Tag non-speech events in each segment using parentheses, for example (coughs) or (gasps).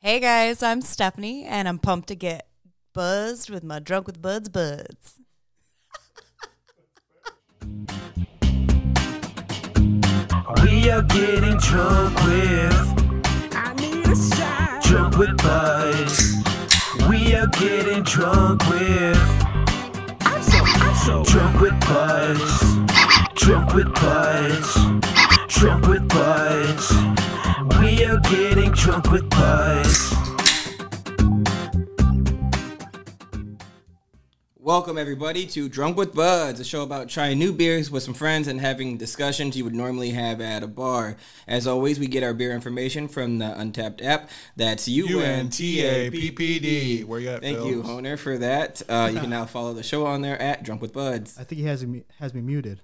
Hey guys, I'm Stephanie, and I'm pumped to get buzzed with my drunk with buds buds. We are getting drunk with, I need a shot. drunk with buds. We are getting drunk with, I'm so, I'm so. drunk with buds. Drunk with buds. Drunk with buds. We are getting drunk with buds. Welcome everybody to Drunk with Buds, a show about trying new beers with some friends and having discussions you would normally have at a bar. As always, we get our beer information from the Untapped app. That's U N T A P P D. Where you at, Thank Phil? you, Honer, for that. Uh, you can now follow the show on there at Drunk with Buds. I think he has me, has me muted.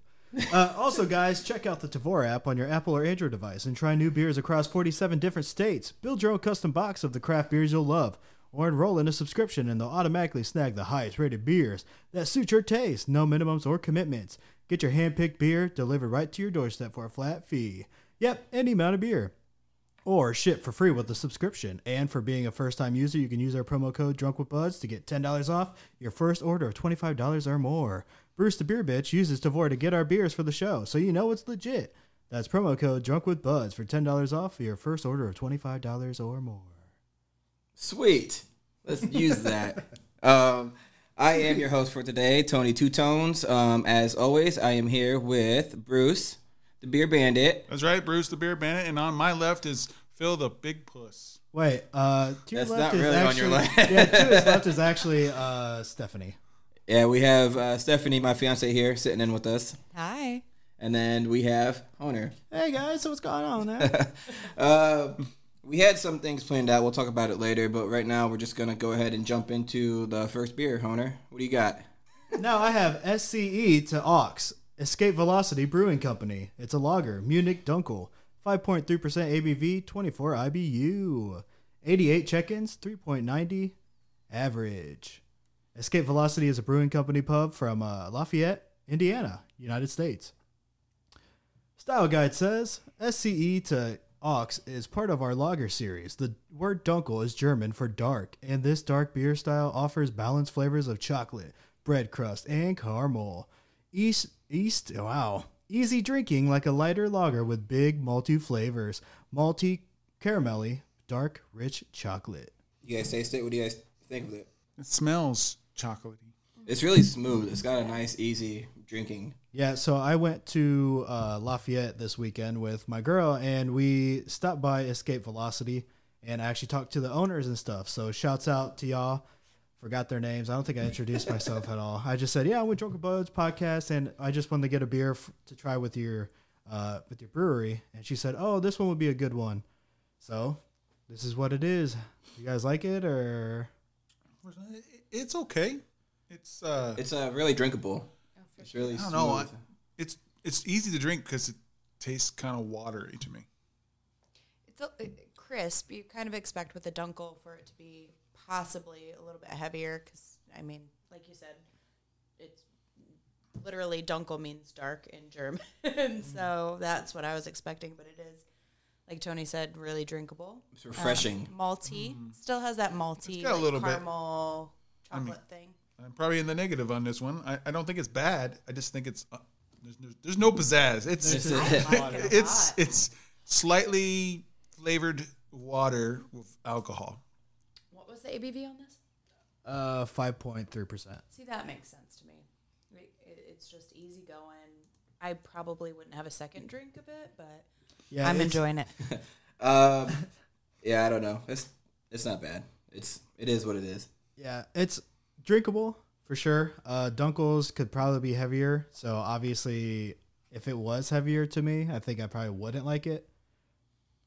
Uh, also, guys, check out the Tavor app on your Apple or Android device and try new beers across 47 different states. Build your own custom box of the craft beers you'll love, or enroll in a subscription and they'll automatically snag the highest rated beers that suit your taste, no minimums or commitments. Get your hand picked beer delivered right to your doorstep for a flat fee. Yep, any amount of beer. Or ship for free with a subscription. And for being a first time user, you can use our promo code Drunk with Buds to get $10 off your first order of $25 or more. Bruce the Beer Bitch uses Tavor to get our beers for the show, so you know it's legit. That's promo code Drunk with Buds for $10 off your first order of $25 or more. Sweet. Let's use (laughs) that. um, I am your host for today, Tony Two Tones. Um, as always, I am here with Bruce, the Beer Bandit. That's right, Bruce the Beer Bandit. And on my left is Phil the Big Puss. Wait, uh, to your That's not left is really on actually, your left. (laughs) yeah, to (laughs) his left is actually uh, Stephanie. Yeah, we have uh, Stephanie, my fiance, here sitting in with us. Hi. And then we have Honer. Hey guys, so what's going on there? Uh, we had some things planned out. We'll talk about it later, but right now we're just going to go ahead and jump into the first beer, Honer. What do you got? now I have SCE to Ox, Escape Velocity Brewing Company. It's a lager, Munich Dunkel, 5.3% ABV, 24 IBU, 88 check ins, 3.90 average. Escape Velocity is a brewing company pub from uh, Lafayette, Indiana, United States. Style Guide says SCE to Ox is part of our lager series. The word dunkel is German for dark, and this dark beer style offers balanced flavors of chocolate, bread crust, and caramel. East, east, wow. Easy drinking like a lighter lager with big malty flavors. Malty, caramelly, dark, rich chocolate. You guys taste it? What do you guys think of it? It smells chocolatey. It's really smooth. It's got a nice, easy drinking. Yeah, so I went to uh, Lafayette this weekend with my girl, and we stopped by Escape Velocity and I actually talked to the owners and stuff. So shouts out to y'all. Forgot their names. I don't think I introduced myself at all. I just said, yeah, I'm with Drunken Buds podcast, and I just wanted to get a beer f- to try with your uh, with your brewery. And she said, oh, this one would be a good one. So this is what it is. You guys like it or? It's okay. It's uh, It's uh, really drinkable. It's really I don't smooth. know. I, it's it's easy to drink because it tastes kind of watery to me. It's a, it- crisp. You kind of expect with a dunkel for it to be possibly a little bit heavier because, I mean, like you said, it's literally dunkel means dark in German. (laughs) so that's what I was expecting, but it is, like Tony said, really drinkable. Um, It's refreshing. Malty. Still has that malty, got a like, little bit. caramel, mean- chocolate thing. I'm probably in the negative on this one. I, I don't think it's bad. I just think it's uh, there's, there's there's no pizzazz. It's It's it's a- like it a (laughs) it's, lot. it's slightly flavored water with alcohol. What was the ABV on this? Uh, 5.3%. See, that makes sense to me. It, it- it's just easy going. I probably wouldn't have a second drink of it, but Yeah, I'm it's- enjoying it. um, (laughs) yeah, I don't know. It's it's not bad. It's it is what it is. Yeah, it's drinkable for sure. Uh, Dunkles could probably be heavier, so obviously, if it was heavier to me, I think I probably wouldn't like it.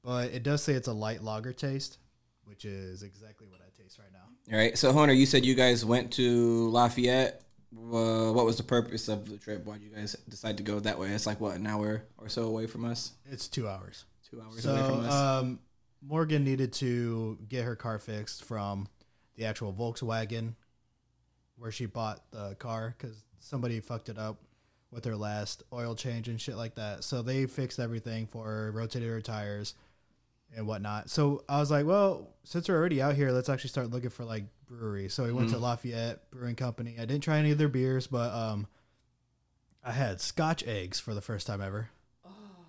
But it does say it's a light lager taste, which is exactly what I taste right now. All right. So Honer, you said you guys went to Lafayette. Uh, what was the purpose of the trip? Why did you guys decide to go that way? It's like what an hour or so away from us. It's two hours. Two hours So away from us. um, Morgan needed to get her car fixed from the actual Volkswagen where she bought the car because somebody fucked it up with her last oil change and shit like that. So they fixed everything for her, rotated her tires, and whatnot. So I was like, well, since we're already out here, let's actually start looking for like breweries. So we went Mm-hmm. to Lafayette Brewing Company. I didn't try any of their beers, but um, I had Scotch eggs for the first time ever.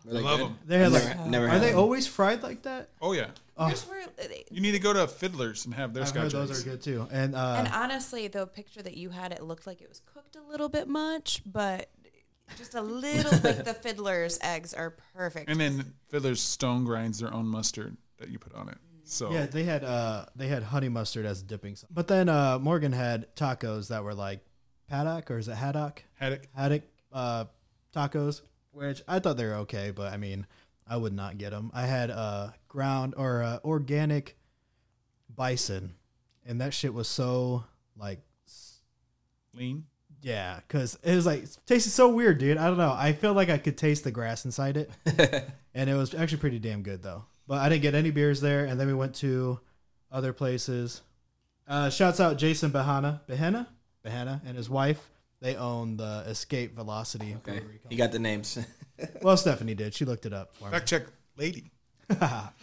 Really Love good. 'em. They had Never- like, never are had they them. always fried like that? Oh yeah, Here's where uh, they- you need to go to Fiddlers and have their I've heard scotch. those eggs. are good too. And uh, and honestly, the picture that you had, it looked like it was cooked a little bit much, but just a little. (laughs) like the fiddler's eggs are perfect. And then Fiddlers Stone grinds their own mustard that you put on it. So Yeah, they had uh they had honey mustard as dipping sauce. But then uh Morgan had tacos that were like paddock or is it haddock? haddock. Haddock uh tacos, which I thought they were okay, but I mean, I would not get them. I had uh ground or uh, organic bison and that shit was so like lean. yeah, cuz it was like it tasted so weird, dude. I don't know. I feel like I could taste the grass inside it. (laughs) and it was actually pretty damn good though. But I didn't get any beers there, and then we went to other places. Uh, shouts out Jason Bahana, Bahana, Bahana, and his wife. They own the Escape Velocity. Okay. Brewery You company. got the names. (laughs) Well, Stephanie did. She looked it up for me. Fact check, lady.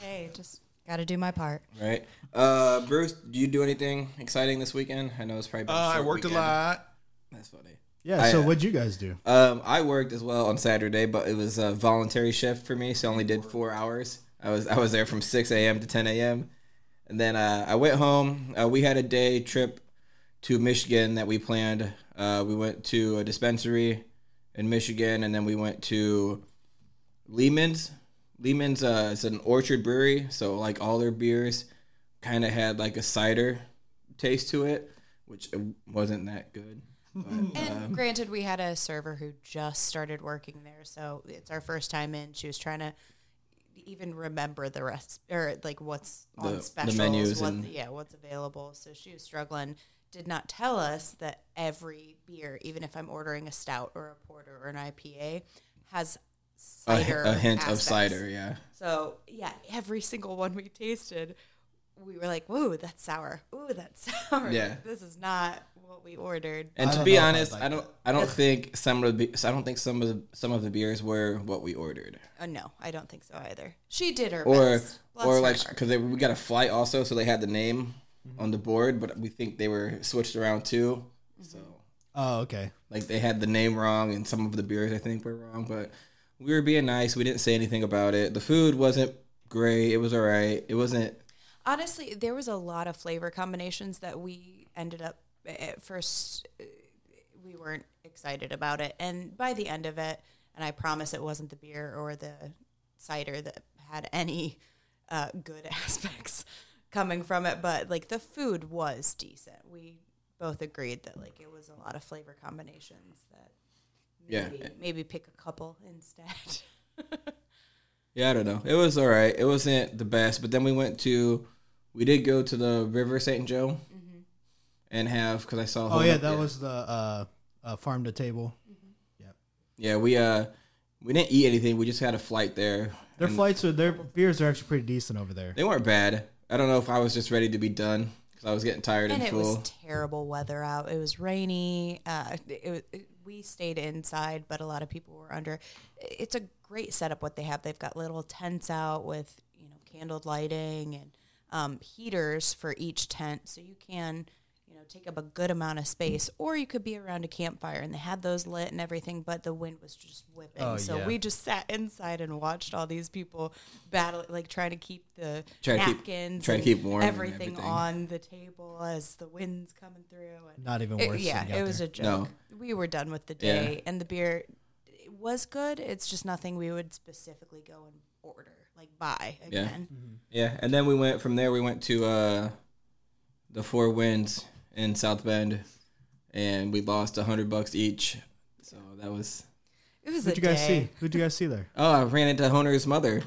hey, just got to do my part. right. Uh, Bruce, do you do anything exciting this weekend? I know it's probably. Been Uh, I short worked a weekend. lot. That's funny. Yeah. I, So uh, what'd you guys do? Um, I worked as well on Saturday, but it was a voluntary shift for me, so I only did four hours. I was I was there from six a.m. to ten a.m. And then uh, I went home. Uh, we had a day trip to Michigan that we planned. Uh, we went to a dispensary in Michigan, and then we went to Lehman's. Lehman's uh, is an orchard brewery, so like all their beers kind of had like a cider taste to it, which uh, wasn't that good. And granted, we had a server who just started working there, so it's our first time in. She was trying to even remember the rest or like what's The- on the specials, menus what, and- yeah, what's available. So she was struggling. Did not tell us that every beer, even if I'm ordering a stout or a porter or an IPA, has A, cider a hint of aspects. cider, yeah. So yeah, every single one we tasted, we were like, "Whoa, that's sour! Ooh, that's (laughs) sour! Yeah. Like, this is not what we ordered." And I to don't be know if I'd honest, like I don't (laughs) I don't think some of the be- I don't think some of the, some of the beers were what we ordered. Uh, no, I don't think so either. She did her Or best. Bless or her like heart. cuz we got a flight also so they had the name Mm-hmm. on the board but we think they were switched around too. Mm-hmm. So Oh, okay. like they had the name wrong and some of the beers I think were wrong but we were being nice. We didn't say anything about it. The food wasn't great. It was all right. It wasn't honestly, there was a lot of flavor combinations that we ended up eh, at first. uh, We weren't excited about it, and by the end of it, and I promise it wasn't the beer or the cider that had any uh, good (laughs) aspects coming from it, but like the food was decent. We both agreed that like it was a lot of flavor combinations that yeah. maybe, maybe pick a couple instead. (laughs) Yeah, I don't know. It was all right. It wasn't the best, but then we went to, we did go to the River St. Joe, and have because I saw. Oh yeah, that was the uh, uh farm to table. Mm-hmm. Yeah, we uh, we didn't eat anything. We just had a flight there. Their flights are their beers are actually pretty decent over there. They weren't bad. I don't know if I was just ready to be done because I was getting tired and, and it full. was terrible weather out. It was rainy. Uh, it, wa- it, we stayed inside, but a lot of people were under. It's a great setup what they have. They've got little tents out with you know candled lighting and um, heaters for each tent, so you can you know take up a good amount of space, or you could be around a campfire. And they had those lit and everything, but the wind was just whipping. Oh, so yeah. we just sat inside and watched all these people battle, like trying to keep the Try to keep- napkins, try to and keep warm and everything, everything. on on the table as the wind's coming through. And Not even It- worth. yeah, sitting out it was there. a joke. We were done with the day, and the beer it was good. It's just nothing we would specifically go and order, like buy again. Mm-hmm. Yeah, and then we went from there. We went to uh, the Four Winds in South Bend, and we lost a hundred bucks each. So that was It was Who'd a you guys day. see? Who'd you guys see there? Oh, I ran into Hunter's mother.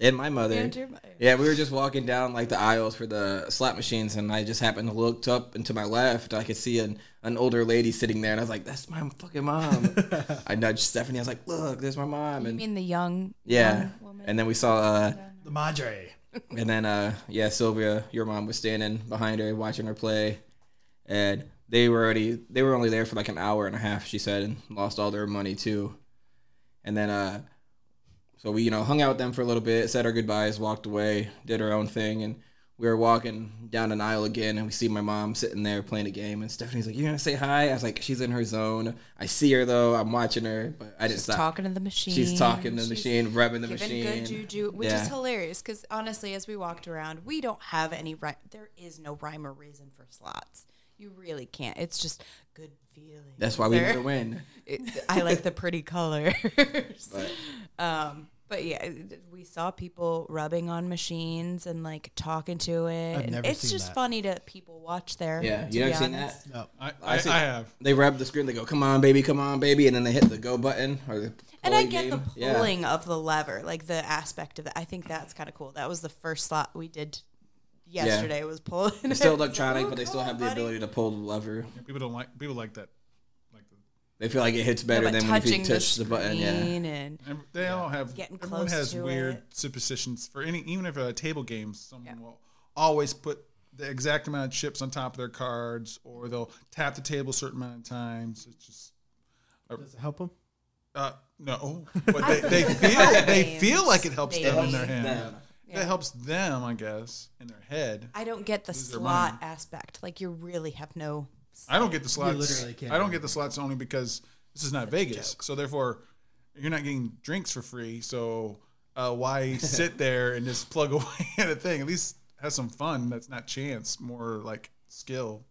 and my mother. And your mother. Yeah, we were just walking down like the aisles for the slot machines, and I just happened to look up and to my left. I could see an, an older lady sitting there, and I was like, "That's my fucking mom." I nudged Stephanie. I was like, "Look, there's my mom." You And mean the young yeah, young woman? and then we saw, uh, The Madre. and then uh, yeah, Sylvia, your mom was standing behind her watching her play, and they were already they were only there for like an hour and a half. She said, and lost all their money too. And then uh, So we, you know, hung out with them for a little bit, said our goodbyes, walked away, did our own thing, and we were walking down an aisle again, and we see my mom sitting there playing a game, and Stephanie's like, "You gonna say hi?" I was like, "She's in her zone. I see her though. I'm watching her, but I didn't She's stop." talking to the machine. She's talking to the She's machine, rubbing the giving machine. good juju, which Yeah. is hilarious because honestly, as we walked around, we don't have any rhyme. There is no rhyme or reason for slots. You really can't. It's just good feeling. That's why we Sir. never win. (laughs) It- I like the pretty colors. But um, but yeah, we saw people rubbing on machines and like talking to it. I've and never it's seen just that. funny to people watch there. to yeah, you be ever seen that? honest. No. I, I I, see. I have. They rub the screen. They go, "Come on, baby, come on, baby," and then they hit the go button or the. And I play get the game. Yeah. pulling of the lever, like the aspect of it. I think that's kind of cool. That was the first slot we did yesterday was pulling. It's (laughs) still "Oh, electronic, but they still have the ability to pull the lever. People don't like people like that. Like the, They feel like it hits better than when if you touch the, button. Yeah. and and they all have. Getting everyone close has to weird it. superstitions for any even if uh, table games. Someone will always put the exact amount of chips on top of their cards, or they'll tap the table a certain amount of times. It's just Does it help them? Uh, (laughs) no, but they, they feel they games, feel like it helps they them in help their hand. them. It helps them, I guess, in their head. I don't get the their slot mind. aspect. Like you really have no. I don't get the slots. literally can't I don't do get the slots only because this is not Vegas, so therefore you're not getting drinks for free. So uh, (laughs) why sit there and just plug (laughs) away at a thing? At least have some fun. That's not chance, more like skill.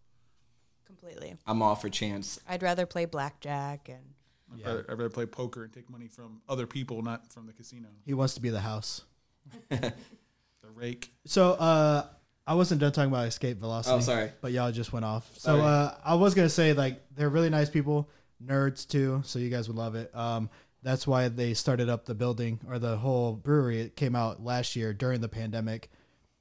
Completely. I'm all for chance. I'd rather play blackjack and I'd, rather, I'd rather play poker and take money from other people, not from the casino. He wants to be the house. The rake. So uh I wasn't done talking about escape velocity. Oh, sorry. But y'all just went off. So Sorry. uh I was gonna say like they're really nice people, nerds too, so you guys would love it. Um that's why they started up the building or the whole brewery. It came out last year during the pandemic.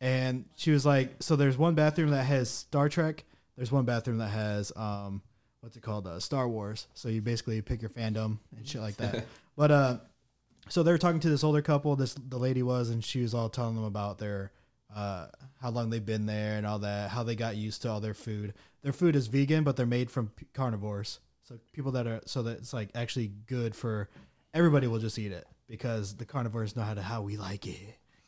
And she was like, So there's one bathroom that has Star Trek, there's one bathroom that has um what's it called? Uh, Star Wars. So you basically pick your fandom and shit (laughs) like that. but uh so they were talking to this older couple this the lady was and she was all telling them about their uh, how long they've been there and all that how they got used to all their food their food is vegan but they're made from p- carnivores so people that are so that it's like actually good for everybody will just eat it because the carnivores know how to how we like it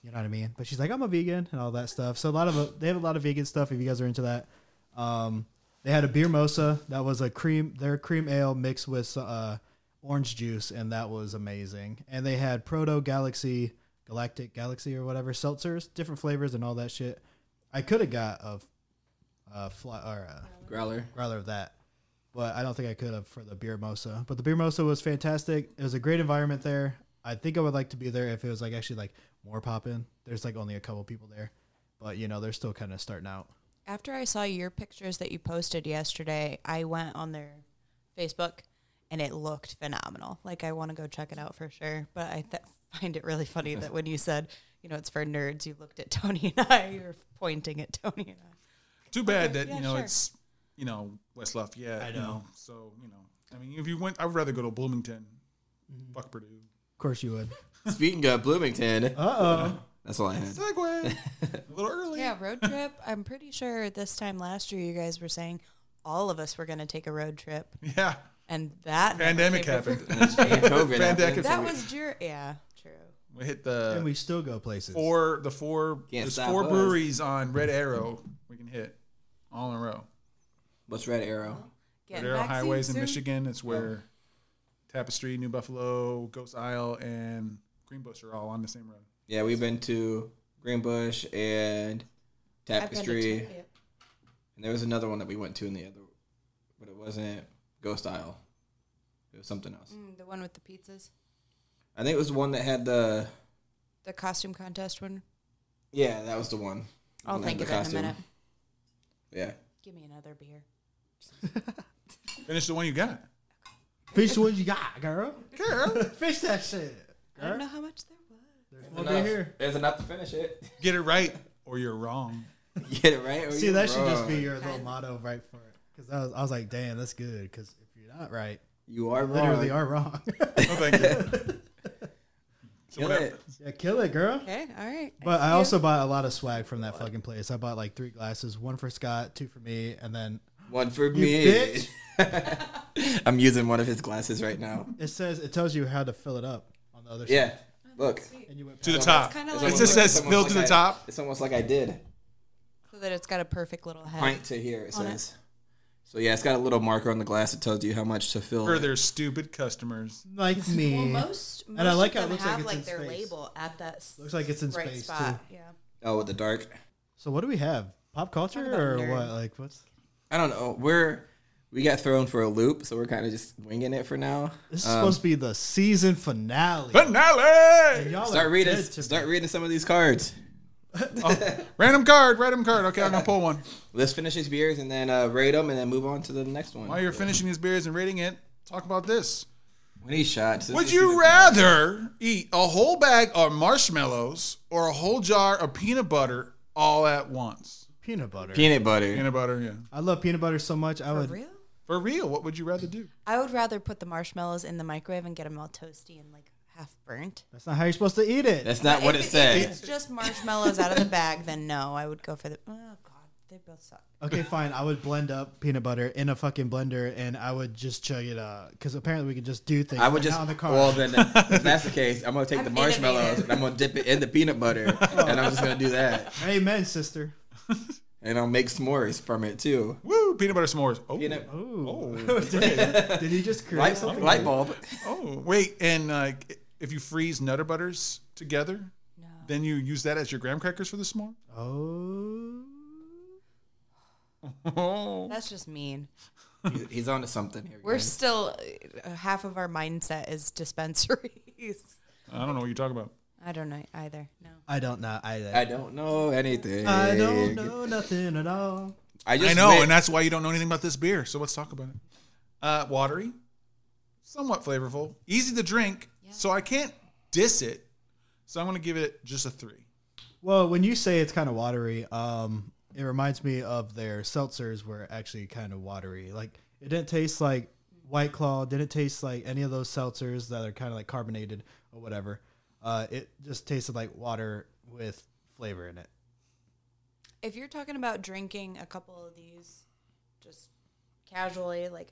you know what i mean but she's like i'm a vegan and all that stuff so a lot of they have a lot of vegan stuff if you guys are into that um, they had a beer mosa that was a cream their cream ale mixed with uh, orange juice, and that was amazing. And they had Proto Galaxy, Galactic Galaxy, or whatever seltzers, different flavors, and all that shit. I could have got a, a fly or a Growler. rather of that. But I don't think I could have for the beer mosa. But the beer mosa was fantastic. It was a great environment there. I think I would like to be there if it was like actually like more poppin'. There's like only a couple people there, but you know they're still kind of starting out. After I saw your pictures that you posted yesterday, I went on their Facebook and it looked phenomenal. Like I want to go check it out for sure. But I th- (laughs) find it really funny that when you said, you know, it's for nerds, you looked at (laughs) Tony and I. You're pointing at Tony and I. Too bad that yeah, you know sure. it's you know West Lafayette. I know. So you know, I mean, if you went, I'd rather go to Bloomington, fuck Purdue. Of course you would. Speaking of Bloomington, Uh oh. that's all I had. Segway. a little early. Yeah, (laughs) road trip. I'm pretty sure this time last year you guys were saying all of us were going to take a road trip, Yeah. and that never Pandemic came to happened. And COVID Pandemic. happened. That was your yeah, true. We hit And Uh, the we still go places. four. The 4 Can't there's stop four us. breweries on Red Arrow. We can hit all in a row. What's Red Arrow? Red Getting Arrow vaccine highways in soon? Michigan. It's where Tapestry, New Buffalo, Ghost Isle, and Greenbush are all on the same road. Yeah, we've been to Greenbush and I've been to Tapestry, Tokyo. and there was another one that we went to in the other, but it wasn't Ghost Isle. It was something else. Mm, the one with the pizzas, I think it was the one that had the. the costume contest one. Yeah, that was the one. The I'll one that had think of the it in a costume. minute. Yeah. Give me another beer. Finish the one you got. Fish what you got, girl. Girl, (laughs) Fish that shit. I don't know how much there was. We'll be here. There's enough to finish (laughs) it. get it right or you're wrong. Get it right. or See, you're that should just be wrong. your little motto right for it. Because I was, I was like, damn, that's good. Because if you're not right, You are wrong. literally are wrong. (laughs) Oh, thank you. (laughs) So Kill what it. yeah, kill it, girl. Okay, all right. But I also bought a lot of swag from that fucking place. I bought like three glasses, one for Scott, two for me, and then One for You me. (laughs) I'm using one of his glasses right now. it says it tells you how to fill it up on the other side. Yeah. Look. And you went To the It's top. kinda It like- just says It's almost spill like to the I- top. It's almost like I did. so that it's got a perfect little head. Pint to here, it On it. says. So yeah, it's got a little marker on the glass that tells you how much to fill. For their stupid customers. like me. Well, most, most I like of how it them looks like have it's like, in their space. label at that s- Looks like it's in right space, spot. Yeah. Oh, with the dark. so what do we have? Pop culture about or nerd. what? Like what's I don't know. We're we got thrown for a loop, so we're kind of just winging it for now. this is Um, supposed to be the season finale. Finale! Y'all are Start reading. dead to me. Start reading some of these cards. Random card, random card. Okay, I'm gonna pull one. Let's finish these beers and then uh, rate them, and then move on to the next one. While you're finishing these beers and rating it, talk about this. we need shots. This Would is you even- rather eat a whole bag of marshmallows or a whole jar of peanut butter all at once? peanut butter. peanut butter? Peanut butter, yeah. I love peanut butter so much. I For would real? For real, what would you rather do? I would rather put the marshmallows in the microwave and get them all toasty and like half burnt. That's not how you're supposed to eat it. That's not what If it if It's says. just marshmallows out of the bag. Then no, I would go for the. Oh God, they both suck. Okay, fine. I would blend up peanut butter in a fucking blender, and I would just chug it up because apparently we could just do things. I would They're just not on the card. well then (laughs) if that's the case, I'm gonna take the I'm marshmallows innovative. and I'm gonna dip it in the peanut (laughs) butter and I'm just gonna do that Amen, sister. and I'll make s'mores from it too. Woo, peanut butter s'mores. Oh, Peanut Ooh. oh, Did he just create light, something? light bulb. oh. Wait, and like if you freeze Nutter Butters together, then you use that as your graham crackers for the s'more? Oh. (laughs) Oh. That's just mean. He's- (laughs) He's onto something here. We're guys. still uh, half of our mindset is dispensaries. (laughs) I don't know what you're talking about. I don't know either. No. I don't know either. I don't know anything. I don't know nothing at all. I just I know, went- and that's why you don't know anything about this beer. So let's talk about it. Uh, watery, somewhat flavorful, easy to drink. So I can't diss it. So I'm going to give it just a three. Well, when you say it's kind of watery, um, it reminds me of their seltzers were actually kind of watery. Like it didn't taste like White Claw, didn't taste like any of those seltzers that are kind of like carbonated or whatever. Uh, it just tasted like water with flavor in it. If you're talking about drinking a couple of these, just casually, like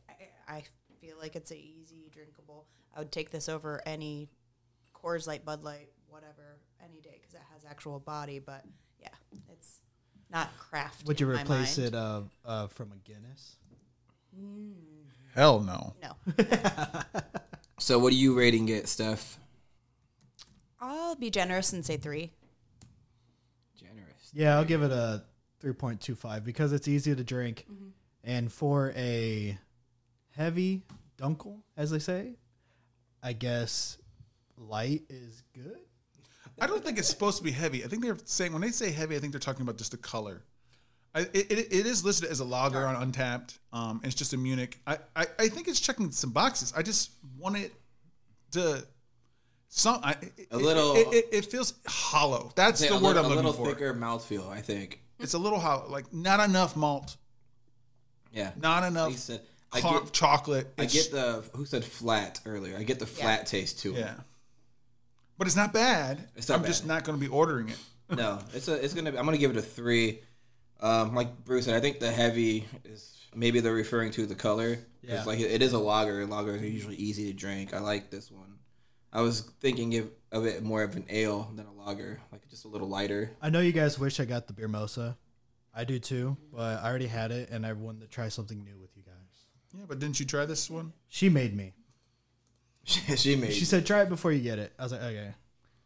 I, I feel like it's a easy drinkable. I would take this over any Coors Light, Bud Light, whatever, any day because it has actual body. But yeah, it's not craft. Would you in my replace mind. it uh, uh, from a Guinness? Hell no. No, So what are you rating it, Steph? I'll be generous and say three. Generous. Yeah, I'll give it a 3.25 because it's easy to drink. And for a heavy dunkel, as they say, I guess light is good. I don't think it's supposed to be heavy. I think they're saying, when they say heavy, I think they're talking about just the color. I, it, it, it is listed as a lager on Untapped. Um, it's just a Munich. I, I, I think it's checking some boxes. I just want it to. Some, I, it- A little- It, it, it feels hollow. That's Say the a word little, I'm a looking little for. thicker mouthfeel, I think. It's a little hollow. Like not enough malt. Yeah. not He enough said- I car- get- chocolate. I It's- get the who said flat earlier. I get the flat taste to it. (laughs) yeah, but it's not bad. It's not I'm just bad. not going to be ordering it. no, it's a, it's gonna. I'm gonna give it a three. Um, like Bruce said, I think the heavy is maybe they're referring to the color. Yeah. Yeah. Like it, it is a lager. and Lagers are usually easy to drink. I like this one. I was thinking of, of it more of an ale than a lager, like just a little lighter. (laughs) I know you guys wish I got the beer mosa. I do too, but I already had it and I wanted to try something new with you guys. Yeah, but didn't you try this one? She made me. she she made. She said, try it before you get it. I was like, okay.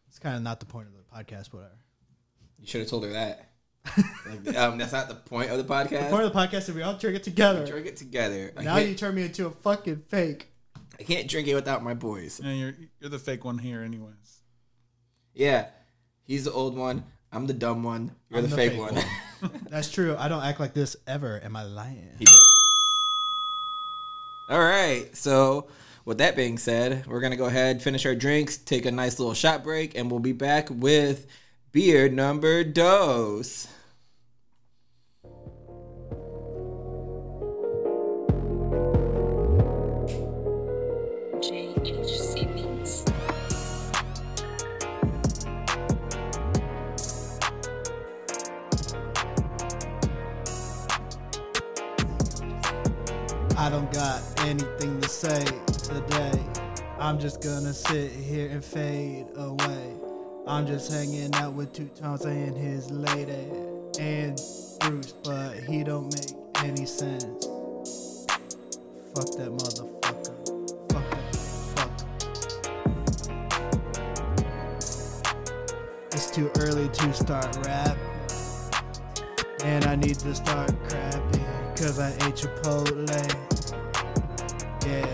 It's kind of not the point of the podcast, but whatever. you should have told her (laughs) that. like, um, that's not the point of the The point podcast. of the podcast is we all drink it We together. Drink it together. I Now can't, you turn me into a fucking fake. I can't drink it without my boys. Yeah, you're you're the fake one here, anyways. Yeah, he's the old one. I'm the dumb one. You're I'm the, the fake, fake one. (laughs) one. That's true. I don't act like this ever. Am I lying? He does. All right. So, with that being said, we're going to go ahead, finish our drinks, take a nice little shot break, and we'll be back with beer number dose. JHC means. I don't got anything to say today. I'm just gonna sit here and fade away. I'm just hanging out with Two Tones and his lady and Bruce, but he don't make any sense. Fuck that motherfucker. Fuck that motherfucker. It's too early to start rap. And I need to start crapping, cause I ate Chipotle. Yeah.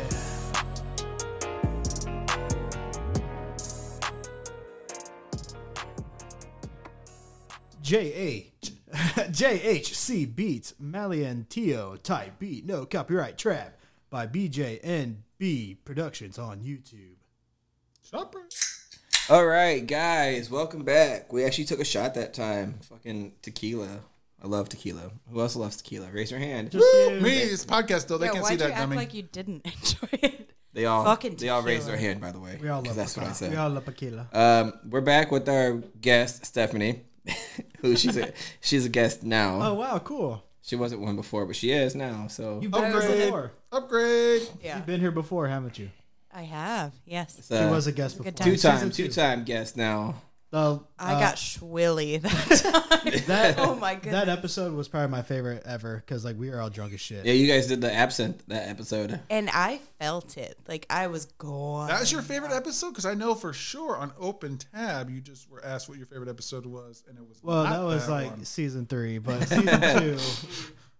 J A (laughs) J H C beats Maliantio type beat no copyright trap by BJNB Productions on YouTube. Shopper. All right, guys, welcome back. We actually took a shot that time. Fucking tequila. I love tequila. Who else loves tequila? Raise your hand. Me, it's podcast though. They Yeah, can't see why'd you that act dummy. like you didn't (laughs) enjoy it? They all Fucking they all raised tequila. their hand, by the way. We all 'cause love that's what I tequila. said. We all love tequila. Um, we're back with our guest Stephanie, (laughs) who she's (laughs) a she's a guest now. oh wow, cool. She wasn't one before, but she is now. So You've been here Upgrade. before. Upgrade. Yeah, You've been here before, haven't you? I have. Yes, it's, uh, She was a guest a before. good two She's time two time guest now. The, I uh, got shwilly (laughs) that (laughs) time. that. oh my goodness. that episode was probably my favorite ever because like we were all drunk as shit. Yeah, you guys did the absent that episode. and I felt it. Like I was gone. That was your favorite episode because I know for sure on Open Tab you just were asked what your favorite episode was, and it was Well, not that was like one. season three, but season two,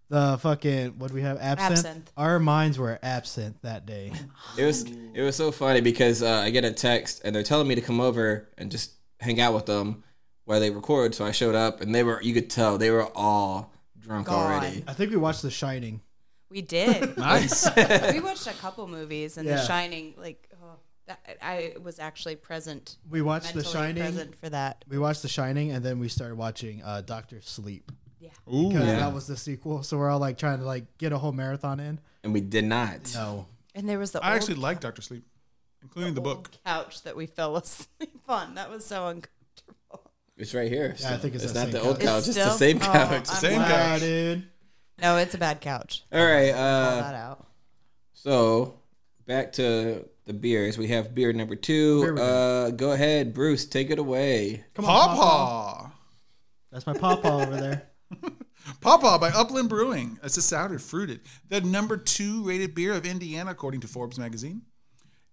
the fucking what do we have? Absinthe? Absinthe. Our minds were absent that day. It was Oh. it was so funny because uh, I get a text and they're telling me to come over and just hang out with them while they record. So I showed up and they were you could tell they were all drunk Gone. already. I think we watched The Shining. we (laughs) did. nice. we watched a couple movies, and Yeah. The Shining. Like oh, that, I was actually present. We watched The mentally Shining. Present for that. We watched The Shining, and then we started watching uh, Doctor Sleep Ooh, because Yeah. that was the sequel. So we're all like trying to like get a whole marathon in. And we did not. No, And there was the I old actually like Doctor Sleep, including the book. couch that we fell (laughs) asleep on. That was so uncomfortable. It's right here. Yeah, I think it's it's the not same the couch. old It's couch. It's, the still- (laughs) same oh, couch. I'm- Same Wow, guy. dude. No, it's a bad couch. All right. Call Uh, that out. so back to the beers. We have beer number two. Beer number- Uh, go ahead, Bruce. Take it away. Come Pawpaw. That's my papa over there. Pawpaw by Upland Brewing. It's a sour fruited. The number two rated beer of Indiana, according to Forbes magazine.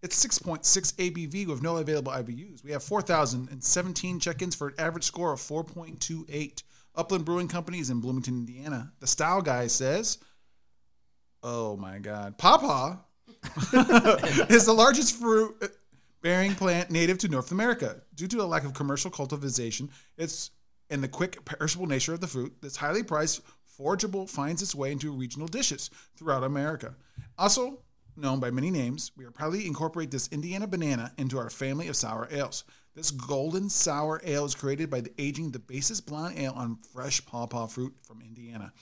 It's 6.6 ABV with no available IBUs. We have 4,017 check ins for an average score of 4.28. Upland Brewing Company is in Bloomington, Indiana. The style guy says, Oh my God. Pawpaw (laughs) is the largest fruit bearing plant native to North America. Due to a lack of commercial cultivation, it's and the quick perishable nature of the fruit, this highly priced forageable finds its way into regional dishes throughout America. Also known by many names, we are proudly incorporate this Indiana banana into our family of sour ales. This golden sour ale is created by the aging the basis blonde ale on fresh pawpaw fruit from Indiana.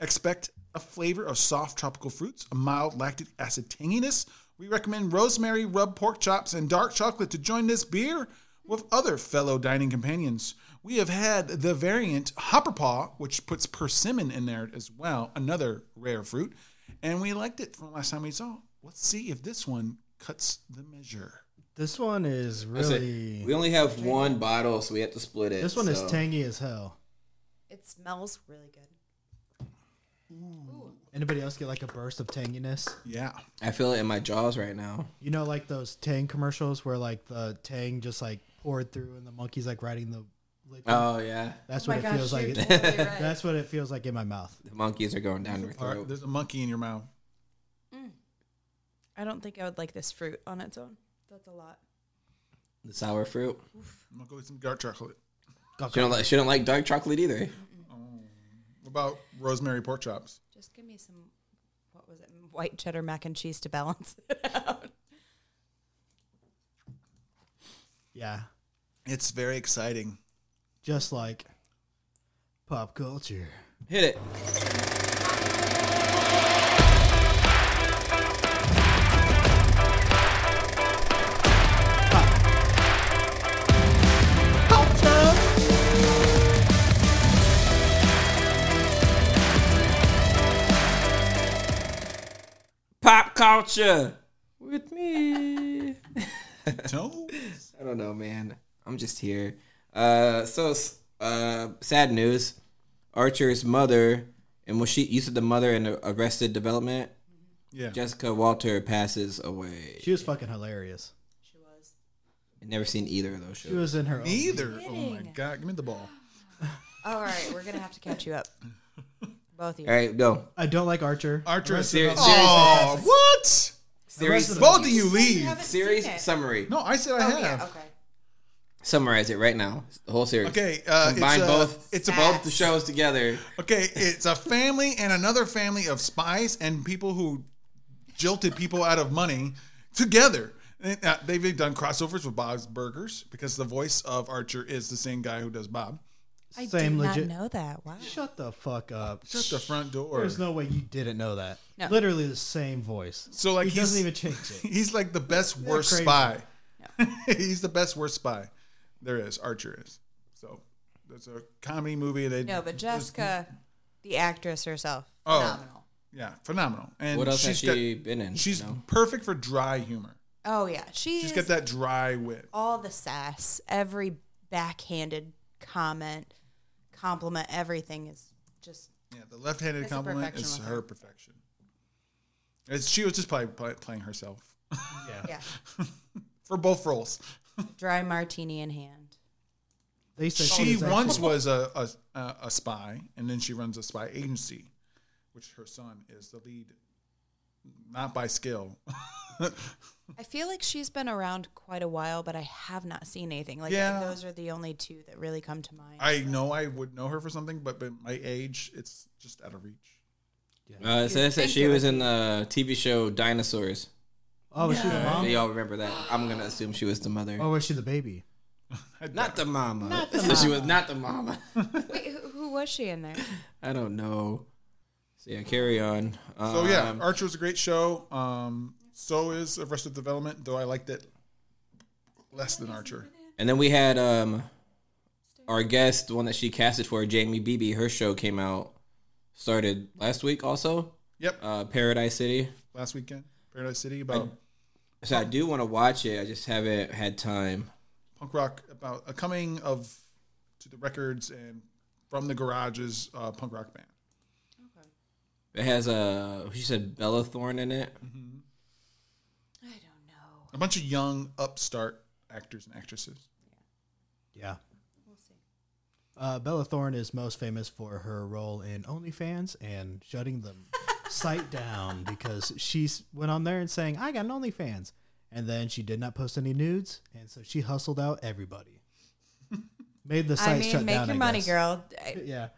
Expect a flavor of soft tropical fruits, a mild lactic acid tanginess. We recommend rosemary, rub pork chops, and dark chocolate to join this beer with other fellow dining companions. We have had the variant Hopper Paw, which puts persimmon in there as well, another rare fruit, and we liked it from last time we saw. Let's see if this one cuts the measure. This one is That's it. really. We only have one bottle, so we have to split it. This one is so- tangy as hell. It smells really good. Anybody else get like a burst of tanginess? Yeah. I feel it in my jaws right now. You know, like those Tang commercials where like the Tang just like poured through and the monkey's like riding the. Liquid. Oh yeah, that's Oh what my it gosh, feels you're like. totally right. (laughs) That's what it feels like in my mouth. the monkeys are going down your All right, throat. there's a monkey in your mouth. I don't think I would like this fruit on its own. That's a lot. The sour fruit. I'm gonna go get some dark chocolate. She don't like. She don't like dark chocolate either. What about rosemary pork chops? Just give me some, what was it, white cheddar mac and cheese to balance it (laughs) out. Yeah, It's very exciting. just like pop culture. Hit it. Pop culture with me. Toad? No. I don't know, man. I'm just here. Uh, so uh, sad news. Archer's mother, and was she? You said the mother in Arrested Development. Yeah. Jessica Walter passes away. She was fucking hilarious. She was. I've never seen either of those shows. She was in her own. Neither. Oh my god! Give me the ball. All right, we're gonna have to catch you (laughs) up, both of you. All right, go. I don't like Archer. Archer. is Ser- developed- oh, serious- what? Series, Both of you You leave. haven't seen series it. summary. No, I said I Oh, have. yeah, okay. Summarize it right now. The whole series. Okay, uh, Combine it's a, both. It's a both the shows together. Okay, it's a family and another family of spies and people who jilted people out of money together. And, uh, they've done crossovers with Bob's Burgers because the voice of Archer is the same guy who does Bob. I Same did legit- not know that. Wow. Shut the fuck up. Shut the front door. There's no way you didn't know that. No. Literally the same voice. So, like, he doesn't he's- even change (laughs) it. He's like the best worst crazy. spy. (laughs) He's the best worst spy there is. Archer is. So that's a comedy movie. They No, but Jessica, the actress herself, Oh. phenomenal. yeah, phenomenal. And What else has she's got- she been in? She's you know? perfect for dry humor. Oh yeah, she She's is got that dry wit. all the sass, every backhanded comment, compliment, everything is just Yeah, the left-handed That's a compliment perfection is with her, her. perfection. It's, she was just probably play, playing herself (laughs) yeah, for both roles. dry martini in hand. They say She she's actually- once was a, a- a a spy, and then she runs a spy agency, which her son is the lead, not by skill. (laughs) I feel like she's been around quite a while, but I have not seen anything. Like Yeah. those are the only two that really come to mind. I know I would know her for something, but but my age, it's just out of reach. Uh, it says that think she it was would in the TV show Dinosaurs. Oh, was she the Do mom? y'all remember that? I'm gonna assume she was the mother. Or was she the baby? Not the mama. So (laughs) she was not the mama. (laughs) Wait, who, who was she in (coughs) there? I don't know. So yeah, carry on. Um, So yeah, Archer was a great show. Um, so is Arrested Development, though I liked it less than Archer. And then we had um our guest, the one that she casted for, Jamie Beebe. Her show came out started last week also. Yep, Uh, Paradise City. last weekend, Paradise City about. So I do want to watch it. I just haven't had time. punk rock about a coming of to the records and from the garages uh, punk rock band. It has a uh, she said Bella Thorne in it. Mm-hmm. I don't know. A bunch of young upstart actors and actresses. Yeah. Uh, Bella Thorne is most famous for her role in OnlyFans and (laughs) shutting the site down because she s- went on there and saying, I got an OnlyFans. And then she did not post any nudes. And so she hustled out (laughs) everybody. Made the site I mean, shut make down. your I money, guess. uh, girl. I, Yeah.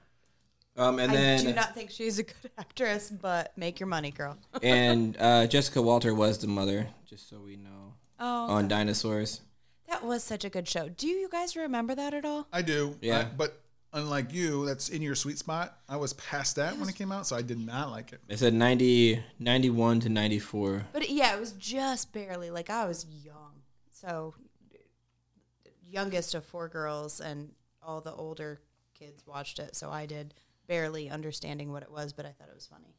Um, and I then do not think she's a good (laughs) actress, but make your money, girl. (laughs) and uh, Jessica Walter was the mother, just so we know. (laughs) Oh, On dinosaurs. that was such a good show. Do you guys remember that at all? I do, Yeah. I- but unlike you, that's in your sweet spot. I was past that when it came out, so I did not like it. It said 90, 91 to 94. But it- yeah, it was just barely. Like I was young, so youngest of four girls, and all the older kids watched it. So I did barely understanding what it was, but I thought it was funny.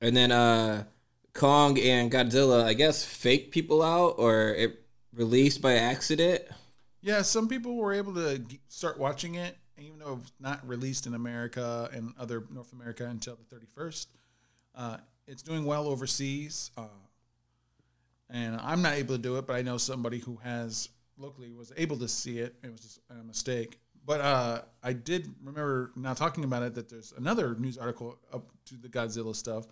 And then uh, Kong and Godzilla, I guess, faked people out or it released by accident. Yeah, some people were able to g- start watching it, even though it was not released in America and other North America until the 31st. Uh, it's doing well overseas. Uh, and I'm not able to do it, but I know somebody who has locally was able to see it. It was just a mistake. But uh, I did remember now talking about it that there's another news article up to the Godzilla stuff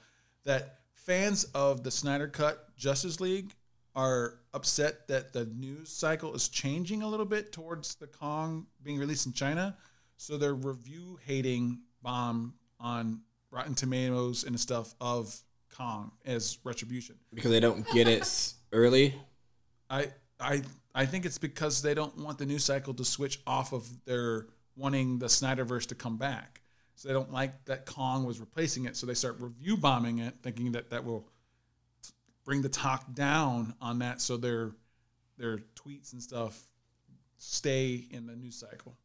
that fans of the Snyder Cut Justice League are upset that the news cycle is changing a little bit towards the Kong being released in China. So they're review hating bomb on Rotten Tomatoes and stuff of Kong as retribution. because they don't get it (laughs) s- early. I I I think it's because they don't want the news cycle to switch off of their wanting the Snyderverse to come back. So they don't like that Kong was replacing it. So they start review bombing it, thinking that that will bring the talk down on that. So their their tweets and stuff stay in the news cycle.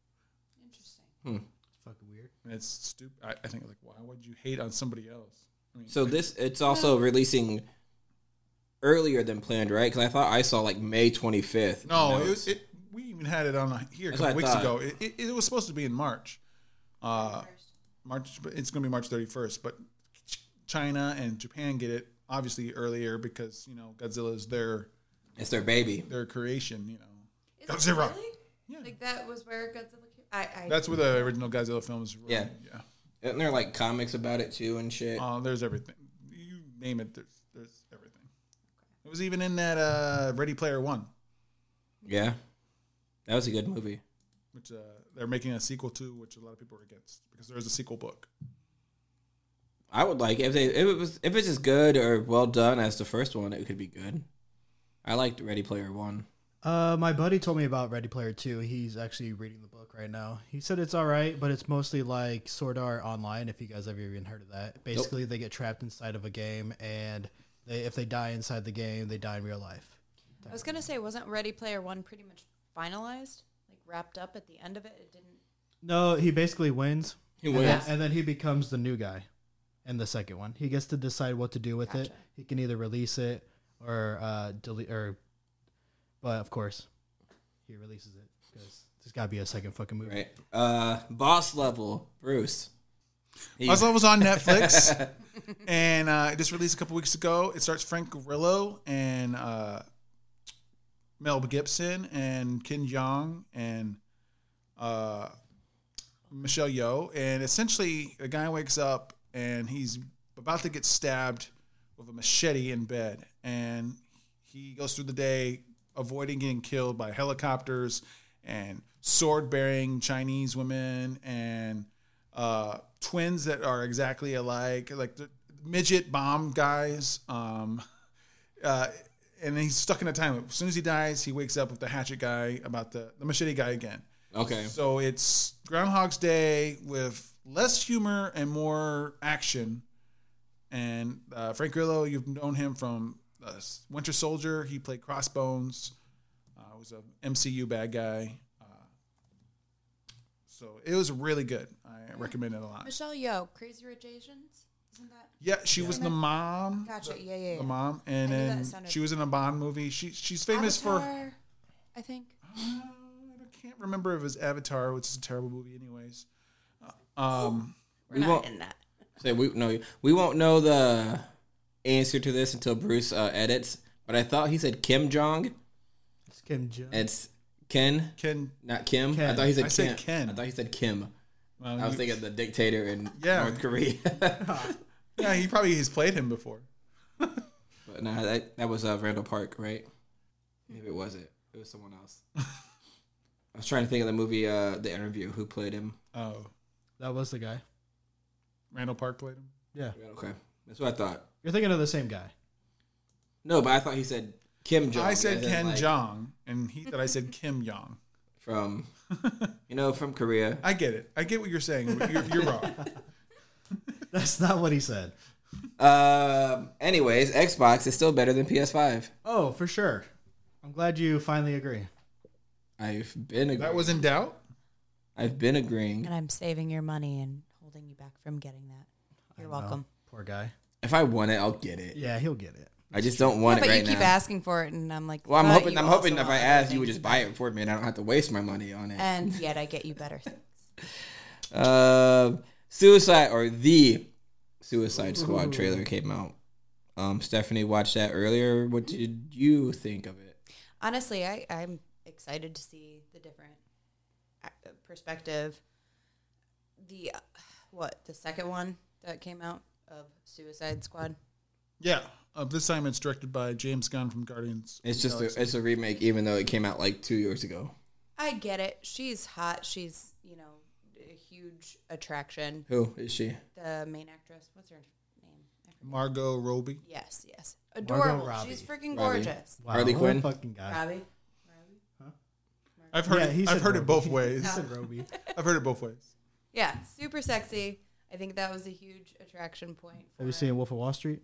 It's fucking weird. And it's stupid. I, I think like, why would you hate on somebody else? I mean, So this it's also releasing earlier than planned, right? Because I thought I saw like May 25th. No, You know, it was, it, we even had it on here a That's what I couple weeks thought. ago. It, it, it was supposed to be in March. Uh, March, but it's going to be March 31st. But Ch- China and Japan get it obviously earlier because you know Godzilla is their it's their baby. their creation. You know, Is That's it it, Rob. really? Yeah. Like that was where Godzilla came. I, I that's where the original Godzilla films. Were, Yeah. yeah. Isn't there like comics about it too and shit? Uh, there's everything. You name it. There's there's everything. It was even in that uh, Ready Player One, yeah. That was a good movie. which uh, they're making a sequel to, which a lot of people are against because there is a sequel book. I would like if they if it was if it's as good or well done as the first one, it could be good. I liked Ready Player One. Uh, my buddy told me about Ready Player Two. He's actually reading the book right now. He said it's all right, but it's mostly like Sword Art Online. If you guys have even heard of that, basically they get trapped inside of a game, and they if they die inside the game, they die in real life. I was gonna say, wasn't Ready Player One pretty much finalized, like wrapped up at the end of it? It didn't. No, he basically wins, He and then, wins. and then he becomes the new guy. In the second one, he gets to decide what to do with it. Gotcha. He can either release it or uh, delete, or but of course, he releases it because there's got to be a second fucking movie. Right. Uh boss level, Bruce. He- Hustle was on Netflix, and uh, it just released a couple weeks ago. It starts Frank Grillo and uh, Mel Gibson and Ken Jeong and uh, Michelle Yeoh. And essentially, a guy wakes up and he's about to get stabbed with a machete in bed, and he goes through the day avoiding getting killed by helicopters and sword-bearing Chinese women and uh, twins that are exactly alike, like the midget bomb guys. Um, (laughs) uh, and he's stuck in a time loop. As soon as he dies, he wakes up with the hatchet guy about the, the machete guy again. Okay. So it's Groundhog's Day with less humor and more action. And uh, Frank Grillo, you've known him from uh, Winter Soldier. He played Crossbones. Uh, was a MCU bad guy. Uh, so it was really good. I recommend it a lot. Michelle Yeoh, Crazy Rich Asians, isn't that? Yeah, she was the mom. Gotcha. The, Yeah, yeah, yeah. the mom, and I knew that then sounded- she was in a Bond movie. She she's famous for. Avatar, I think. I can't remember if it was Avatar, which is a terrible movie, anyways. Um, We're not won't- in that. Say we no, we won't know the answer to this until Bruce uh, edits. But I thought he said Kim Jong. It's Kim Jong. It's Ken, Ken. not Kim. I Ken. thought he said Kim. I said Ken. I thought he said Kim. Well, I was you- thinking of the dictator in Yeah. North (laughs) Korea. yeah, he probably has played him before. but no, that that was uh, Randall Park, right? Maybe it wasn't. It was someone (laughs) else. I was trying to think of the movie, uh, the interview. Who played him? Oh, That was the guy. Randall Park played him. Yeah. Okay, that's what I thought. You're thinking of the same guy. (laughs) No, but I thought he said Kim Jong. I said as in, Ken like, Jong, and he that I said Kim Jong. (laughs) from, you know, from Korea. I get it. I get what you're saying. but You're, you're wrong. That's not what he said. Um. anyways, Xbox is still better than PS5. Oh, for sure. I'm glad you finally agree. I've been agreeing. (laughs) That was in doubt. I've been agreeing. And I'm saving your money and holding you back from getting that. You're welcome. Poor guy. If I want it, I'll get it. Yeah, he'll get it. I just don't want but it right you keep now. asking for it, and I'm like, well, I'm but hoping. you I'm hoping also if I want asked, other you would things. just buy it for me, and I don't have to waste my money on it. And yet, I get you better (laughs) things. Um, Suicide or the Suicide Squad trailer came out. Um, Stephanie watched that earlier. What did you think of it? Honestly, I, I'm excited to see the different uh, perspective. The uh, what the second one that came out of Suicide Squad. Yeah. Uh, this time it's directed by James Gunn from Guardians. It's just a, it's a remake, even though it came out like two years ago. I get it. She's hot. She's you know a huge attraction. Who is she? The main actress. What's her name? I forget. Margot Robbie. Yes, yes, adorable. Robbie. She's freaking Robbie. gorgeous. Wow, Harley what a Quinn? fucking guy. Robbie. I've heard. Yeah, it, he I've said heard it both Robbie. ways. He said Roby. I've heard it both ways. Yeah, super sexy. I think that was a huge attraction point. For Have you it. seen Wolf of Wall Street?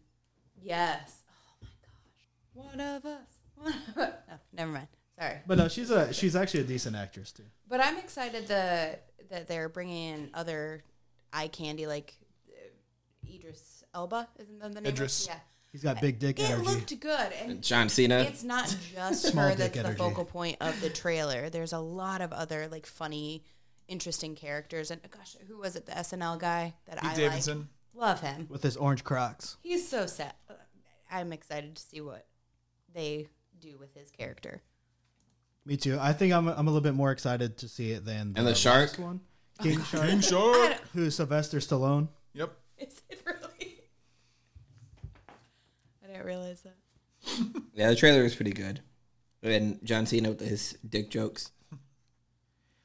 Yes. Oh my gosh. One of us. One of us. No, never mind. Sorry. But no, she's a she's actually a decent actress too. But I'm excited the that they're bringing in other eye candy like uh, Idris Elba. Isn't that the name? of it? Idris. Yeah. He's got big dick It energy. looked good, and John Cena. it's (laughs) not just Small her dick that's the energy. focal point of the trailer. There's a lot of other like funny, interesting characters. And gosh, who was it? The SNL guy that I Pete like? Davidson. Love him. with his orange Crocs. He's so sad. I'm excited to see what they do with his character. (laughs) Me too. I think I'm, I'm a little bit more excited to see it than And the last shark? one. (laughs) King Shark, King I Shark. don't- who is Sylvester Stallone. Yep. Is it really? I didn't realize that. Yeah, the trailer was pretty good. And John Cena with his dick jokes.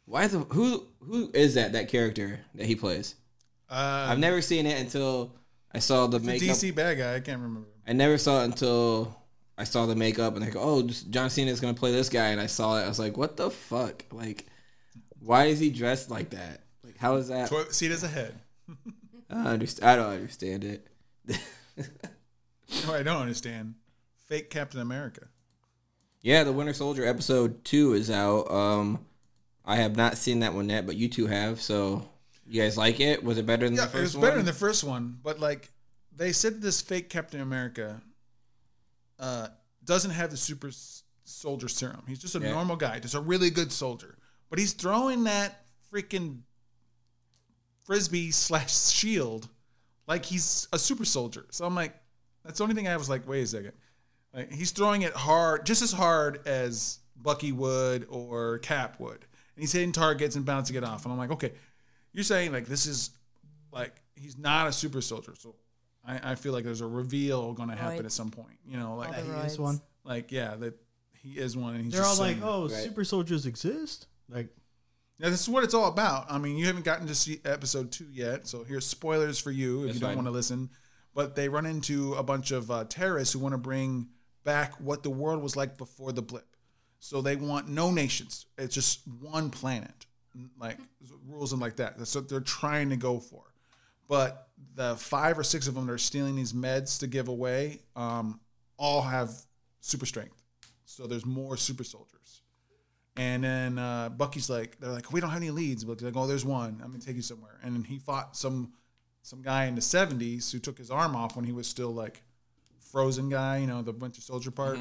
Why is the, who who is that that character that he plays? Uh, I've never seen it until I saw the the makeup. DC bad guy. I can't remember. I never saw it until I saw the makeup and I go, "Oh, just- John Cena is gonna play this guy," and I saw it. I was like, "What the fuck? Like, why is he dressed like that? Like, how is that?" Toilet seat as a head. I don't understand. I don't understand it. (laughs) No, I don't understand. Fake Captain America. Yeah, the Winter Soldier episode two is out. Um, I have not seen that one yet, but you two have. So, you guys like it? Was it better than Yeah, the it was first one? better than the first one, but like they said, this fake Captain America uh, doesn't have the super s- soldier serum. He's just a Yeah. normal guy, just a really good soldier. But he's throwing that freaking frisbee slash shield like he's a super soldier. So I'm like, that's the only thing I was like, wait a second. Like he's throwing it hard, just as hard as Bucky would or Cap would, and he's hitting targets and bouncing it off. And I'm like, okay, you're saying like this is like he's not a super soldier. So I, I feel like there's a reveal going to happen Right. at some point. You know, like All the This Roids. one. like yeah, that he is one. And he's They're all just like, saying it. "Oh, Right. super soldiers exist." Like, Now, this is what it's all about. I mean, you haven't gotten to see episode two yet, so here's spoilers for you if That's you don't fine. want to listen. But they run into a bunch of uh, terrorists who want to bring back what the world was like before the blip. So they want no nations. It's just one planet, like rules and like that. That's what they're trying to go for. But the five or six of them that are stealing these meds to give away um, all have super strength. So there's more super soldiers. And then uh, Bucky's like, they're like, we don't have any leads. But they're like, oh, there's one. I'm gonna take you somewhere. And then he fought some some guy in the 70s who took his arm off when he was still like frozen guy, you know, the Winter Soldier part.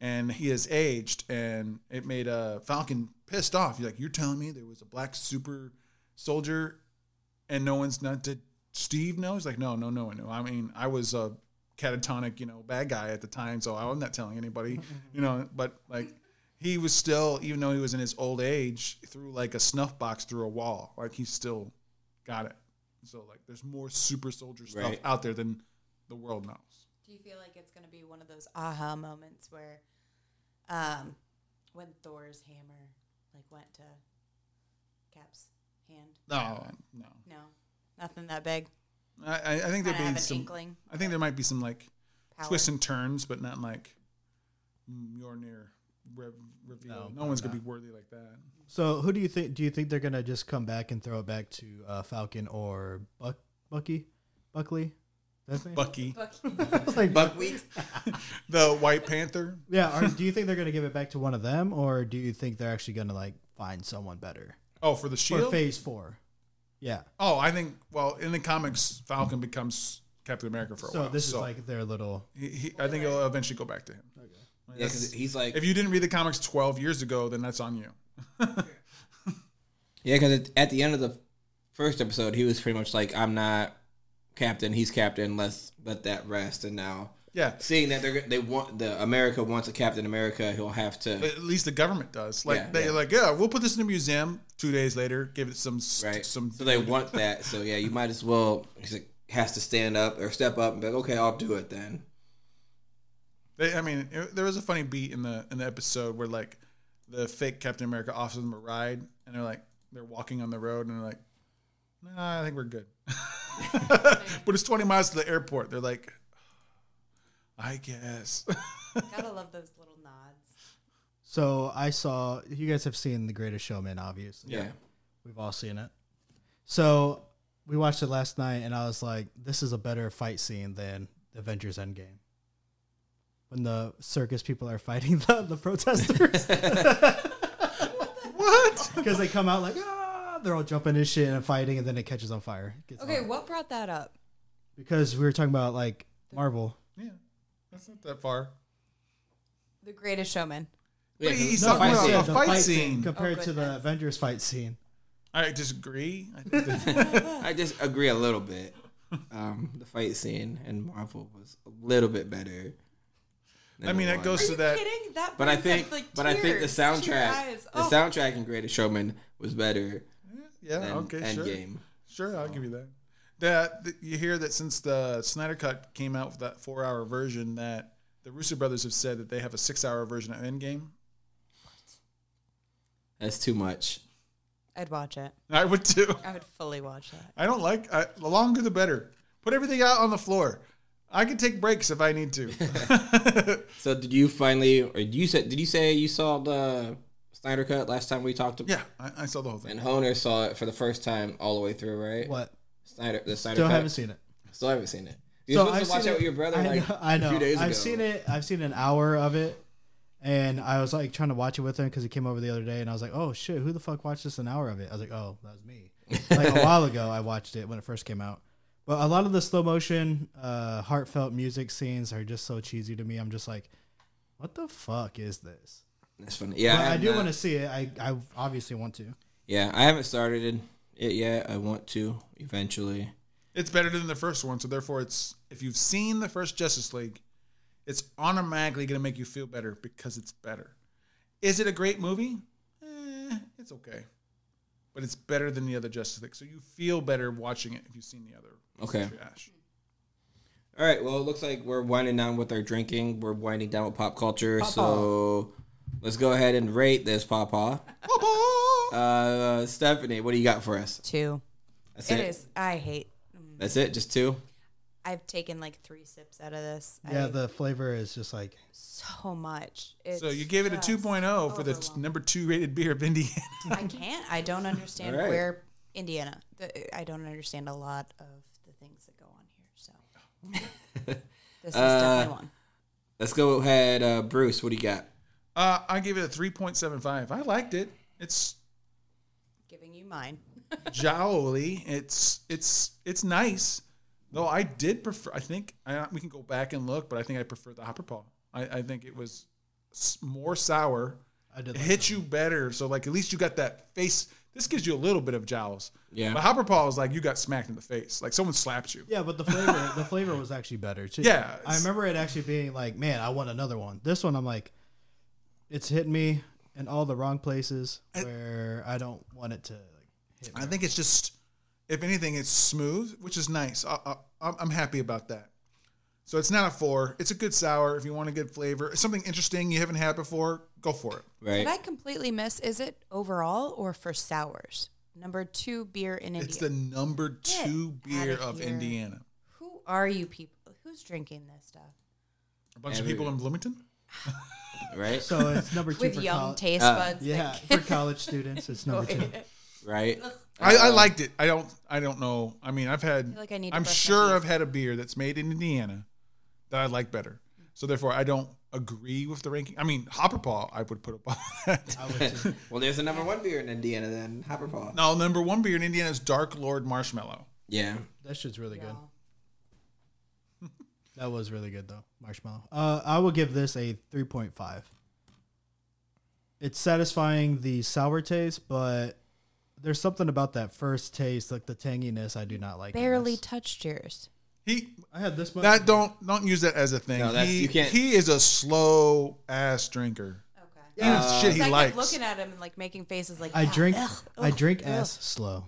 And he has aged, and it made uh, Falcon pissed off. He's like, you're telling me there was a black super soldier, and no one's not did Steve know? He's like, no, no, no one knew. I mean, I was a catatonic, you know, bad guy at the time, so I'm not telling anybody, you know. But like, he was still, even though he was in his old age, through like a snuff box through a wall. Like he still got it. So like, there's more super soldier stuff Right. out there than the world knows. Do you feel like it's going to be one of those aha moments where, um, when Thor's hammer like went to Cap's hand? No, no. No, nothing that big. I, I I Kind think of there'd have be an some. inkling. I think there might be some like Power. twists and turns, but not like you're near rev- reveal. No, one's gonna be worthy like that. so who do you think? Do you think they're gonna just come back and throw it back to uh, Falcon or Buck Bucky, Buckley? That's (laughs) his name? Bucky, like, buckwheat. (laughs) the White Panther. yeah. Or do you think they're gonna give it back to one of them, or do you think they're actually gonna like find someone better Oh, for the for shield. Phase Four? Yeah. Oh, I think. Well, in the comics, Falcon becomes Captain America for a So while. this is like their little. he, he, I think it'll eventually go back to him. Yeah, 'cause he's like, If you didn't read the comics 12 years ago, then that's on you. yeah, because at the end of the first episode, he was pretty much like, "I'm not captain. He's captain. Let's let that rest." And now, Yeah. seeing that they they want the America wants a Captain America, he'll have to. At least the government does. Like Yeah, they're yeah. like, yeah, we'll put this in a museum. Two days later, give it some s- Right. some so they want that. So yeah, you might as well. He's like, has to stand up or step up and be like, "Okay, I'll do it then." They, I mean, it, there was a funny beat in the in the episode where like the fake Captain America offers them a ride, and they're like they're walking on the road, and they're like, "Nah, I think we're good." (laughs) but it's twenty miles to the airport. They're like, "I guess." (laughs) (laughs) Gotta love those little nods. So I saw you guys have seen The Greatest Showman, obviously. Yeah. We've all seen it. So we watched it last night, and I was like, "This is a better fight scene than Avengers Endgame." When the circus people are fighting (laughs) the, (laughs) the protesters, what? because they come out like, ah, they're all jumping and shit and fighting, and then it catches on fire. It gets Oh. Okay, hot. what brought that up? because we were talking about like Marvel. Yeah. That's not that far. The Greatest Showman. Yeah, Wait, he's no, talking fight about scene. a fight scene. compared Oh, to the goodness. Avengers fight scene. I disagree. I think that- (laughs) (laughs) I just agree a little bit. Um, the fight scene in Marvel was a little bit better. than I mean, the that one. goes Are to you that. kidding? That But I brings up, think, like, but I think the tears to your soundtrack, eyes. the Oh, soundtrack in Greatest Showman was better Yeah. than okay. Sure. Endgame. Sure. I'll give you that. That that you hear that since the Snyder Cut came out with that four-hour version, that the Russo brothers have said that they have a six-hour version of Endgame. That's too much. I'd watch it. I would too. I would fully watch that. I don't like I, the longer the better. Put everything out on the floor. I can take breaks if I need to. So did you finally, or you said, did you say you saw the Snyder Cut last time we talked? about yeah, I, I saw the whole And thing. Honer saw it for the first time all the way through, right? What? Snyder, the Snyder Still Cut. haven't seen it. Still haven't seen it. You're supposed to watch it with your brother I like know, I know. a few days ago. I've seen it. I've seen an hour of it, and I was like trying to watch it with him because he came over the other day, and I was like, "Oh shit, who the fuck watched this an hour of it?" I was like, "Oh, that was me." like a while ago, I watched it when it first came out. But a lot of the slow motion, uh, heartfelt music scenes are just so cheesy to me. I'm just like, "What the fuck is this?" That's funny. Yeah, uh, But I, have do not- want to see it. I, I obviously want to. Yeah, I haven't started it yet. I want to eventually. It's better than the first one, so therefore, it's if you've seen the first Justice League, it's automatically going to make you feel better because it's better. Is it a great movie? Eh, it's okay, but it's better than the other Justice League, so you feel better watching it if you've seen the other. Okay. Trash. All right. Well, it looks like we're winding down with our drinking. We're winding down with pop culture. So let's go ahead and rate this, Papa. Uh, Stephanie, what do you got for us? Two. That's It is. I hate. That's it. Just two. I've taken like three sips out of this. Yeah, I, the flavor is just like so much. It's So you gave it a just 2.0 for the t- overwhelming. number two rated beer of Indiana. I can't. I don't understand All right. where Indiana. The, I don't understand a lot of the things that go on here. So (laughs) this is Uh, definitely one. Let's go ahead, uh, Bruce. What do you got? Uh, I gave it a 3.75. I liked it. It's Giving you mine. jowly. It's it's it's nice. Though I did prefer. I think I, we can go back and look, but I think I prefer the hopper paw. I, I think it was s- more sour. I did It like hits you better. So like at least you got that face. This gives you a little bit of jowls. Yeah. But hopper paw is like you got smacked in the face. Like someone slapped you. Yeah, but the flavor the flavor was actually better too. Yeah, I remember it actually being like, man, I want another one. This one, I'm like, it's hitting me in all the wrong places where I don't want it to. Like, hit me. I think it's just, if anything, it's smooth, which is nice. I, I, I'm- I'm happy about that. So it's not a four. It's a good sour if you want a good flavor. It's something interesting you haven't had before. Go for it. Right. Did I completely miss? Is it overall or for sours? Number two beer in Indiana. It's the number two Get outta beer of here. Indiana. Who are you people? Who's drinking this stuff? A bunch Every- of people in Bloomington. right. (laughs) so. It's number two With for young col- taste Uh, buds. Yeah, like- for college students, (laughs) it's number two. right. I, I Uh, liked it. I don't. I don't know. I mean, I've had. feel like I need to I'm brush my sure teeth. I've had a beer that's made in Indiana that I like better. So therefore, I don't agree with the ranking. I mean, Hopper Paw, I would put up on that. I would too. (laughs) Well, there's a number one beer in Indiana then, Hopper Paw. No, number one beer in Indiana is Dark Lord Marshmallow. Yeah. That shit's really good. Y'all. (laughs) That was really good though, marshmallow. Uh, I will give this a three point five. It's satisfying the sour taste, but there's something about that first taste, like the tanginess, I do not like. in Barely this. touched yours. He I had this much. that don't don't use that as a thing. No, that's- he, you can't- he is a slow ass drinker. Okay. Even shit he I likes. kept looking at him and like making faces like I "Ah, drink. ugh, I ugh, drink ugh." ass slow.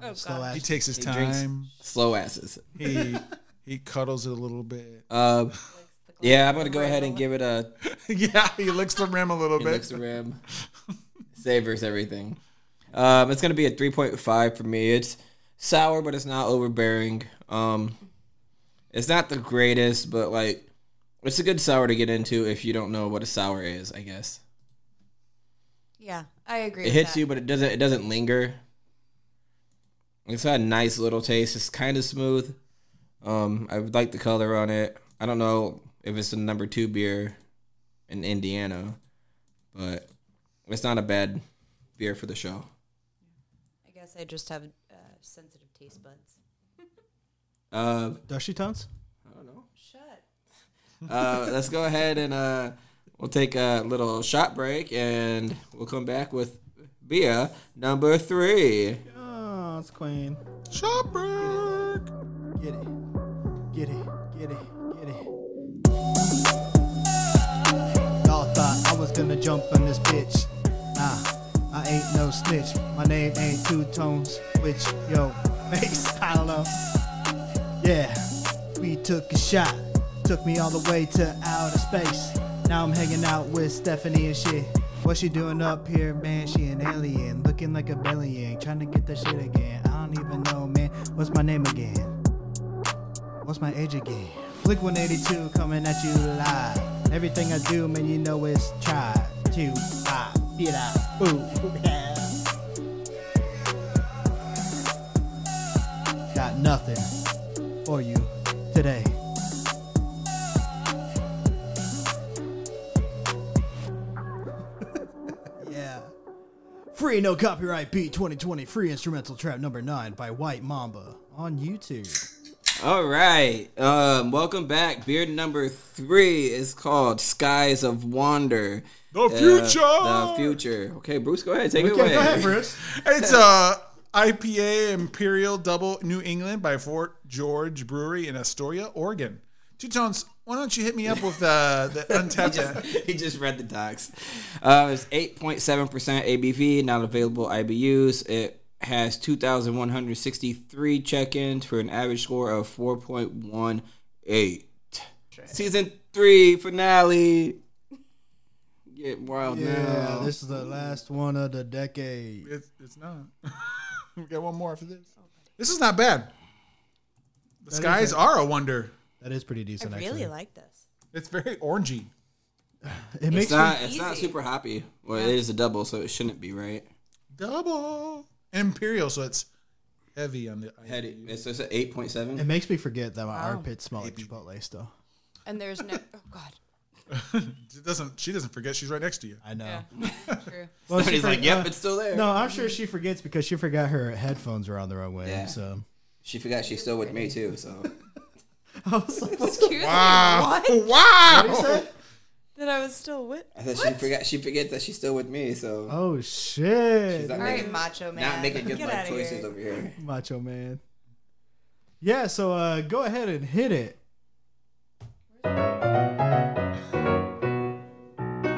Oh, Slow God. he ass. takes his He drinks- time. Slow asses. (laughs) He he cuddles it a little bit. (laughs) The Uh, glass yeah, I'm gonna of go ahead and Ribble. give it (laughs) a yeah, he licks the rim a little He bit. licks the rim, savors everything. Um, it's gonna be a 3.5 for me. It's sour, but it's not overbearing. Um, it's not the greatest, but like, it's a good sour to get into if you don't know what a sour is. I guess Yeah, I agree. it hits you, but it doesn't. It doesn't linger. It's got a nice little taste. It's kind of smooth. Um, I would like the color on it. I don't know if it's a number two beer in Indiana, but it's not a bad beer for the show. I guess I just have uh, sensitive taste buds. Uh, Dusty tones. I don't know. Shut. Uh, let's go ahead and uh, we'll take a little shot break and we'll come back with beer number three. Oh, it's Queen. Shopper. Get it. Get it. Get it. Get it. Y'all thought I was gonna jump on this bitch. Nah, I ain't no snitch. My name ain't two tones, which yo (laughs) makes I don't know. Yeah, we took a shot. Took me all the way to outer space. Now I'm hanging out with Stephanie and shit. What she doing up here, man? She an alien, looking like a belly egg, trying to get that shit again. I don't even know, man. What's my name again? What's my age again? Flick 182 coming at you live. Everything I do, man, you know it's try to pop, get out, boo, yeah. (laughs) Got nothing for you today. (laughs) yeah. Free no copyright beat 2020 free instrumental trap number 9 by White Mamba on YouTube. All right. Um, welcome back. Beer number three is called Skies of Wander. The future! The future. Okay, Bruce, go ahead. Take it away. go ahead, Bruce. It's uh, a IPA Imperial Double New England by Fort George Brewery in Astoria, Oregon. Two tones. Why don't you hit me up with uh, (laughs) the untapped? he just read the docs. Uh, it's 8.7% ABV, not available IBUs. It has 2,163 check ins for an average score of 4.18. Season 3 finale. Get wild Yeah, now. this is the last one of the decade. It's, it's not. (laughs) we got one more after this. This is not bad. The skies are a wonder. That is pretty I decent, really actually. like this. It's very orangey. it It's makes me, not, it's not easy. super hoppy. Well, it is a double, so it shouldn't be, right? Double Imperial, so it's heavy on the. Had it- IBU. It's just an it 8.7. makes me forget that my armpits smell like Chipotle still. And there's (laughs) no. Oh God. It doesn't. She doesn't forget. She's right next to you. I know. (laughs) Yeah. True. Well, she He's for- like, yep, uh, it's still there. no, I'm sure she forgets because she forgot her headphones were on the wrong way. Yeah. So She forgot she's still with me, too, so. I was like, what Excuse Ah, (laughs) me. What? did he say? That I was still with. I thought she forgot. She forgets that she's still with me. So Oh shit, She's not All right, making- macho man. not making good Get life outta choices here. over here. Macho Man. Yeah, so uh, go ahead and hit it.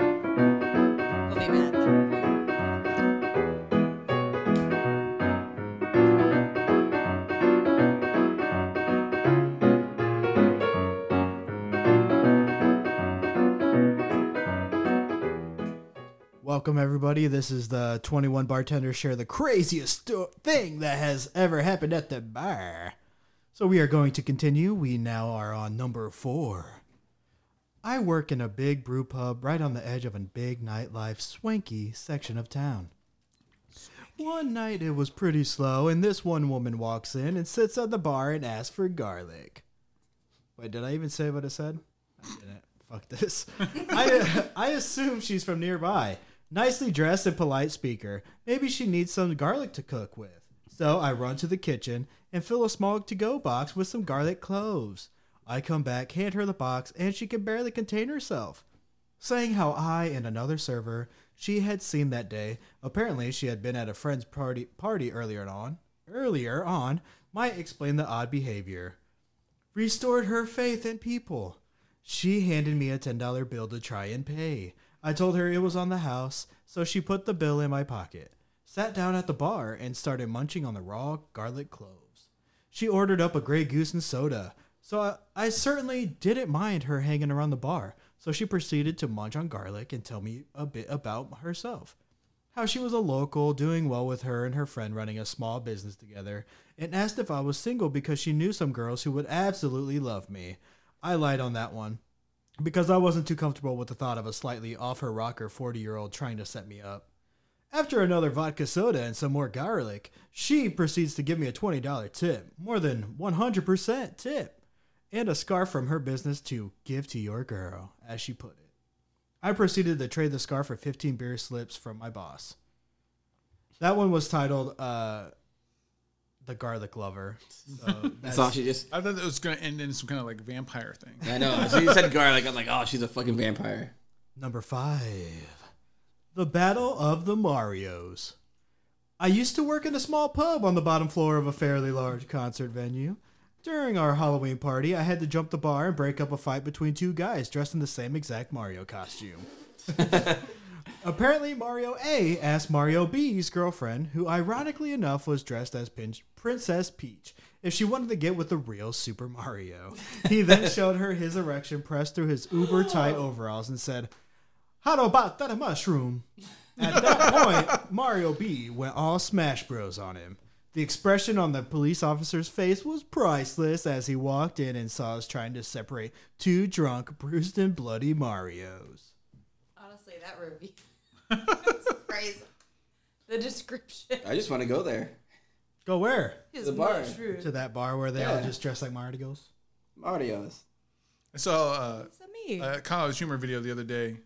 We'll be mad at them. Welcome everybody. This is the 21 bartenders share the craziest sto- thing that has ever happened at the bar. So we are going to continue. We now are on number 4. I work in a big brew pub right on the edge of a big nightlife swanky section of town. One night it was pretty slow and this one woman walks in and sits at the bar and asks for garlic. Wait, did I even say what I said? Fuck this. I, I assume she's from nearby. Nicely dressed and polite speaker. Maybe she needs some garlic to cook with. So I run to the kitchen and fill a small to go box with some garlic cloves. I come back, hand her the box, and she can barely contain herself. Saying how I and another server she had seen that day, apparently she had been at a friend's party party earlier on. Earlier on, might explain the odd behavior restored her faith in people. She handed me a $10 bill to try and pay. I told her it was on the house, so she put the bill in my pocket, sat down at the bar, and started munching on the raw garlic cloves. She ordered up a Grey Goose and soda, so I, I certainly didn't mind her hanging around the bar. So she proceeded to munch on garlic and tell me a bit about herself how she was a local, doing well with her and her friend running a small business together, and asked if I was single because she knew some girls who would absolutely love me. I lied on that one because I wasn't too comfortable with the thought of a slightly off her rocker 40 year old trying to set me up. After another vodka soda and some more garlic, she proceeds to give me a $20 tip, more than 100% tip, and a scarf from her business to give to your girl, as she put it. I proceeded to trade the scarf for 15 beer slips from my boss. That one was titled uh, the garlic lover. So That's all she just. I thought that was going to end in some kind of like vampire thing. I know. (laughs) She said garlic. I was like, oh, she's a fucking vampire. Number five, the Battle of the Marios. I used to work in a small pub on the bottom floor of a fairly large concert venue. During our Halloween party, I had to jump the bar and break up a fight between two guys dressed in the same exact Mario costume. Apparently, Mario A asked Mario B's girlfriend, who ironically enough was dressed as Pin- Princess Peach, if she wanted to get with the real Super Mario. He then showed her his erection pressed through his uber tight overalls and said, How about that mushroom? At that point, Mario B went all Smash Bros on him. The expression on the police officer's face was priceless as he walked in and saw us trying to separate two drunk, bruised, and bloody Marios. Honestly, that review. (laughs) That's crazy. The description. I just want to go there. Go where? is The bar. mushroom. to that bar where they all Yeah. just dress like Mardi girls. Mario's. I saw uh, It's me. a college humor video the other day.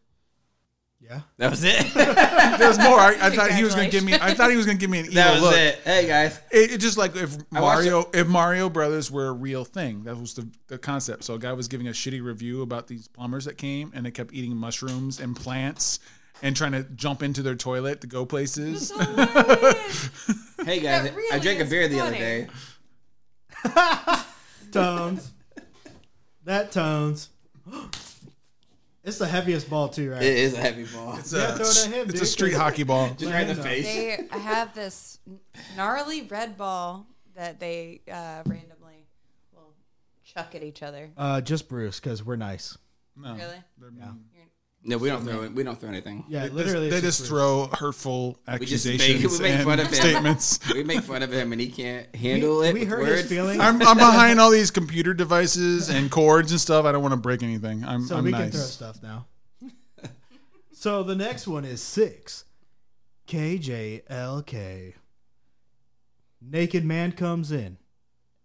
Yeah. That was (laughs) it. There's more. I, I thought he was going to give me. I thought he was going to give me an evil that was look. it. Hey guys. It, it just like if I watched Mario, if Mario Brothers were a real thing, that was the, the concept. So a guy was giving a shitty review about these plumbers that came and they kept eating mushrooms and plants and trying to jump into their toilet to go places. So hilarious. Hey guys. That really I drank a is beer the other funny. day. Tones. that tones. (gasps) it's the heaviest ball too, right? It is a heavy ball. (laughs) It's Yeah, a, throw it at him, it's a dude. street (laughs) hockey ball. Just right in the face. they have this gnarly red ball that they uh, randomly will chuck at each other. uh, just Bruce, because we're nice. No, Really? they're- No, we don't throw it. We don't throw anything. Yeah, They just, literally. they it's just Bruce. throw hurtful just make- accusations we make and fun of him. (laughs) statements. We make fun of him and he can't handle We, it. we with hurt words. his feelings, I'm, I'm behind all these computer devices and cords and stuff. I don't want to break anything. I'm, so I'm we nice. can throw stuff now. (laughs) so the next one is six. KJLK. Naked man comes in,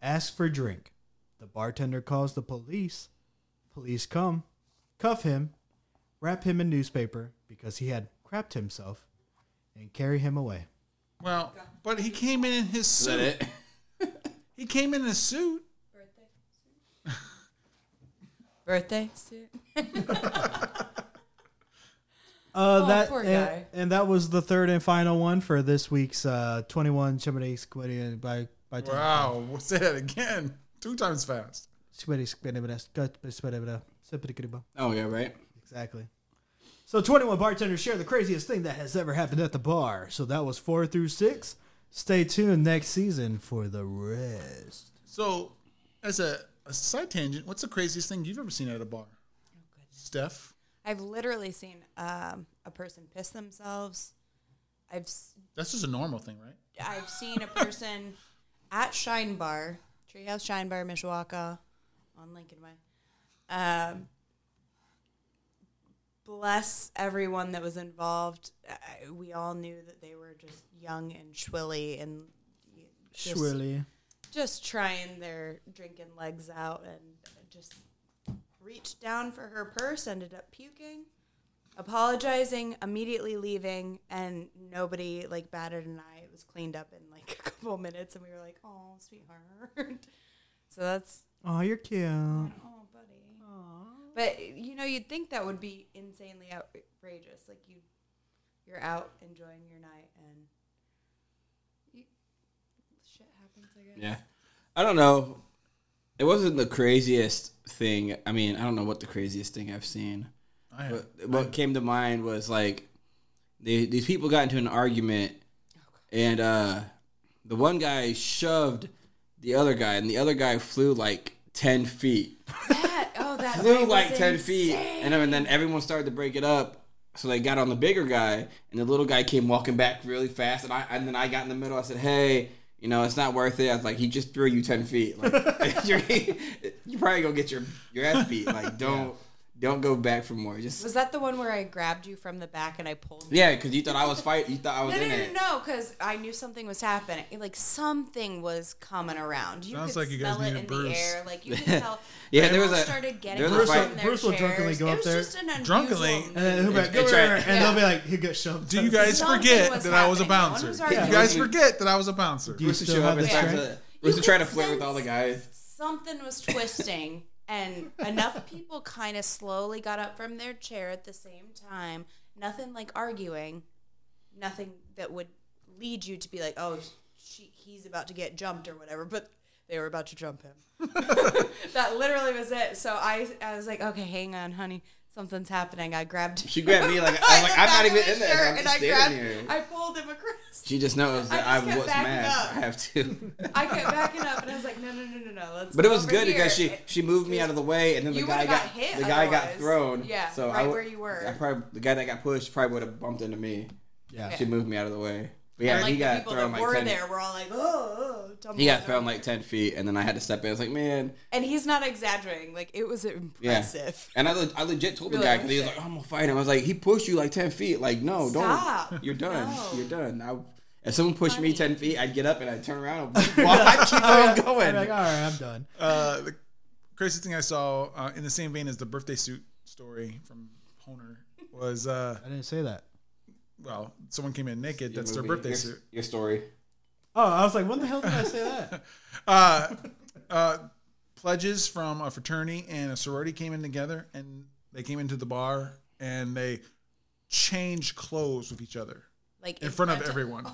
asks for drink. The bartender calls the police. Police come, cuff him, wrap him in newspaper because he had crapped himself, and carry him away. Well, but he came in in his (laughs) Is that suit. it? He came in a suit. Birthday suit. Uh, Oh, that poor and, guy. and that was the third and final one for this week's uh, 21 Chimney Squiddy by by Tim. Wow. Say that again. Two times fast. Squiddy Squiddy Bada Scut Squiddy Bada Sippity Kitty Bum. Oh yeah, right. Exactly. So 21 bartenders share the craziest thing that has ever happened at the bar. So that was four through six. Stay tuned next season for the rest. So, as a, a side tangent, what's the craziest thing you've ever seen at a bar? Steph, I've literally seen um, a person piss themselves. I've s- that's just a normal thing, right? I've seen a person at Shine Bar, Treehouse Shine Bar, Mishawaka, on Lincoln Way. Um, bless everyone that was involved. I, we all knew that they were just young and shwilly and just, Surely. just trying their drinking legs out and just reached down for her purse, ended up puking, apologizing, immediately leaving, and nobody like batted an eye. It was cleaned up in like (laughs) a couple minutes, and we were like, "Oh, sweetheart." (laughs) so that's Oh, you're cute. oh, buddy. But you know, you'd think that would be insanely outrageous. Like you, you're out enjoying your night, and you, shit happens. I guess. Yeah. I don't know. It wasn't the craziest thing. I mean, I don't know what the craziest thing I've seen. I have. But what came to mind was like they, these people got into an argument, and uh, the one guy shoved the other guy, and the other guy flew like ten feet, That, oh, that flew night like was ten feet, insane. and then, and then everyone started to break it up. So they got on the bigger guy, and the little guy came walking back really fast, and I and then I got in the middle. I said, "Hey." You know, it's not worth it. I was like, he (laughs) just (laughs) threw you ten feet. Like, you're, you're probably gonna get your your ass beat. Like, don't Don't go back for more. Just Was that the one where I grabbed you from the back and I pulled you? yeah, because you thought I was fight. You thought I was No, no, in no, it. no, no, because I knew something was happening. Like something was coming around. You Sounds could like you guys smell it needed in Bruce. the air. (laughs) Like you could tell. Yeah, there was everyone a- started getting there was a up fight. from Bruce will their chairs. drunkenly go it up was there. just an unusual Drunkenly? move. And then he'll be like, It- go it's over here," right. and they'll be like, he gets shoved. Do you guys Something forget was that I was a happening. bouncer? No one was you arguing. guys forget that I was a bouncer. Do you Rooster still show up have the and start strength? to Rooster could try to flirt with sense- all the guys. something was twisting and enough people kind of slowly got up from their chair at the same time nothing like arguing nothing that would lead you to be like oh she, he's about to get jumped or whatever but they were about to jump him (laughs) that literally was it so I, I was like okay hang on honey something's happening i grabbed She grabbed me (laughs) like I was like the I'm back not of even his in there. shirt I'm and just I standing grabbed here. i pulled him across (laughs) She just knows that I I, just kept was backing mad. up. I (laughs) have to. i kept backing up and i was like no no no no no let's But it go was over good because here." she she moved me out of the way, and then the You guy would've got, got hit the guy got otherwise. thrown. Yeah, so I right would- where you were. I probably the guy that got pushed probably would have bumped into me. Yeah. She moved me out of the way. But yeah, And, like he the got people thrown that like were ten. there were all like, oh, oh He tumbling got thrown over." like ten feet, and then I had to step in. I was like, man, and he's not exaggerating. Like it was impressive. and I, le- I legit told the Really? guy because he was like, I'm gonna fight him. I was like, he pushed you like ten feet. Like, no, Stop. don't. You're done. No. You're done. I, if someone pushed me Funny. ten feet, I'd get up and I'd turn around. (laughs) And walk, I'd keep on (laughs) I'm like, going. all right, I'm done. Uh, the craziest thing I saw uh, in the same vein as the birthday suit story from Honer was uh, I didn't say that. well, someone came in naked. That's their Movie. birthday Your- suit. Your story. Oh, I was like, when the hell did I say that? Uh, uh, pledges from a fraternity and a sorority came in together, and they came into the bar and they changed clothes with each other Like in front of everyone.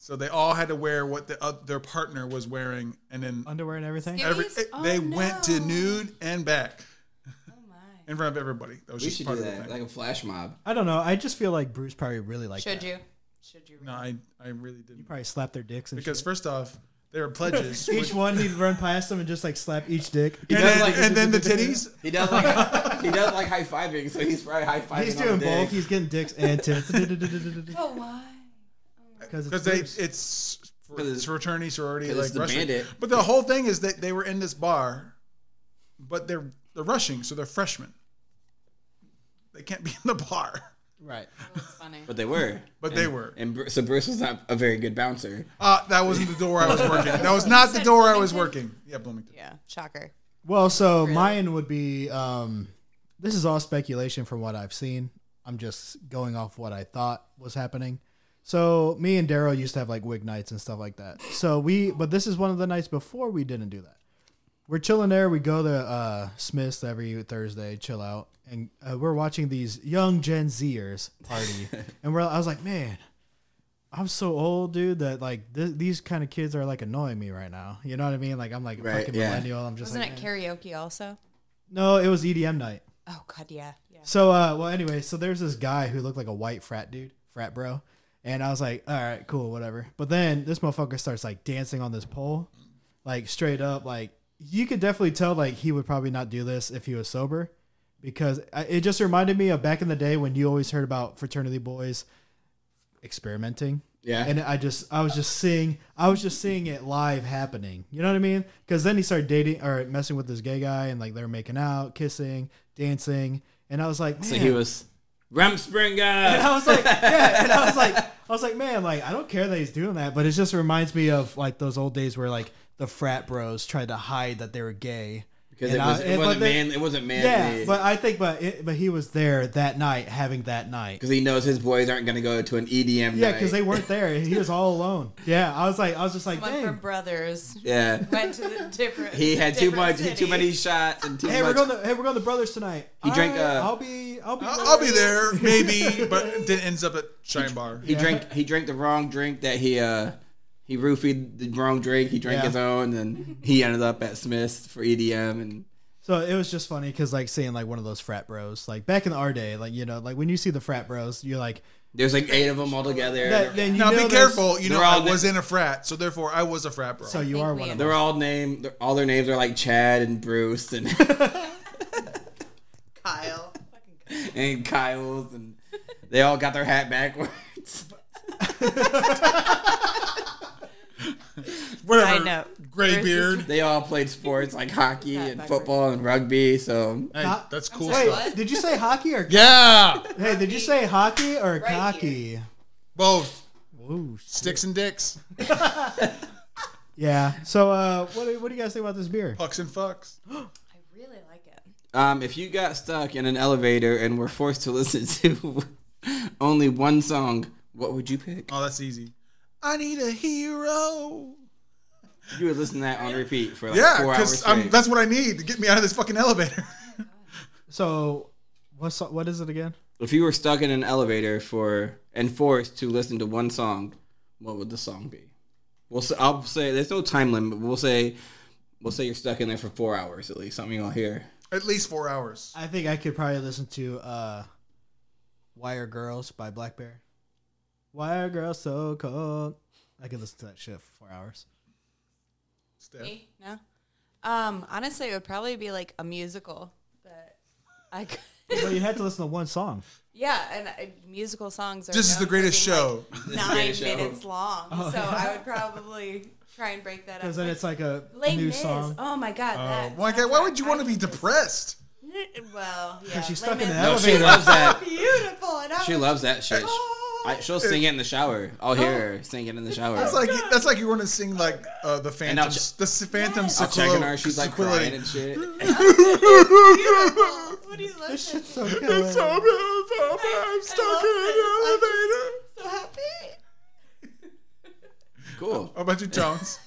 So they all had to wear what the, uh, their partner was wearing, and then (laughs) Underwear and everything. Skip- every Please? Oh, they went to no. nude and back Oh my! in front of everybody. That was We just should part do of the that thing. like a flash mob. I don't know. I just feel like Bruce probably really liked Should that. you? Should you? no, I, I really didn't. Probably slap their dicks and Because shit. first off, they were pledges. (laughs) each which- one he'd run past them and just like slap each dick. and, does then, like- and then the titties. He does like he does like high fiving, so he's probably high fiving. He's doing both. He's He's getting dicks and tits. (laughs) But Oh, why? Because Because they it's for, 'Cause it's- it's fraternity sorority 'cause like it's the rushing. bandit. But the whole thing is that they were in this bar, but they're they're rushing, so they're freshmen. They can't be in the bar, right. That's funny. but they were. but they were. And Bru- so Bruce was not a very good bouncer. Uh, that wasn't the door I was working. That was not the door I was Bloomington? working. Yeah, Bloomington. Yeah, shocker. Well, so mine would be. Um, this is all speculation from what I've seen. I'm just going off what I thought was happening. So me and Daryl used to have like wig nights and stuff like that. So we, but this is one of the nights before we didn't do that. We're chilling there. We go to uh, Smith's every Thursday, chill out, and uh, we're watching these young Gen Zers (laughs) party. and we're, I was like, man, I'm so old, dude, that like th- these kind of kids are like annoying me right now. You know what I mean? Like I'm like a Right, fucking yeah. millennial. I'm just Wasn't it like, "Man." karaoke also? No, it was EDM night. Oh God, yeah, yeah. So, uh, well, anyway, so there's this guy who looked like a white frat dude, frat bro, and I was like, all right, cool, whatever. But then this motherfucker starts like dancing on this pole, like straight up, like you could definitely tell like he would probably not do this if he was sober, because I, it just reminded me of back in the day when you always heard about fraternity boys experimenting. Yeah. And I just I was just seeing I was just seeing it live happening. You know what I mean? Because then he started dating or messing with this gay guy, and like they were making out, kissing, dancing, and I was like, man. So he was And Rumspringer. (laughs) I was like, yeah, and I was like, I was like, man, like I don't care that he's doing that, but it just reminds me of like those old days where like the frat bros tried to hide that they were gay Because it, And I- was, it and- but wasn't they- man. It wasn't Yeah, man. but I think, but it, but he was there that night, having that night. because he knows his boys aren't going to go to an EDM. Yeah, night. because they weren't there. He was all alone. Yeah, I was like, I was just like, Someone from dang. Brothers Yeah. went to (laughs) the different. He had too different much, city. too many shots, and too Hey, we're much. going to hey, we're going to Brothers tonight. He drank, Alright, uh, I'll be I'll be. I'll, I'll be there maybe, but then ends up at Shine Bar. he drank. He drank the wrong drink that he. uh he roofied the wrong drink. He drank Yeah. his own, and he ended up at Smith's for EDM. And So it was just funny because like seeing like one of those frat bros, like back in our day, like you know, like when you see the frat bros, you're like, there's like eight of them all together. that, then you Now know be there's- careful. You know They're all I was in a frat, so therefore I was a frat bro. So you think are we one of have- them. They're all named. they're- All their names are like Chad and Bruce and (laughs) Kyle. Fucking (laughs) Kyle. and Kyle's, and they all got their hat backwards. Whatever. I know. Graybeard. They all played sports like hockey That and backward. football and rugby. So Hey, Huh? that's cool sorry, stuff. what? Wait, did you say hockey (laughs) or Yeah, hey? Did you say hockey or Right cocky? both Whoa, shit. sticks and dicks, Yeah. So, uh, what do, what do you guys think about this beer? pucks and fucks. I really like it. um, if you got stuck in an elevator and were forced to (laughs) listen to only one song, what would you pick? Oh, that's easy. I need a hero. You would listen to that on repeat for like Yeah, four hours. because straight. that's what I need to get me out of this fucking elevator. (laughs) So, what's what is it again? if you were stuck in an elevator for and forced to listen to one song, what would the song be? We'll say, I'll say there's no time limit. But we'll say we'll say you're stuck in there for four hours at least. Something I'll hear. At least four hours. I think I could probably listen to uh, "Wire Girls" by Black Bear. Wire Girls so cold. I could listen to that shit for four hours. Steph. Me? No. Um, honestly, it would probably be like a musical that I (laughs) could. (laughs) Well, you had to listen to one song. yeah, and I, musical songs are. This is known the for greatest being, show. Uh, Like is the nine greatest show. minutes long, Oh, so yeah. I would probably try and break that up. Because then with it's like a Les new Mis. song. Oh my god! Uh, that why, why would you soundtrack, want I to be could just- depressed? (laughs) Well, yeah. she's Les stuck in Mis the was elevator. She loves (laughs) that. Beautiful, and oh, I She was loves that shit. I, she'll sing it in the shower. I'll hear her sing it in the shower. That's like that's like you want to sing like uh, the And I'll Phantom, ch- the s- Phantom Yes. I'll check on Sequilla- her. She's like Sequilla. crying and shit. beautiful. (laughs) What do you love? This So shit's so good. I'm stuck in So happy. Cool. How about you, Jones?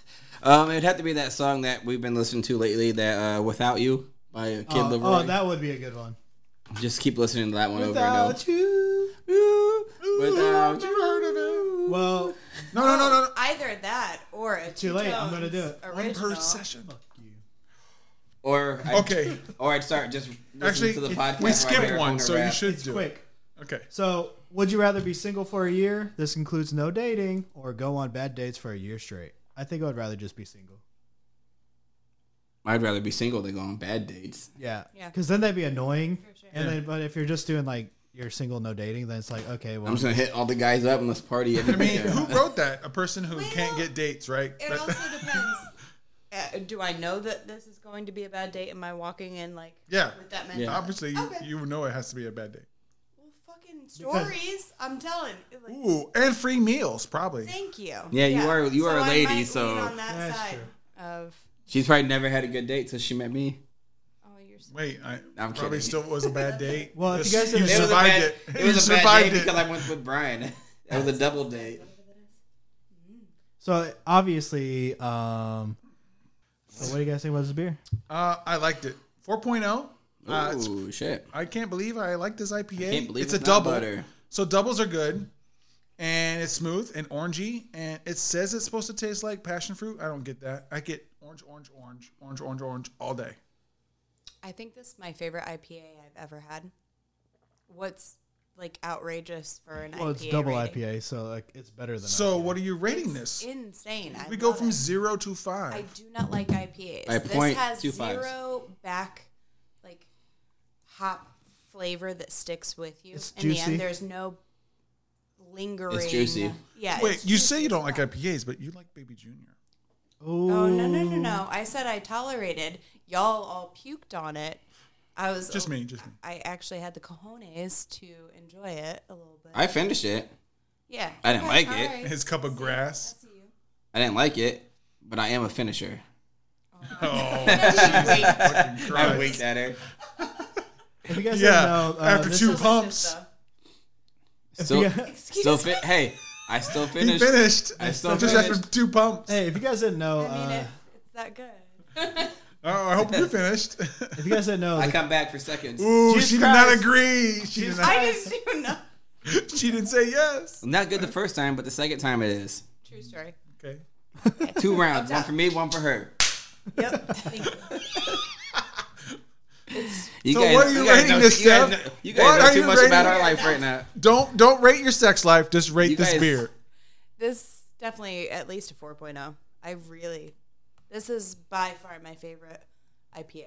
Um, it'd have to be that song that we've been listening to lately, that uh, "Without You" by Kid oh, Leroy. oh, that would be a good one. Just keep listening to that one over Without you. and over. Without you. Well, No, no, no, no, no. Oh, Either that or a too late. I'm gonna do it. One per original. session. Or I'd, Okay, Or I'd start just listening Actually, to the podcast. we while I skipped marathon one, the so you rap. should it's do quick. it. Okay. So, would you rather be single for a year? This includes no dating, or go on bad dates for a year straight. I think I would rather just be single. I'd rather be single than go on bad dates. Yeah. Yeah. Because then that'd be annoying. sure. And then, but if you're just doing like you're single, no dating, then it's like okay, well, I'm just gonna hit all the guys up and let's party. I mean, who wrote that? A person who can't Well, get dates, right? It That- (laughs) also depends. Uh, do I know that this is going to be a bad date? Am I walking in like Yeah. with that Yeah. mentality? Obviously, you, Okay. you know it has to be a bad date. Well, fucking stories. I'm telling. Like, Ooh, and free meals, probably. Thank you. Yeah, you are- you are a I lady, might lean so- on that That's side true. of She's probably never had a good date till she met me. oh, you're so Wait, I I'm probably kidding. still was a (laughs) bad date. Well, if Yes, you you guys didn't- It was a survived bad, it. It you was a bad survived date it. because I went with Brian. (laughs) That was a double date. so obviously, um, so what do you guys think about this beer? Uh, I liked it. 4.0. Uh, it's- Ooh, shit. I can't believe I like this IPA. can't believe it's, it's a not double. butter. So doubles are good, and it's smooth and orangey. And it says it's supposed to taste like passion fruit. I don't get that. I get orange, orange, orange, orange, orange, orange all day. I think this is my favorite IPA I've ever had. What's like outrageous for an Well, IPA? it's double rating? IPA, so like it's better than So IPA. what are you rating It's this? insane. I We go love from it. zero to I five. do not like IPAs. I this point has two fives. zero back, like hop flavor that sticks with you. It's In the juicy. end, there's no lingering. juicy. Yeah. Wait, it's you juicy say you as don't like fuck. IPAs, but you like Baby Junior. Oh no no no no! I said I tolerated. Y'all all puked on it. I was Just me, just me. I actually had the cojones to enjoy it a little bit. I finished it. yeah, I didn't like it. alright. His cup of grass. See you. I didn't like it, but I am a finisher. Oh, fucking I Christ. winked at her. If you guys Yeah, didn't know, uh, after this two is- pumps, Still, (laughs) Yeah. still fit. Hey, I still he finished. finished. I still just after finished. two pumps. Hey, if you guys didn't know, I mean, uh, if it's that good. (laughs) Oh, I hope you finished. if (laughs) you guys didn't (laughs) know, I the- come back for seconds. Ooh, Jesus she did not Christ. agree. She did Jesus not, I just do not. (laughs) she didn't say yes. Not good the first time, but the second time it is. True story. Okay. Two rounds, top. one for me, one for her. Yep. Thank you. You So what are you rating know, this, You guys Steph? know, you guys What know are too you much rating about our it? life right now. Don't don't rate your sex life. Just rate You this guys- beer. This definitely at least a 4.0. I really, this is by far my favorite IPA.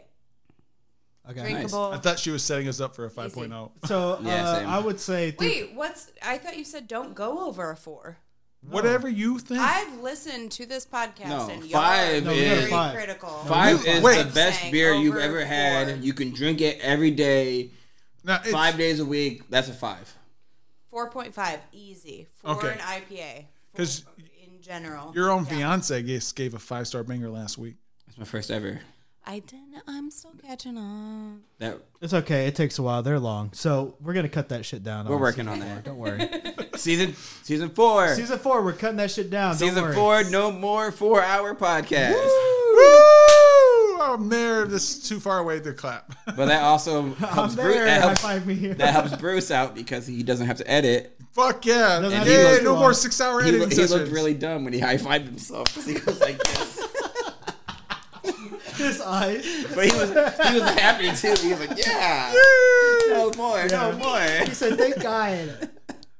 okay. Drinkable. I thought she was setting us up for a oh. 5.0. So (laughs) Yeah, uh, same. I would say, three- Wait, what's? I thought you said don't go over a four. Whatever you think. I've listened to this podcast No, and y'all are five very is- Five. critical. Five you- is wait. the best Saying beer you've over ever four. had. You can drink it every day, Now, it's- five days a week. That's a five. Four point five, easy for Okay. an IPA. For- 'Cause in general, Your own fiance just gave a five star banger last week. That's my first ever. I didn't. I'm still catching on. That It's okay. It takes a while. They're long, so we're gonna cut that shit down. we're on working on season four. that. Don't worry. Season season four. Season, season four, we're cutting that shit down. Don't worry. (laughs) four. No more four hour podcast. Woo! I'm there. Oh, This is too far away to clap. But that also I'm helps. Bruce, there. that, High helps five me. that helps Bruce out because he doesn't have to edit. (laughs) Fuck yeah. Doesn't have to Yeah, go too no long. more six hour He, lo- editing he sessions. looked really dumb when he high fived himself 'cause he was like this. His eyes. But he was he was happy too. He was like, yeah, no more, no more. He said, "Thank God."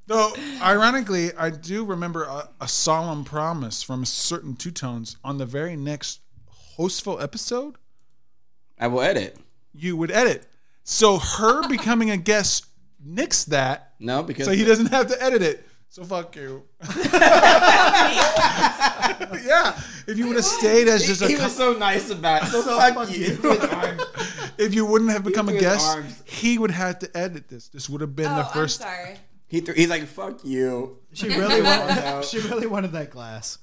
Though, ironically, I do remember a, a solemn promise from a certain two tones on the very next hostful episode, I will edit. you would edit. (laughs) So, her becoming a guest nixed that. No, because So he doesn't have to edit it. So fuck (laughs) you. (laughs) yeah. If you would have stayed as just a he co- was so nice about it. So, So fuck, fuck you. (laughs) if you wouldn't have become threw a his guest, arms. he would have to edit this. This would have been Oh, the first I'm sorry. (laughs) he threw, he's like, fuck you. She really No. wanted. she really wanted that glass.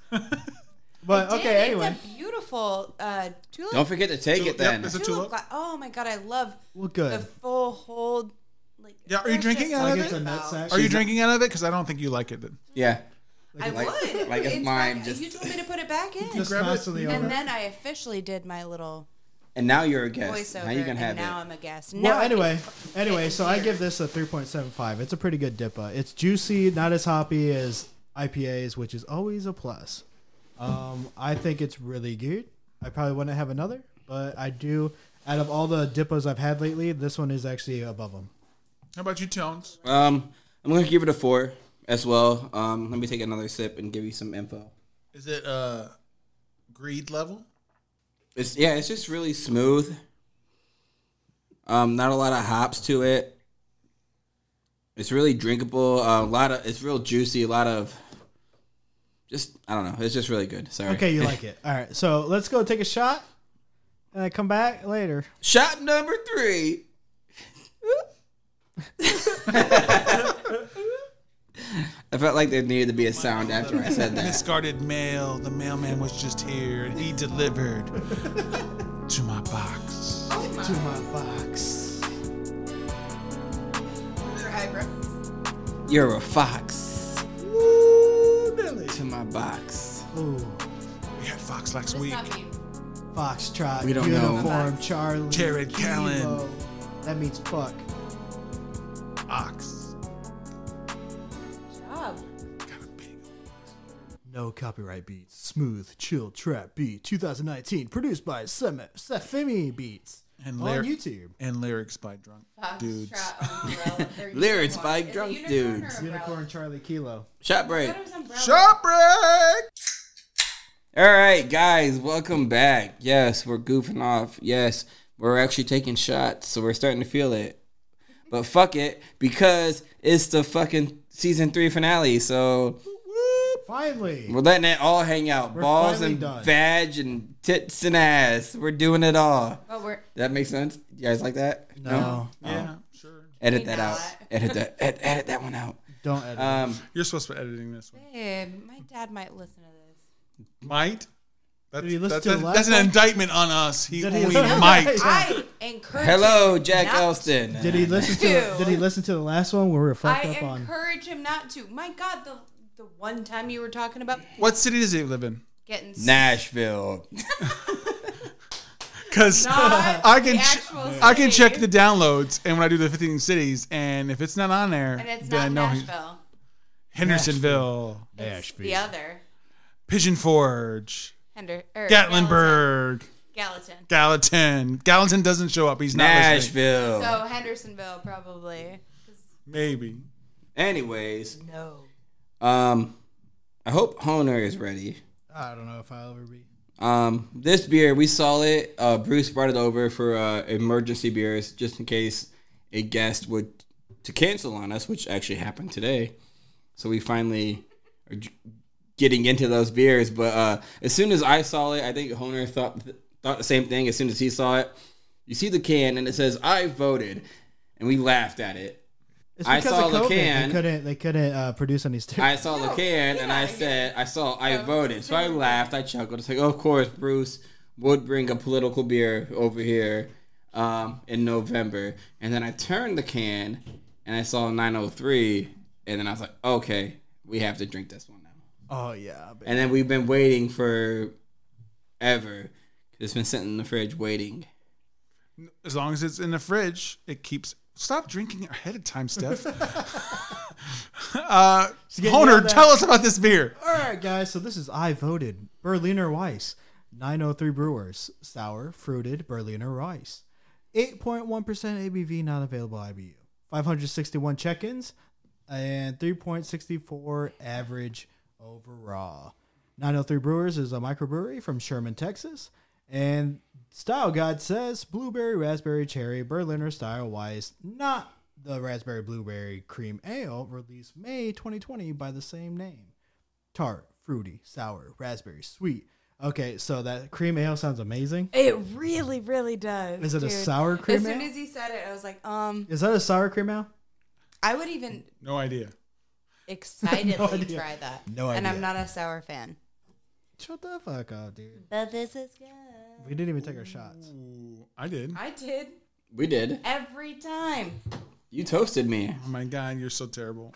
But okay, Dang, anyway, it's a beautiful uh, tulip. Don't forget to take it Yep, then. it's a tulip tulip. gla- oh my god, I love well, the good. full hold. Like, Yeah, are you there's drinking just out Like of something it's a nut about- (laughs) sack. Are you drinking out of it? Because I don't think you like it. yeah. I Like- would. like it's mine, fine. just- You told me to put it back in. Just grab it? constantly over. and then I officially did my little And now you're a guest. voiceover. Now you can have and now it. I'm a guest. Well, now I can- anyway, anyway, so I give this a 3.75. It's a pretty good DIPA. It's juicy, not as hoppy as IPAs, which is always a plus. Um, I think it's really good. I probably wouldn't have another, but I do. Out of all the DIPAs I've had lately, this one is actually above them. How about you, Tones? Um, I'm gonna give it a four as well. Um, let me take another sip and give you some info. Is it uh greed level? It's yeah, it's just really smooth. Um, not a lot of hops to it. It's really drinkable. Uh, a lot of it's real juicy. A lot of just I don't know. It's just really good. Sorry. Okay, you like it. All right, so let's go take a shot and I come back later. Shot number three. (laughs) I felt like there needed to be a sound after I said that. Discarded mail. The mailman was just here and he delivered (laughs) to my box. To my box. You're a fox Woo, Billy. to my box. Ooh, We had Fox last It's week. not me. Foxtrot. We don't know. Uniform, Charlie. Jared Callen. Kilo. That means fuck. Ox. Good job. Got a big No copyright beats. Smooth, chill, trap beat. 2019. Produced by Semi- Sefimi Beats. and Oh, on lyri- YouTube. and lyrics by drunk dudes. Foxtrot (laughs) umbrella. They're Lyrics by unicorn. Is it drunk unicorn or dudes. umbrella? Unicorn Charlie Kilo. Shot I break. thought it was umbrella. Shop break. All right, guys, welcome back. Yes, we're goofing off. Yes, we're actually taking shots, so we're starting to feel it. But fuck it, because it's the fucking season three finale, so Finally. we're letting it all hang out. We're Balls finally and done. vag and tits and ass. We're doing it all. But we're That makes sense? You guys like that? Oh, No, Yeah, sure. Edit Maybe that out. not. Edit that ed- edit that one out. don't edit. Um You're supposed to be editing this one. Babe, eh, my dad might listen to this. Might. That's, Did he listen that's, to the that's last an one? indictment on us. He Did he only listen- might. I encourage. Hello, him Jack not Elston. Uh, did he listen to Two. Did he listen to the last one where we were To. I fucked up on? encourage him not to. My God, the the one time you were talking about What city does he live in? getting Nashville. Because (laughs) Not I can the ch- actual I can check the city. downloads, and when I do the 15 cities, and if it's not on there, and it's then not I know he- Nashville. Hendersonville, It's the other Pigeon Forge, Hender or Gatlinburg, Gallatin. Gallatin. Gallatin. Gallatin doesn't show up. He's not listening. Nashville. So Hendersonville probably. Maybe. Anyways, No. Um, I hope Honer is ready. I don't know if I'll ever be. Um, this beer we saw it. Uh, Bruce brought it over for uh, emergency beers, just in case a guest would to cancel on us, which actually happened today. So we finally are j- getting into those beers. But uh, as soon as I saw it, I think Honer thought thought the same thing. As soon as he saw it, you see the can and it says "I voted," and we laughed at it. It's I because saw of COVID. Lacan. They couldn't. They couldn't uh, produce any stickers. I saw the can and I yeah. said, "I saw I voted." So I laughed. I chuckled. It's like, of course, Bruce would bring a political beer over here um, in November. And then I turned the can and I saw 903, and then I was like, okay, we have to drink this one now. oh yeah. But And then we've been waiting for ever. It's been sitting in the fridge waiting. As long as it's in the fridge, it keeps. Stop drinking ahead of time, (laughs) Steph. (laughs) uh, getting Honer, yelled at. tell us about this beer. All right, guys. So this is I voted Berliner Weiss, 903 Brewers, sour fruited Berliner Weiss, 8.1% ABV, not available IBU, 561 check-ins, and 3.64 average overall. 903 Brewers is a microbrewery from Sherman, Texas, and Style Guide says blueberry, raspberry, cherry, Berliner style Weiss, not the raspberry blueberry cream ale released May 2020 by the same name tart, fruity, sour, raspberry, sweet. Okay, so that cream ale sounds amazing. It really, really does. Is it a dude. sour cream As soon ale? as he said it, I was like, um, Is that a sour cream ale? I would (laughs) even No idea. excitedly idea. try that. No And I'm idea. not a sour fan. Shut the fuck up, dude. But this is good. We didn't even take our shots. Ooh, I did. I did We did. every time. You toasted me. Oh my god, you're so (laughs) terrible.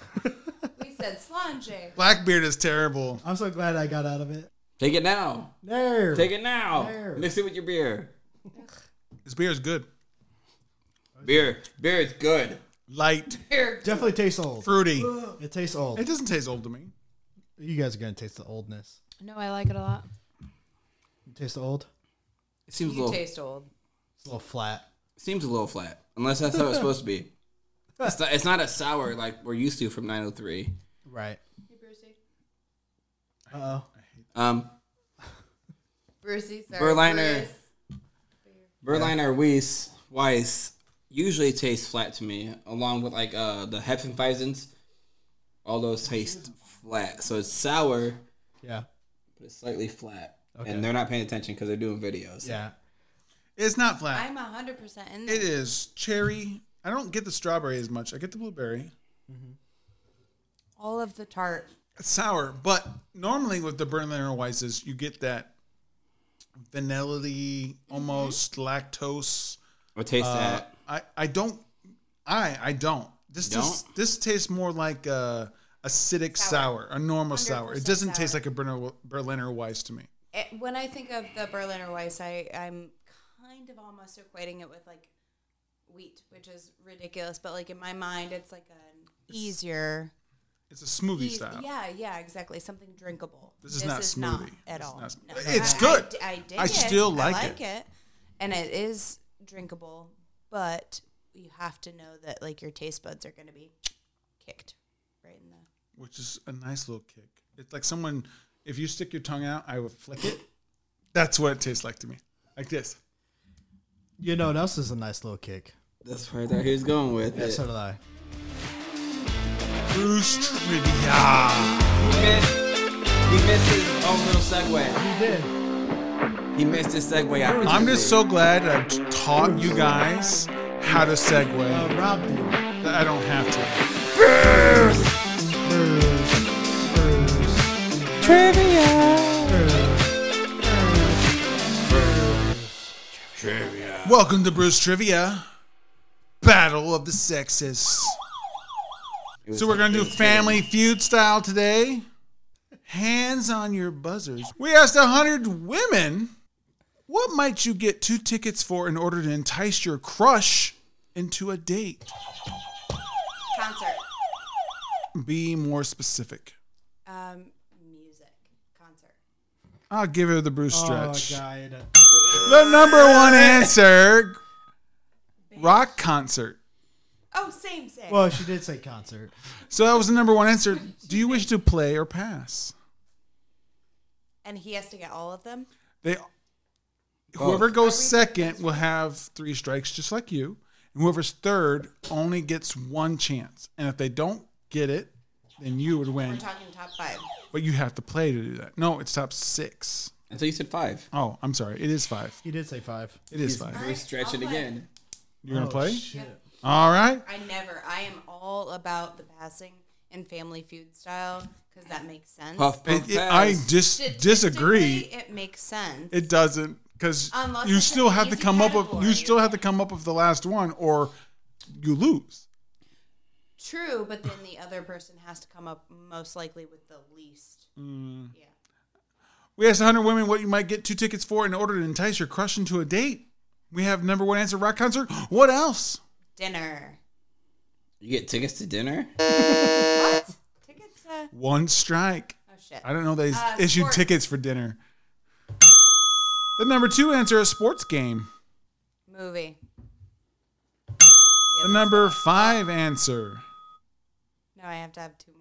We said slange. Blackbeard is terrible. I'm so glad I got out of it. Take it now. There. Take it now. There. Mix it with your beer. This beer is good. Beer. Beer is good. Light, Definitely tastes old. fruity. It tastes old. It doesn't taste old to me. You guys are gonna taste the oldness. No, I like it a lot. Taste the old. It seems a You little taste old. It's a little flat. seems a little flat, unless that's how it's supposed to be. It's not, it's not a sour like we're used to from 903. Right. Uh oh. Um, Brucey, sorry. Berliner. Bruce. Berliner Weiss Weiss usually tastes flat to me, along with like uh, the Heffenfeisens. All those taste flat, so it's sour Yeah. but it's slightly flat. Okay. And they're not paying attention because they're doing videos. Yeah. It's not flat. I'm 100% in It there. is cherry. I don't get the strawberry as much. I get the blueberry. All of the tart. It's sour, but normally with the Berliner Weisses, you get that vanilla almost Mm-hmm. lactose. Or taste Uh, that. I I don't. I I don't. This Don't? tastes- this tastes more like a acidic sour, a normal sour. It 100% doesn't taste sour. like a Berliner Berliner Weiss to me. It, Eh, when I think of the Berliner Weiss, I, I'm kind of almost equating it with like wheat, which is ridiculous. But like in my mind, it's like an easier. It's a smoothie eas- style. Yeah, yeah, exactly. Something drinkable. This is not smoothie. at This is all. not sm- No. It's I- good. I, I, dig I it. still like I it. like it. and it is drinkable, but you have to know that like your taste buds are going to be kicked right in the. which is a nice little kick. It's like someone, if you stick your tongue out, I would flick it. That's what it tastes like to me, like this. You know what else is a nice little kick? That's where I thought he was going with Yeah. it. So did I. Bruce trivia. He missed, he missed his own little segue. You did. He missed his segue. I'm just so glad I t- taught you guys how to segue. Uh, Rob did. That I don't have to. Bruce. Bruce. Welcome to Bruce trivia, battle of the sexes. So we're gonna do Family Feud style today. Hands on your buzzers. We asked hundred women, what might you get two tickets for in order to entice your crush into a date? Concert. Be more specific. Um, music. Concert. I'll give her the Bruce Oh, stretch. God. the number (laughs) one answer: rock concert. Oh, same, same. Well, she did say concert. So that was the number one answer. Do you wish to play or pass? and he has to get all of them. They whoever goes second will have three strikes just like you. And whoever's third only gets one chance. And if they don't get it, then you would We're win. talking top five. But you have to play to do that. No, it's top six. And so you said five. Oh, I'm sorry. It is five. He did say five. It is five. Bruce, stretch it I'll play. again. You're gonna Oh, play. shit. All right. I never. I am all about the passing and Family Feud style because that makes sense. Puff, puff, It- it- I pass. dis- disagree. Statistically, It makes sense. It doesn't because Unless you it's still an have to easy come up with you category. still have to come up with the last one or you lose. True, but then the other person has to come up most likely with the least. Mm. Yeah. We asked 100 women what you might get two tickets for in order to entice your crush into a date. We have number one answer rock concert. (gasps) What else? Dinner. You get tickets to dinner? What? Tickets to. One strike. Oh, shit. I don't know. They Uh, issued sports. tickets for dinner. The number two answer a sports game. Movie. The number five answer. No, I have to have two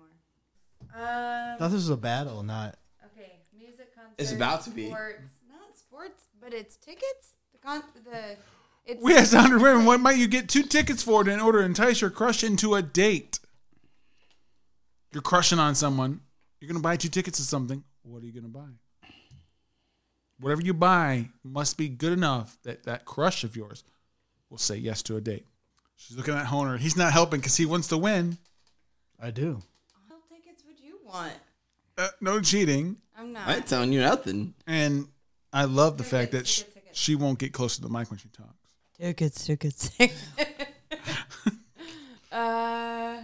more. I thought this was a battle, not. Um, Okay, music concert. It's about to be. Sports. Not sports, but it's tickets. The con. The. It's We asked 100 women what might you get two tickets for in order to entice your crush into a date. You're crushing on someone. You're going to buy two tickets to something. What are you going to buy? Whatever you buy must be good enough that that crush of yours will say yes to a date. She's looking at Honer. He's not helping because he wants to win. I do. How tickets would you want? Uh, no cheating. I'm not. I ain't telling you nothing. And I love the fact that she, she won't get close to the mic when she talks. Tickets, tickets, tickets. uh.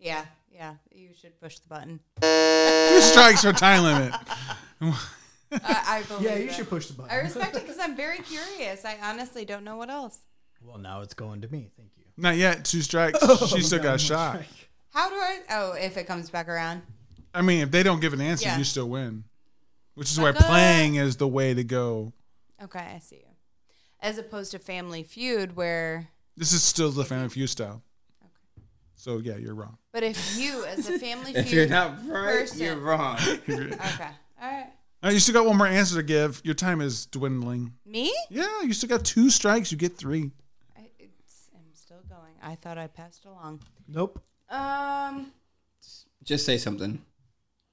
Yeah, yeah. You should push the button. Two strikes her time limit. Uh, I (laughs) believe. Yeah, you it. should push the I button. respect it because I'm very curious. I honestly don't know what else. Well, now it's going to me. Thank you. Not yet. Two strikes. she still got a shot. How do I? Oh, if it comes back around. I mean, if they don't give an answer, Yeah. you still win. Which is why Okay. playing is the way to go. Okay, I see you. As opposed to Family Feud, where. This is still the Family Feud style. So yeah, you're wrong. But if you, as a Family Feud, If you're not right, person- you're wrong. Okay, all right. Uh, you still got one more answer to give. Your time is dwindling. Me? Yeah, you still got two strikes. You get three. I, it's, I'm still going. I thought I passed along. Nope. Um. (laughs) Just say something.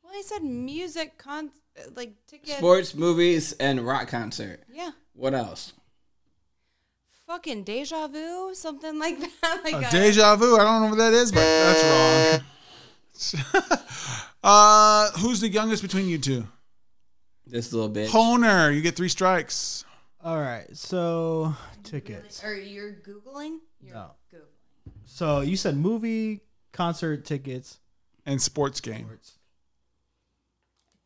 Well, I said music con like tickets. Sports, movies, and rock concert. Yeah. What else? Fucking deja vu, something like (laughs) that. like Uh, a- deja vu. I don't know what that is, but that's wrong. (laughs) uh, who's the youngest between you two? This little bitch. Honer. You get three strikes. All right. So tickets. or you're googling. You're No. googling. So you said movie, concert tickets. And sports game.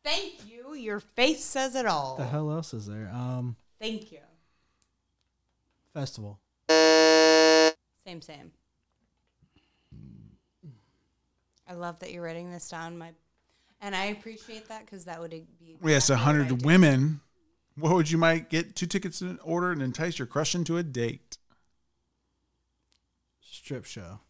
Thank you. Your face says it all. What the hell else is there? Um, Thank you. festival. Same, same. I love that you're writing this down, my, and I appreciate that because that would be. We asked exactly what I hundred did. women. What would you might get two tickets in order and entice your crush into a date? Strip show.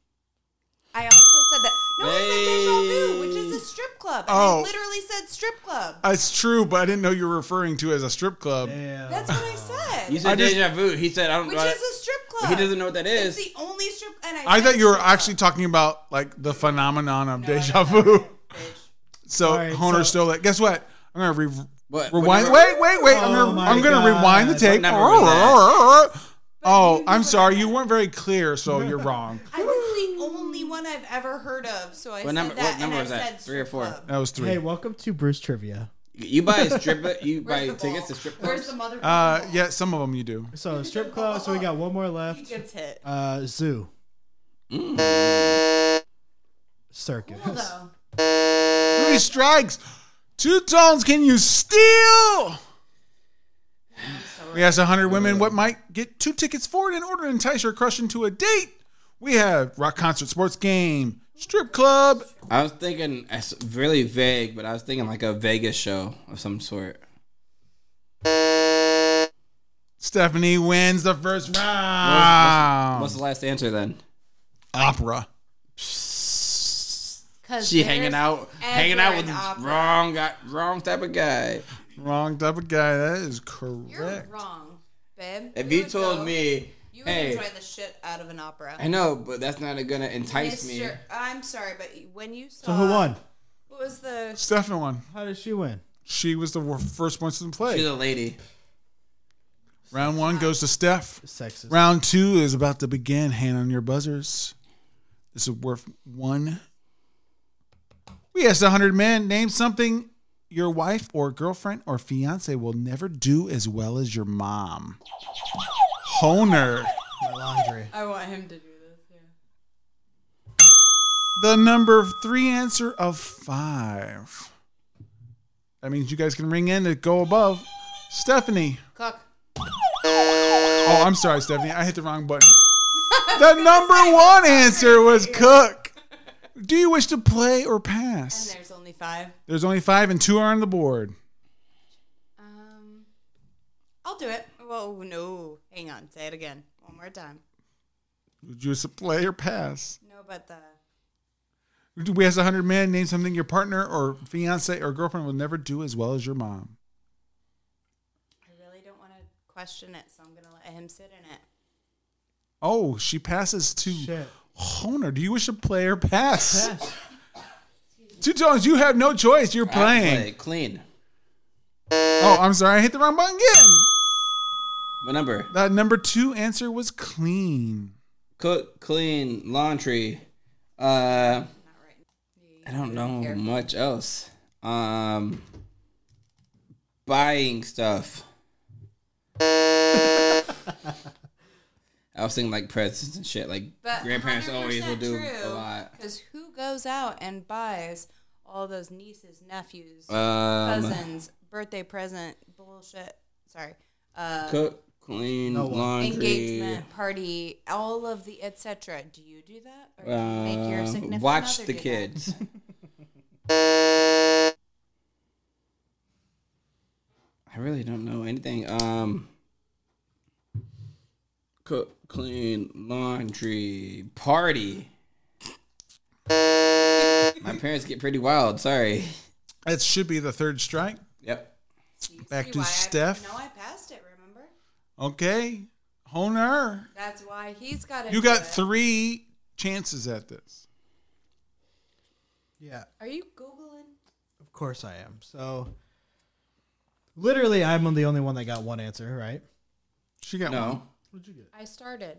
I also said that. No, I said deja vu, which is a strip club. And Oh. I literally said strip club. Uh, It's true, but I didn't know you were referring to it as a strip club. Yeah. That's what I said. You said I just- deja vu. He said I don't which know. is how a to- strip club. He doesn't know what that It's the is. only strip. And I, I said thought you were strip club. actually talking about like the phenomenon of No, I deja don't vu. (laughs) know, bitch. So All right, Honer so- stole it. Guess what? I'm gonna re- What? rewind. Whenever- Wait, wait, wait! I'm Oh gonna my I'm gonna God. rewind the tape. What number was (laughs) Oh, you knew I'm what sorry. I You weren't very clear, so you're wrong. I was the only one I've ever heard of, so I said What number- that. what and number I was that? said Three or strip four? club. That was three. Hey, welcome to Bruce Trivia. You buy a stripper. (laughs) You Where's buy the tickets ball? to strip Where's clubs. the motherfucking Uh, ball? yeah, some of them you do. So strip club. So we got one more He left. gets hit. Uh, zoo. Circus. Cool though. Three strikes. Two tones. Can you steal? We asked 100 women what might get two tickets for it in order to entice your crush into a date. We have rock concert, sports game, strip club. I was thinking it's really vague, but I was thinking like a Vegas show of some sort. Stephanie wins the first What's, round. what's the last answer then? Opera. Cause She there's hanging out, ever hanging out with an opera. wrong guy, wrong type of guy. Wrong type of guy. That is You're correct. wrong, babe. If We you would told go- me You would Hey. enjoy the shit out of an opera. I know, but that's not gonna entice me. Mister, I'm sorry, but when you saw So who won? What was the Stefan won. Uh, How did she win? She was the wor- first one to play. She's a lady. Round one goes to Steph. Sexist. Round two is about to begin. Hand on your buzzers. This is worth one. We asked 100 men name something your wife or girlfriend or fiance will never do as well as your mom. Honer. My laundry. I want him to do this. Yeah. The number three answer of five. That means you guys can ring in to go above. Stephanie. cook? Oh, I'm sorry, Stephanie. I hit the wrong button. The number one answer was cook. Do you wish to play or And pass? there's only five. There's only five and two are on the board. Um, I'll do it. Whoa, no. Hang on. Say it again. One more time. Would you wish to play or pass? No, but the. We asked 100 men, name something your partner or fiance or girlfriend will never do as well as your mom. I really don't want to question it, so I'm going to let him sit in it. Oh, she passes to Shit. Honer. Do you wish to play or pass? Two tones, you have no choice. You're I playing. play clean. Oh, I'm sorry. I hit the wrong button again. What number? That number two answer was clean. Cook, clean, laundry. Uh, Not right. I don't know much else. Um, buying stuff. I was thinking like presents and shit. Like But grandparents 100% always will do a true, lot. Because who goes out and buys all those nieces, nephews, Um, cousins, birthday present, bullshit? Sorry. Uh, cook, clean, No one. laundry. engagement party, all of the etc. Do you do that, or do you make your Um, significant watch other the do that? (laughs) kids. I really don't know anything. Um, cook, clean, laundry, party. My parents get pretty wild. Sorry. That should be the third strike. Yep. You Back see to why I- Steph. no, I passed it. Remember, Okay. Honer. that's why he's got it. You got three chances at this. Yeah, Are you googling? of course I am. So, literally, I'm the only one that got one answer, right? She got one. No. What'd you get? I started.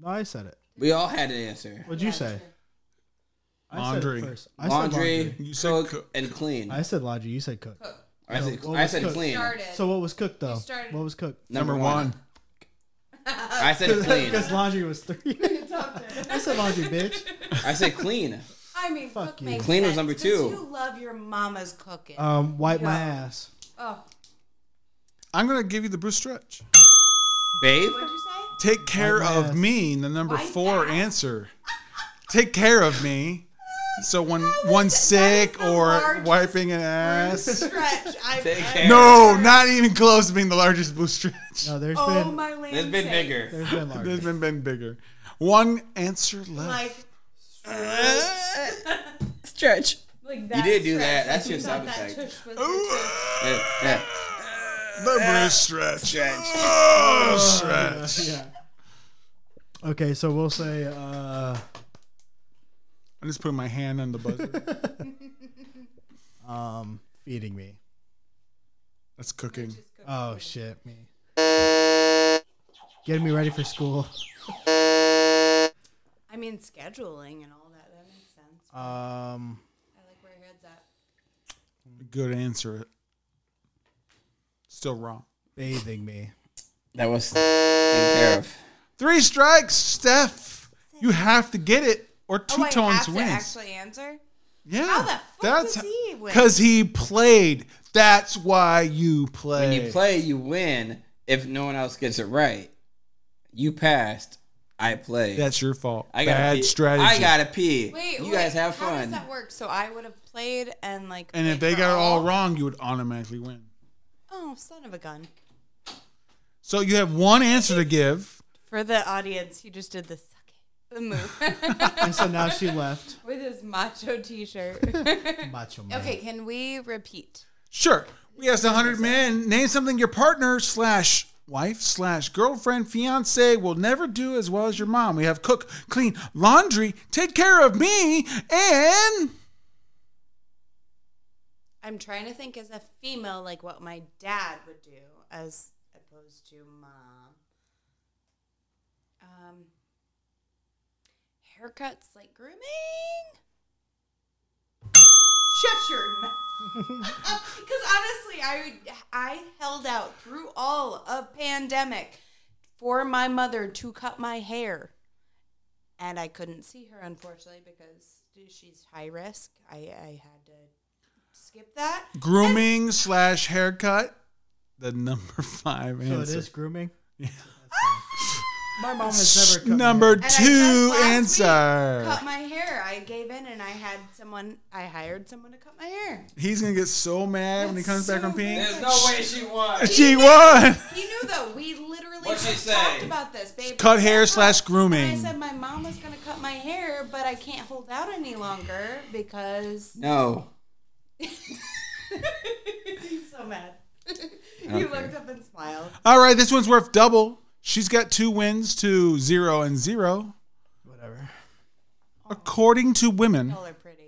No, I said it. We all had an answer. What'd you say? I Laundry. Said it first. I Laundry, Said laundry. You said cook, cook. and clean. I said laundry. You said cook. I said, Well, I let's said cook. clean. Started. So what was cooked though? started- What was cooked? (laughs) Number one. I said clean. Because laundry was (laughs) three. I said laundry, bitch. I said clean. I mean, Fuck cook you. makes Clean was sense, number 'cause two. You love your mama's cooking. Uh, Um, wipe my Yeah. ass. oh, I'm going to give you the Bruce Stretch. Babe? what'd you say? Take care Why of not? me, the number Why four not? answer. Take care of me. So when one's that is sick the or largest wiping an ass. Stretch. I, (laughs) Take I- care. No, not even close to being the largest Bruce Stretch. (laughs) No, there's Oh been my land. It's been bigger. there's been laundry. There's been, been bigger. One answer left. (laughs) Like, Stretch. like You that did do stretch. that. Like, That's your you sound thought that effect. tush was the tush. Yeah, yeah. The Bruce Stretch. Oh, Stretch. yeah. Okay, so we'll say uh, I'm just putting my hand on (laughs) the buzzer. um, feeding me. That's cooking. Oh shit, me. Getting me ready for school. I mean, scheduling and all that. That makes sense. Um, I like where your head's at. Good answer. Still wrong. bathing me. That was taken care of. Three strikes, Steph. You have to get it or two oh, I tones have to wins. actually answer. yeah. How the fuck That's does he win? Because he played. That's why you play. When you play, you win. If no one else gets it right, you passed. I played. That's your fault. I gotta Bad pee. strategy. I gotta pee. Wait, you wait, guys have How does fun. that work? So I would have played and like. and if played they for got it all wrong, you would automatically win. Oh, son of a gun! So you have one answer to give. For the audience, he just did the suck it, the move And so now she left. with his macho T-shirt. (laughs) Macho man. okay, can we repeat? Sure. We asked 100 men. Name something your partner slash wife slash girlfriend fiance will never do as well as your mom. We have cook, clean, laundry, take care of me, and I'm trying to think as a female, like what my dad would do as opposed to mom. Um, haircuts, like grooming. Shut your (laughs) mouth. Because honestly, I I held out through all of pandemic for my mother to cut my hair, and I couldn't see her unfortunately because she's high risk. I I had to skip that. grooming slash haircut. The number (laughs) five So it answer. is grooming. Yeah. My mom has never cut my number And I two just last week answer. Cut my hair. I gave in and I had someone. I hired someone to cut my hair. He's gonna get so mad when he comes back from peeing. There's no way she won. She won. (laughs) He knew though. We literally What'd she just say? talked about this, babe. Cut hair Yeah. slash And I grooming. said my mom was gonna cut my hair, but I can't hold out any longer because No. he's so mad. (laughs) he Okay. looked up and smiled. All right, this one's worth double. She's got two wins to zero and zero. Whatever. According to women, Y'all are pretty.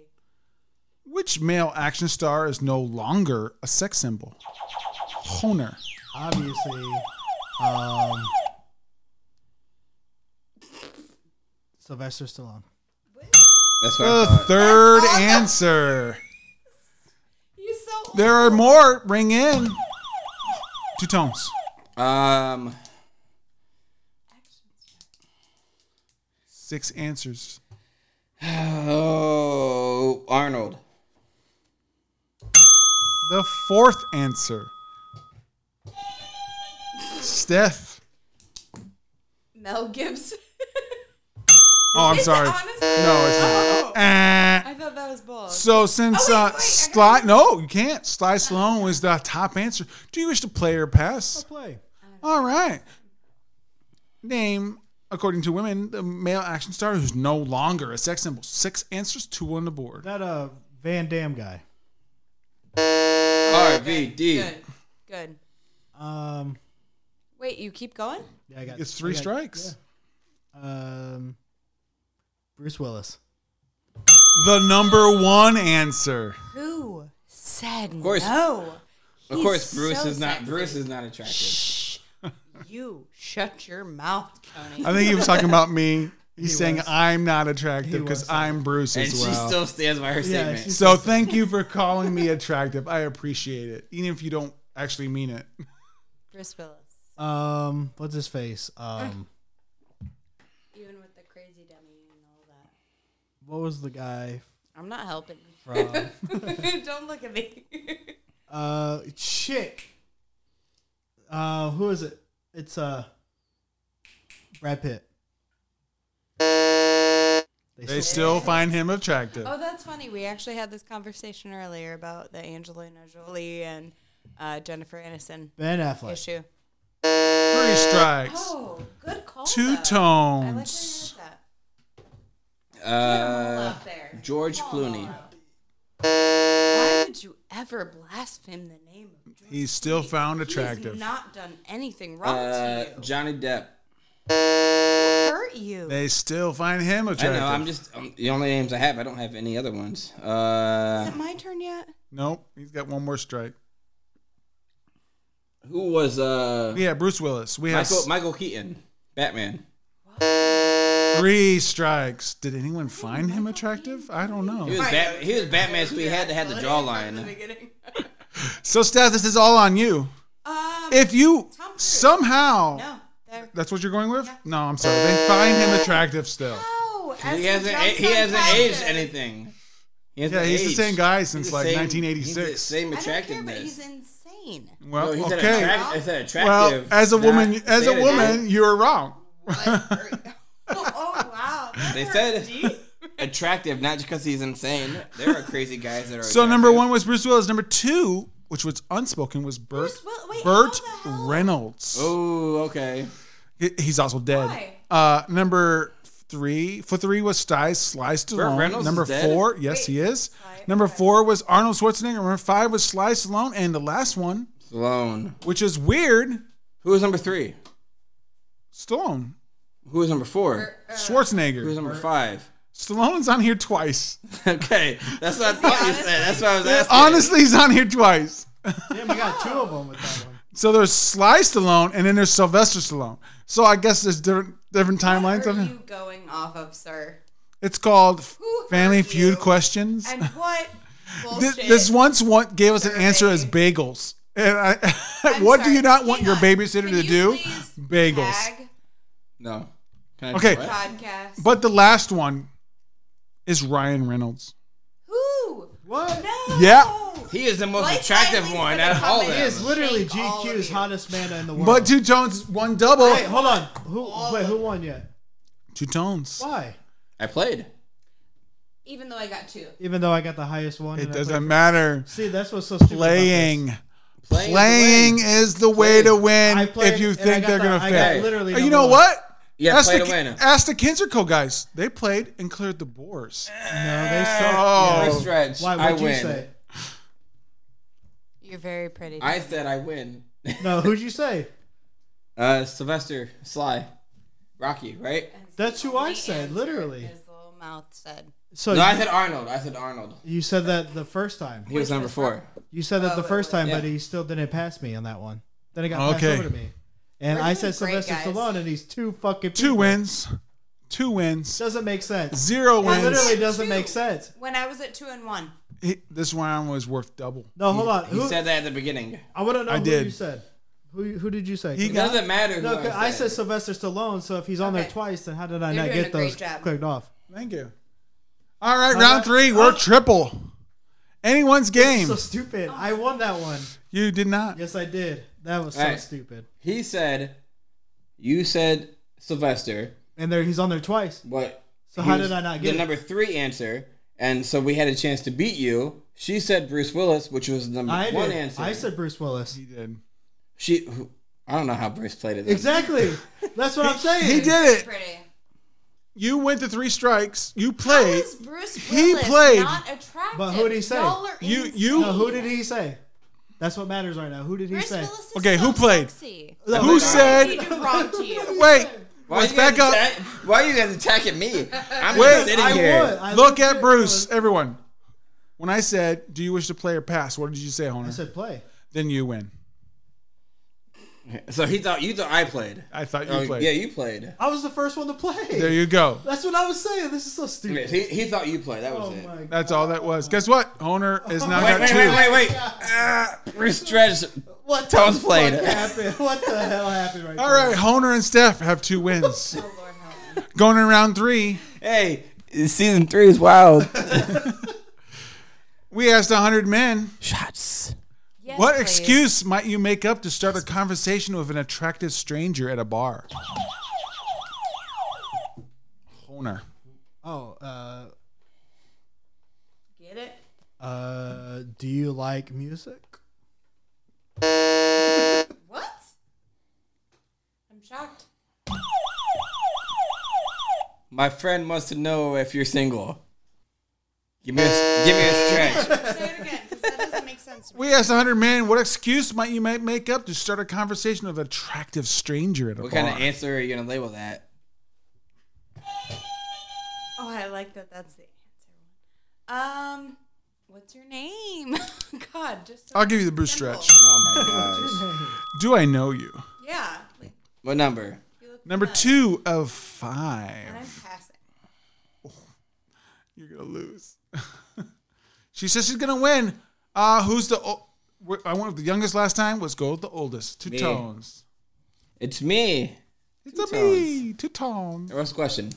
which male action star is no longer a sex symbol? Honer. Obviously, um, Sylvester Stallone. That's what I The thought. third answer. You so There are more. Ring in. Two tones. Um, Six answers. oh, Arnold. The fourth answer. Steph. Mel Gibson. Oh, I'm (laughs) (laughs) sorry. Honestly, No, it's not. Eh. I thought that was bold. So since Oh, wait, uh, wait, I Sly, no, you can't. Sly Sloan was the top answer. Do you wish to play or pass? Play. All right. Name, according to women, the male action star who's no longer a sex symbol. Six answers, two on the board. That uh Van Damme guy. RVD. Good. Good. Um, Wait, you keep going? yeah, I got. It's three I got- strikes. yeah. Um, Bruce Willis. The number one answer. Who said course- no? Of He's course, Bruce so is not. sexy. Bruce is not attractive. You shut your mouth, Tony. I think he was talking about me. He's saying was. I'm not He attractive was because I'm Bruce And as she well. still stands by her statement. she's- so thank you for calling me attractive. I appreciate it, even if you don't actually mean it. Bruce Willis, Um, what's his face? Um, even with the crazy dummy and all that. what was the guy I'm not helping. from? (laughs) Don't look at me. uh, chick. Uh, who is it? It's uh, Brad Pitt. They still find him attractive. oh, that's funny. We actually had this conversation earlier about the Angelina Jolie and uh, Jennifer Aniston Ben Affleck. issue. Three strikes, Oh, good call. though. I two like how you tones. did that. Uh, Up there. George Clooney. Why would you ever blaspheme the name of George? He's still found He's attractive. not done anything wrong Uh, to you. Johnny Depp. hurt you. They still find him I know. I'm attractive. just um, the only names I have. I don't have any other ones. Uh, Is it my turn yet? Nope, he's got one more strike. who was uh Yeah, Bruce Willis. We have Michael s- Michael Keaton, Batman. three strikes. Did anyone find him attractive? I don't He know. was Bat- he was Batman, so he had to have the jawline. beginning. So, Steph, this is all on you. Um, If you Tom Cruise. somehow no, Oh, there. That's what you're going with? No, I'm sorry. They find him attractive still. Oh, as He hasn't jumps he on hasn't couches. aged anything. He hasn't Yeah, he's the aged. same guy since, He's the like, same- 1986. He's the same I don't care, but attractiveness. he's (laughs) insane. Well, No, he's an okay. attract- it's an Well, attractive. as a not woman, as a insanity. woman, you're wrong. oh, oh, wow. that they hurt said (laughs) deep. attractive not just because he's insane. There are crazy guys that are. (laughs) So number attractive. one was Bruce Willis. Number two, which was unspoken, was Bert Bruce Will- wait, Burt how the hell- Reynolds. Oh, okay. He- He's also dead. Why? Uh, number three for three was Sly Sly Stallone. Reynolds number is dead? four, yes, he is. number four was Arnold Schwarzenegger. Number five was Sly Stallone, and the last one, Sloan. which is weird, Who was number three? Stallone. Who was number four? Who was Schwarzenegger. number five? (laughs) Stallone's on here twice. okay, that's what I thought you said. That's what I was asking. Honestly, he's on here twice. (laughs) Damn, I got two of them with that one. So there's Sly Stallone and then there's Sylvester Stallone. So I guess there's different different timelines What of are him. you going off of, sir? It's called Who Family are Feud you? Questions. And (laughs) what This, bullshit? this once one gave us an answer as bagels. And I, (laughs) what do sorry, you not want your hang on. babysitter Can to you do? please Bagels. Tag No. Can I Okay. do what? podcast. But the last one is Ryan Reynolds. Who? What? No. Yeah. He is the most Blake attractive Lively's one gonna out of come all of in. He is them. literally Shake all GQ's of you. hottest man in the world. But two tones, one double, Wait, hold on. Who? Wait, who won yet? two tones. Why? I played. Even though I got two. Even though I got the highest one. It and I doesn't played- matter. See, that's what's so stupid. about this. Playing, Playing. is the playing win. is the way to win. I played If you and I think got they're the- gonna I got fail, literally Uh, you number know one. what? Yeah, ask play the to win. ask the Kinzerco guys. They played and cleared the boards. No, they suck. Oh. First stretch. Why? I What'd you win. say? You're very pretty. I said I win. No, who'd you say? Uh, Sylvester Sly, Rocky, right? That's who I said, literally. His little mouth said. So No, I you- said Arnold. I said Arnold. you said that the first time. He was number four. You said that the Oh, first time, yeah. but he still didn't pass me on that one. Then it got Okay. passed over to me, and We're doing I said great, Sylvester guys. Stallone, and he's two fucking Two people. wins, two wins, Doesn't make sense. zero It wins. literally doesn't Two. make sense. When I was at two and one. He- this round was worth double. No, hold on. He Who, said that at the beginning. I want to know I who did. you said. Who who did you say? He It got- doesn't matter. Who no, 'cause I said said. Sylvester Stallone. So if he's on there Okay. twice, then how did I You're not doing get a great those job. clicked off? Thank you. All right, All round right. three. We're Oh. triple. Anyone's game. So stupid. I won that one. You did not. Yes, I did. That was so Alright. stupid. He said, you said Sylvester, And there he's on there twice. but So he how was did I not the get it? number three answer? And so we had a chance to beat you. She said Bruce Willis, which was the number I one did. answer. I said Bruce Willis. He did. she. who- I don't know how Bruce played it. then. (laughs) Exactly. That's what I'm saying. He did it. Pretty. You went to three strikes. You How played. is Bruce He Willis played. not attractive? But who'd he say? Y'all are You- insane. you- No, who did he say? That's what matters right now. Who did he Bruce say? Willis is Okay, so who played? Sexy. Who No, they- What did said? he do wrong to (laughs) you? Wait. Why Let's you guys back up. attack- why are you guys attacking (laughs) me? I'm Wait, just sitting I here. would. I Look legit at Bruce. would. Everyone. When I said, "Do you wish to play or pass?" What did you say, I Honer? said play. then you win. So he thought you thought I played. I thought you Oh, played. Yeah, you played. I was the first one to play. There you go. That's what I was saying. This is so He, stupid. he thought you played. That was oh it. my god. That's all that was. Guess what? Honer is now (laughs) Wait, got wait, two. wait, wait, wait. Ah, Bruce Stretch. What the Tones played. fuck happened? What the hell happened right All there? right, Honer and Steph have two wins. Oh, Lord help me. Going in round three, Hey, season three is (laughs) wild. we asked 100 men, Shots. Yes, what please. excuse might you make up to start a conversation with an attractive stranger at a bar? Honer. Oh, uh, Get it? uh, do you like music? What? I'm shocked. My friend wants to know if you're single. Give me a, give me a stretch. Say it again, because that doesn't make sense to me. We asked 100 men, what excuse might you might make up to start a conversation with an attractive stranger at a what bar? kind of answer are you gonna label that? Oh, I like that. That's the answer. Um, what's your name? (laughs) God, just so I'll give you the Bruce stretch. Oh my gosh. Do I know you? yeah. Like, (laughs) what number? you look Number familiar. two of And I'm five. passing. You're gonna lose. (laughs) she says she's gonna win. Uh, who's the? O- we're- I went with the youngest last time. Let's go with the oldest. Two Me. tones. It's me. It's a tones. me. Two tones. What's the question?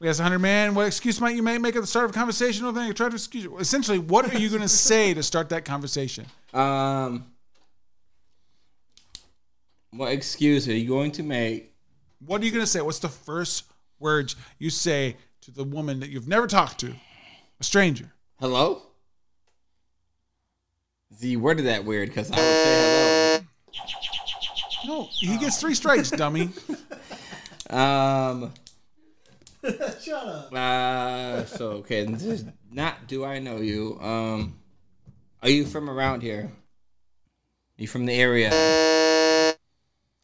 We asked hundred man. What excuse might you may make at the start of a conversation with an attractive excuse? Essentially, what are you (laughs) gonna say to start that conversation? Um, what excuse are you going to make? What are you gonna say? What's the first words you say to the woman that you've never talked to, a stranger? Hello? The word of that weird because I would say No, he gets three (laughs) strikes, dummy. hello. Um, Shut up. uh, so okay, this is not do I know you. Um, are you from around here? you from the area?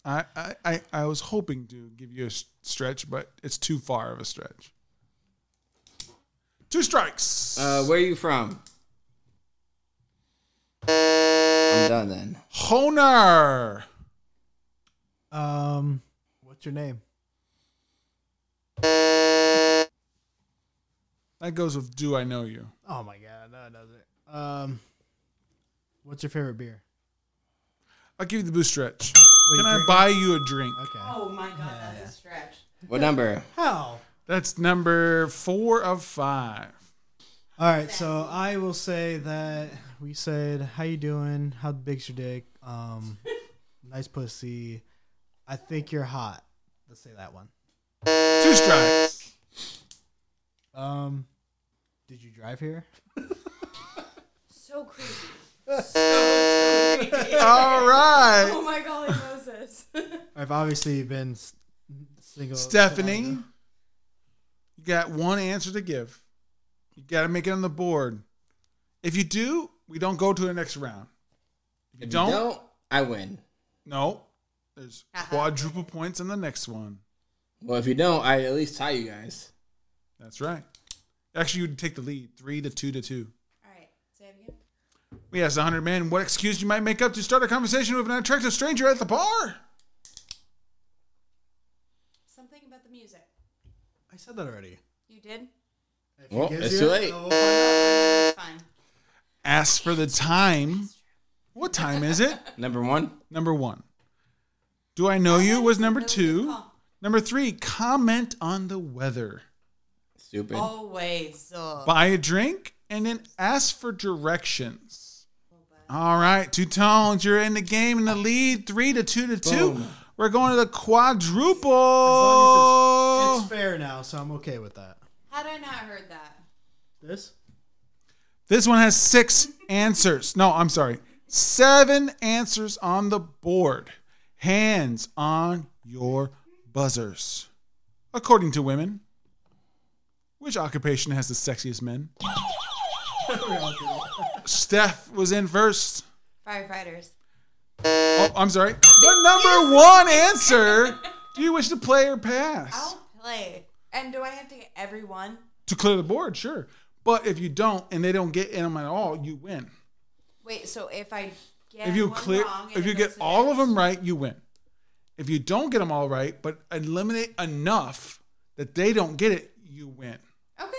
I, I, I, I was hoping to give you a s- stretch, but it's too far of a stretch. Two strikes. Uh, where are you from? I'm done then. Honar. Um, what's your name? That goes with Do I Know You? Oh my god, no, it doesn't. Um, what's your favorite beer? I'll give you the boost stretch. Wait, Can I drink- buy you a drink? Okay. Oh my god, that's a stretch. What number? How? That's number four of five. All right, so I will say that we said, "How you doing? How big's your dick? Um, (laughs) nice pussy. I think you're hot." Let's say that one. Two strikes. Um, did you drive here? So creepy. All right. Oh my god, he knows this. I've obviously been s- single. Stephanie, you got one answer to give. You got to make it on the board. If you do, we don't go to the next round. If you If don't, you don't, I win. no, there's quadruple points in the next one. Well, if you don't, I at least tie you guys. That's right. Actually, you'd take the lead three to two to two. (laughs) All right, say it again. We asked the 100 men what excuse you might make up to start a conversation with an attractive stranger at the bar. Something about the music. I said that already. You did? If Well, he gives Oh, it's you too it, late. we'll find out. It's fine. Ask for the time. What time is it? Number one. Number one. Do I know you was number two. Number three, comment on the weather. Stupid. Oh. Always. uh, Buy a drink and then ask for directions. All right, two tones. You're in the game in the lead, three to two to two. Boom. We're going to the quadruple. It's fair now, so I'm okay with that. Had I not heard that? This? This one has six answers. No, I'm sorry. Seven answers on the board. Hands on your buzzers. According to women, which occupation has the sexiest men? Steph was in first. Firefighters. Oh, I'm sorry. The number one answer. Do you wish to play or pass? I'll play. And do I have to get everyone? To clear the board, sure. But if you don't and they don't get in them at all, you win. Wait, so if I get if you one clear, wrong and if it you goes get to all of next- them right, you win. If you don't get them all right, but eliminate enough that they don't get it, you win. Okay,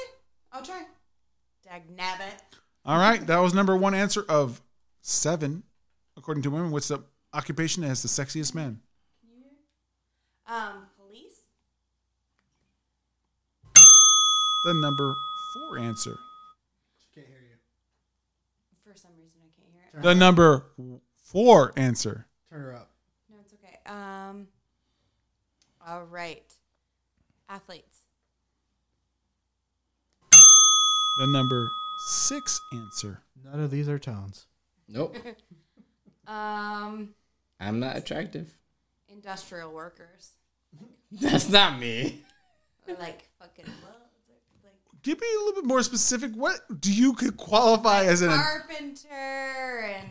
I'll try. Dag nabbit. All right, that was number one answer of seven, according to women. What's the occupation that has the sexiest man? Um, police? The number four answer. Can't hear you. For some reason, I can't hear it. The number four answer. Turn her up. No, it's okay. Um, all right. Athletes. The number six answer. None of these are tones. Nope. Um, I'm not attractive. (laughs) industrial workers. That's not me. Or like fucking well, like Give me a little bit more specific. What do you could qualify as an? carpenter and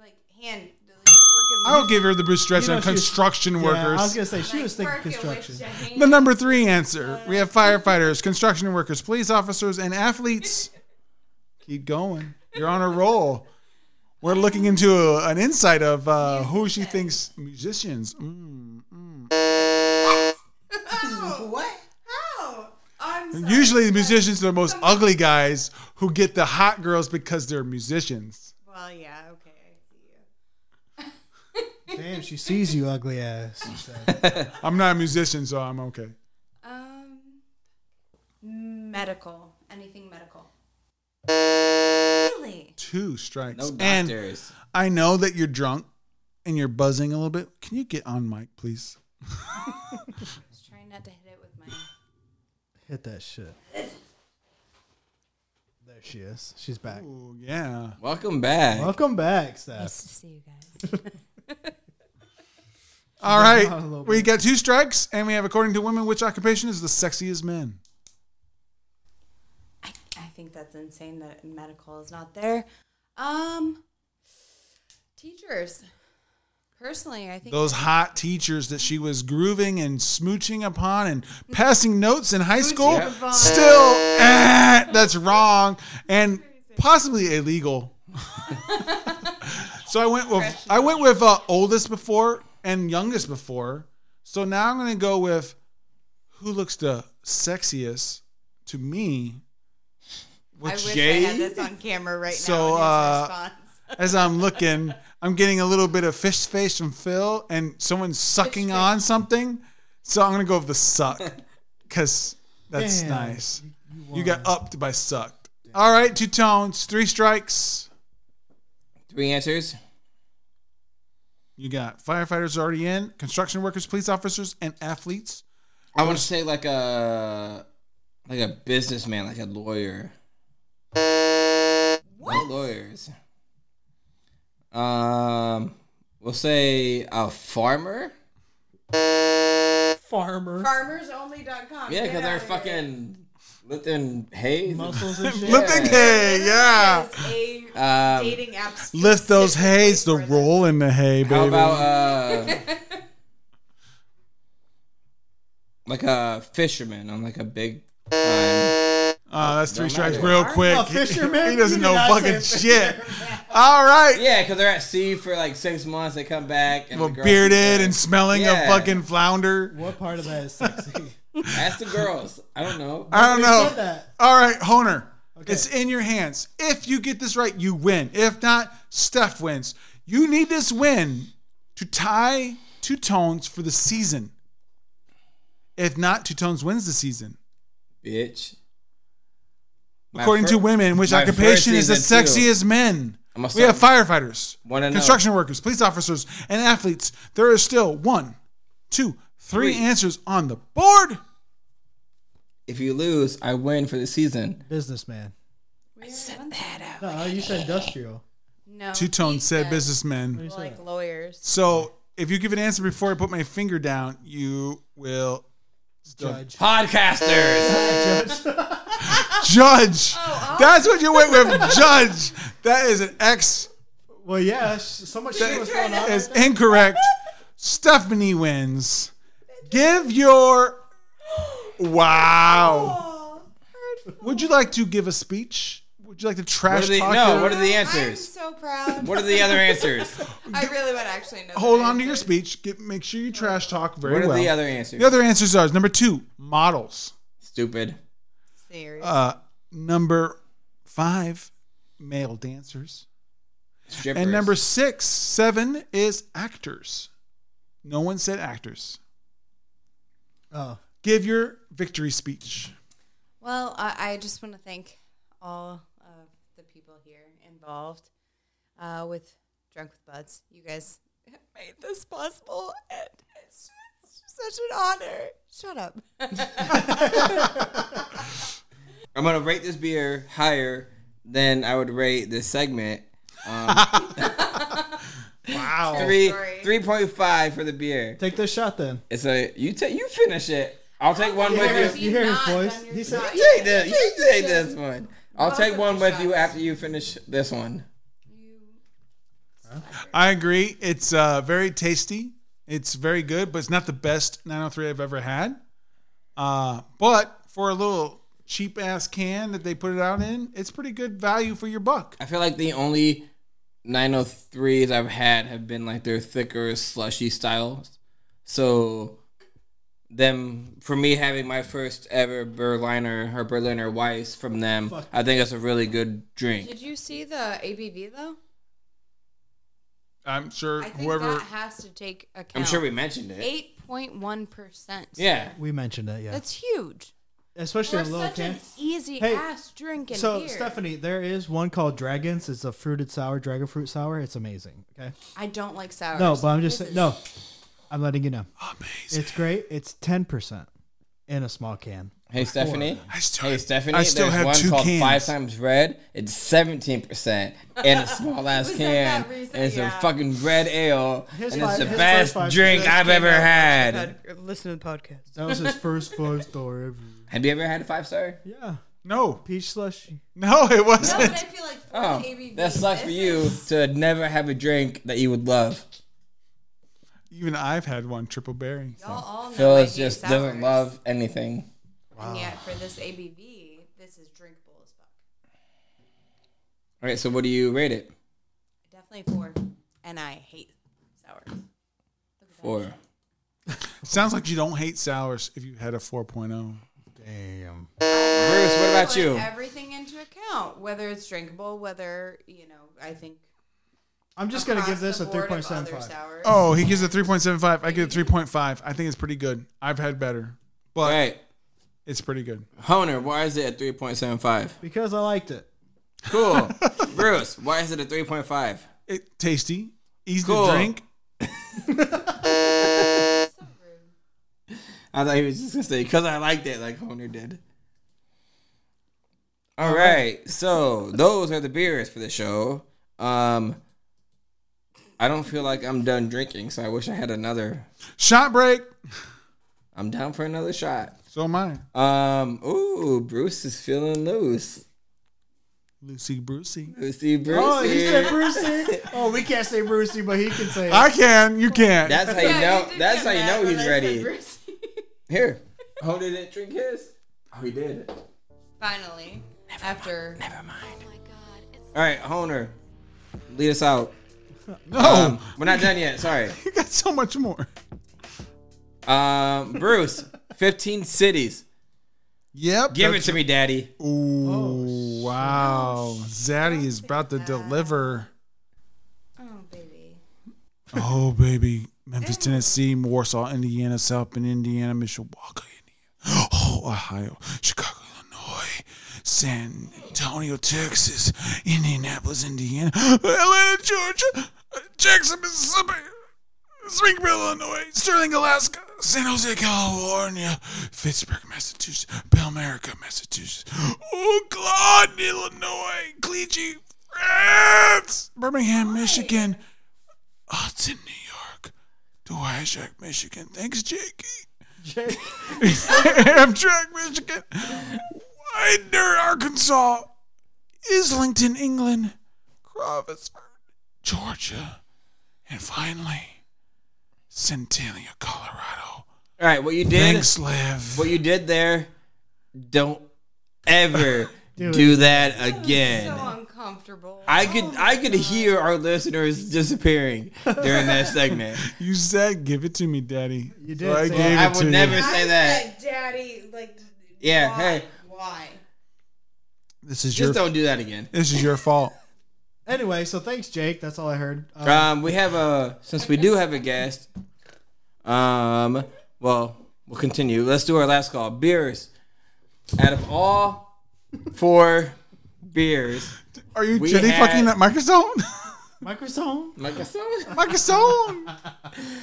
like hand like, working. I will give her the Bruce Stretch You know, on she was- construction Yeah, workers. I was gonna say she like, was thinking working with construction. Jane. The number three answer. We have firefighters, construction workers, police officers, and athletes. Keep going. You're on a roll. We're looking into a, an insight of uh, who she thinks musicians. Mm, mm. what? How? Oh, I'm sorry. Usually, the musicians are the most ugly guys who get the hot girls because they're musicians. Well, yeah, okay, I see you. Damn, she sees you, ugly ass. she said. I'm not a musician, so I'm okay. Um, medical. Anything medical? Really? Two strikes. No and doctors. I know that you're drunk and you're buzzing a little bit. Can you get on mic, please? I was trying not to hit it with my. Hit that shit. There she is. She's back. Ooh, yeah. Welcome back. Welcome back, Steph. Nice to see you guys. All down a little right. We bit. got two strikes, and we have according to women, which occupation is the sexiest men? I, I think that's insane that medical is not there. Um, teachers. Personally, I think Those hot teachers that she was grooving and smooching upon and passing notes in high school, still, eh, that's wrong and possibly illegal. (laughs) so I went with I went with uh, oldest before and youngest before. So now I'm going to go with who looks the sexiest to me. I wish I had this on camera right So, now. uh, So, (laughs) as I'm looking, I'm getting a little bit of fish face from Phil, and someone's sucking on something. So I'm gonna go with the suck, cause that's Damn. nice. You got upped by sucked. All right, two tones, three strikes. Three answers. You got firefighters already in, construction workers, police officers, and athletes. I want to say like a like a businessman, like a lawyer. What lawyers? Um, we'll say a farmer. Farmer. FarmersOnly.com. Yeah, because Get they're out of here. fucking lifting hay. Muscles and shit. Lift the hay, yeah. It's a Um, dating app. specifically Lift those hays, the for them. roll in the hay, baby. how about (laughs) uh, like a fisherman on like a big. time. Uh, that's three Don't strikes matter. real quick. (laughs) a fisherman? He doesn't You did know not fucking say shit. All right. Yeah, because they're at sea for like six months. They come back and Well, the girls- bearded and smelling Yeah. a fucking flounder. What part of that is sexy? Ask the girls. I don't know. I don't Who know. said that? All right, Honer. It's in your hands. If you get this right, you win. If not, Steph wins. You need this win to tie Two Tones for the season. If not, Two Tones wins the season. Bitch. My According fir- to women, which my first occupation is the season, too. sexiest men? I'm a We have firefighters, Wanna know. construction workers, police officers, and athletes. There are still one, two, three Three. answers on the board. If you lose, I win for the season. Businessman. We sent that out. No, uh, you said industrial. No. Two Tone said businessmen. like lawyers. So if you give an answer before I put my finger down, you will Oh. Judge. Uh, Podcasters. judge. That's what you went with, judge. That is an X. (laughs) Well, yeah, sh- so much shit was going on. Is incorrect. Stephanie wins. Give your wow. Oh, Would you like to give a speech? Would you like to What trash are the, talk? no, your- what are the I'm answers? so proud. What are the other (laughs) answers? I really would actually know. Hold the on to your answers. speech. Get, make sure you trash talk very What are well. the other answers? the other answers are number two, models. Stupid. Serious. uh, number five, male dancers. Strippers. And number six, seven is actors. No one said actors. (laughs) Oh, Give your victory speech. Well, I, I just want to thank all of the people here involved uh, with Drunk with Buds. You guys made this possible, and it's just such an honor. Shut up. I'm gonna rate this beer higher than I would rate this segment. Wow. Three Oh, Sorry. three point five for the beer. take this shot then. It's a you take you finish it. I'll take one You with hear, you. his- you hear his Not voice? done your He said, shot. You take this. You take this one. I'll take of one the with you shots. after you finish this one. I agree. It's uh, very tasty. It's very good, but it's not the best 903 I've ever had. Uh, but for a little cheap ass can that they put it out in, it's pretty good value for your buck. I feel like the only 903s I've had have been like their thicker, slushy styles. So, them for me having my first ever Berliner or Berliner Weiss from them, I think that's a really good drink. Did you see the ABV though? I'm sure I think whoever that has to take account. I'm sure we mentioned it. eight point one percent. Yeah, we mentioned that, yeah. that's huge. Especially For a little such can. an easy Hey, ass drink and So, beer. Stephanie, there is one called Dragons. It's a fruited sour, dragon fruit sour. It's amazing. Okay. I don't like sour. No, but I'm just saying, no. I'm letting you know. amazing. It's great. It's 10% in a small can. Hey Stephanie. I still, Hey Stephanie. I still There's have one two called cans. Five Times Red. It's seventeen percent and (laughs) a small ass Was that can. that recent? And it's a Yeah. fucking red ale, His and five- it's the his best first five- drink his I've ever had. Listen to the podcast. That was his first five star ever. Have you ever had a five star? Yeah. No, Peach slushy. no, it No, wasn't. but I feel like Oh, ABV, that sucks for this you is- to never have a drink that you would love. Even I've had one triple berry. Y'all all know I Phyllis hate just sours. doesn't love anything. And yet for this ABV, this is drinkable as fuck. All right, so what do you rate it? Definitely four. And I hate sours. Four. Sounds like you don't hate sours if you had a oh. 4.0. Damn. Bruce, what about Put you? everything into account, whether it's drinkable, whether, you know, I think. I'm just gonna give this a across the board of other 3.75. sours. Oh, he gives it 3.75. I get a 3.5. I think it's pretty good. I've had better, All but right, it's pretty good. Honer, why is it at three point seven five? Because I liked it. (laughs) Cool. Bruce, why is it a three point five? It tasty, easy Cool. to drink. I thought he was just gonna say because I liked it, like Honer did. All right, so those are the beers for the show. Um, I don't feel like I'm done drinking, so I wish I had another. Shot break. I'm down for another shot. So am I. Um, ooh, Bruce is feeling loose. Lucy Brucey. Lucy Bruce. Oh, he said Brucey. (laughs) Oh, we can't say Brucey, but he can say. I can. You can't. That's how you know. That's how you know he's ready. Here, Honer didn't drink his. Oh, he did. (laughs) Finally, after All right, Honer, lead us out. no. Um, we're not done yet. Sorry. (laughs) you got so much more. Um, Bruce, 15 cities. Yep. Give it to Oh, me, Daddy. Ooh, wow. Zaddy is about to deliver. oh baby, Oh, baby. Memphis, Tennessee, Warsaw, Indiana, South Bend, Indiana, Mishawaka, Indiana, oh, Ohio, Chicago, Illinois, San Antonio, Texas, Indianapolis, Indiana, Atlanta, Georgia, Jackson, Mississippi, Springfield, Illinois, Sterling, Alaska, San Jose, California, Pittsburgh, Massachusetts, Belmerica, Massachusetts, Oakland, Illinois, Clichy, France, Birmingham, Michigan, Hudson, New York, Dowagiac, Michigan. Thanks, Jakey. (laughs) Jake. Amtrak, Michigan. Widener, Arkansas. Islington, England. Crawford, Georgia. And finally, Centennial, Colorado. All right, what you did, Thanks, Liv. what you did there, don't ever Do do, it. that again. so uncomfortable. I could, I could hear our listeners disappearing during that segment. You said, give it to me, Daddy. You So did I say gave I it would to never you. say that. daddy, like, Yeah, why? hey. why? This is your, Just don't do that again. this is your fault. Anyway, so thanks, Jake. That's all I heard. Uh, Um, we have a since we do have a guest. Um, well, we'll continue. Let's do our last call. Beers. Out of all four beers, Are you We Jenny had- fucking that microphone? (laughs) Microsoft. like I said, microphone.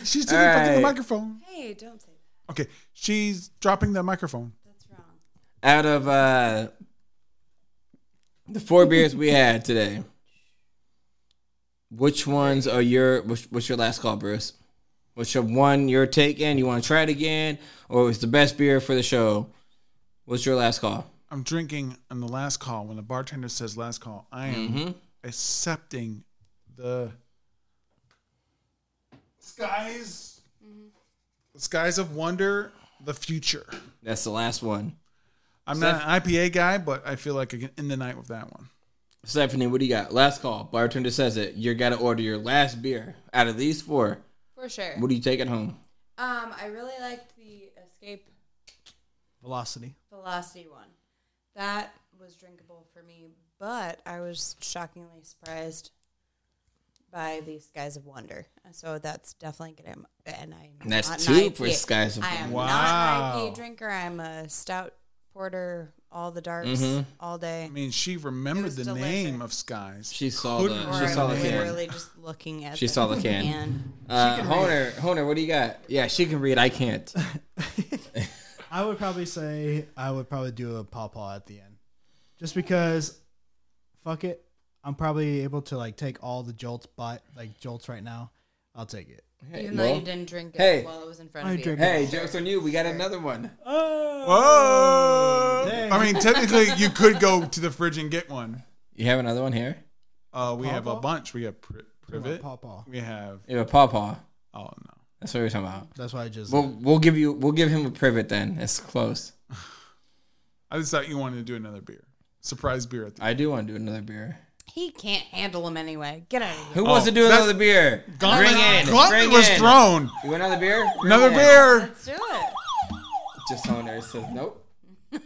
She's Jenny fucking the Alright. microphone. Hey, don't say that. Okay, she's dropping the microphone. That's wrong. out of uh, the four beers we had today, which ones are your? Which, what's your last call, Bruce? What's your one you're taking? You want to try it again, or it's the best beer for the show? What's your last call? I'm drinking on the last call. When the bartender says last call, I am accepting the skies, the skies of wonder, the future. That's the last one. I'm not an IPA guy, but I feel like I can end the night with that one. Stephanie, what do you got? Last call. Bartender says it. You gotta order your last beer out of these four. For sure. What do you take at home? Um, I really liked the escape Velocity. (laughs) velocity one. That was drinkable for me, but I was shockingly surprised by the skies of wonder. So that's definitely gonna. And I And that's not an two for IPA. Skies of I am not Wow. an IPA drinker. I'm a stout porter, all the darks, Mm-hmm. all day. I mean, she remembered was the delicious. name of skies. She saw the Couldn't she Or saw I'm the can. literally just looking at. She the saw the can. Uh, Honer, Honer, what do you got? Yeah, she can read. I can't. I would probably say I would probably do a pawpaw at the end, just because. Fuck it, I'm probably able to like take all the jolts, but like jolts right now, I'll take it. Even though Well, you didn't drink it hey. while it was in front I of you. drink it. hey, jokes on you. We got another one. Whoa! Dang. I mean, technically, you could go to the fridge and get one. You have another one here. Uh, we have a Pawpaw? bunch. We have pri- privet. Pawpaw. We have You have a pawpaw. oh no. That's what we're talking about. That's why I just. We'll we'll give you we'll give him a privet then. It's close. I just thought you wanted to do another beer, surprise beer at the. I do want to do another beer. He can't handle him anyway. Get out of here. Who wants to do Oh, that- another beer? Gauntlet, Bring in. Gauntlet bring was in. thrown. You want another beer? Bring Another in. beer. Let's do it. Just on there it says nope.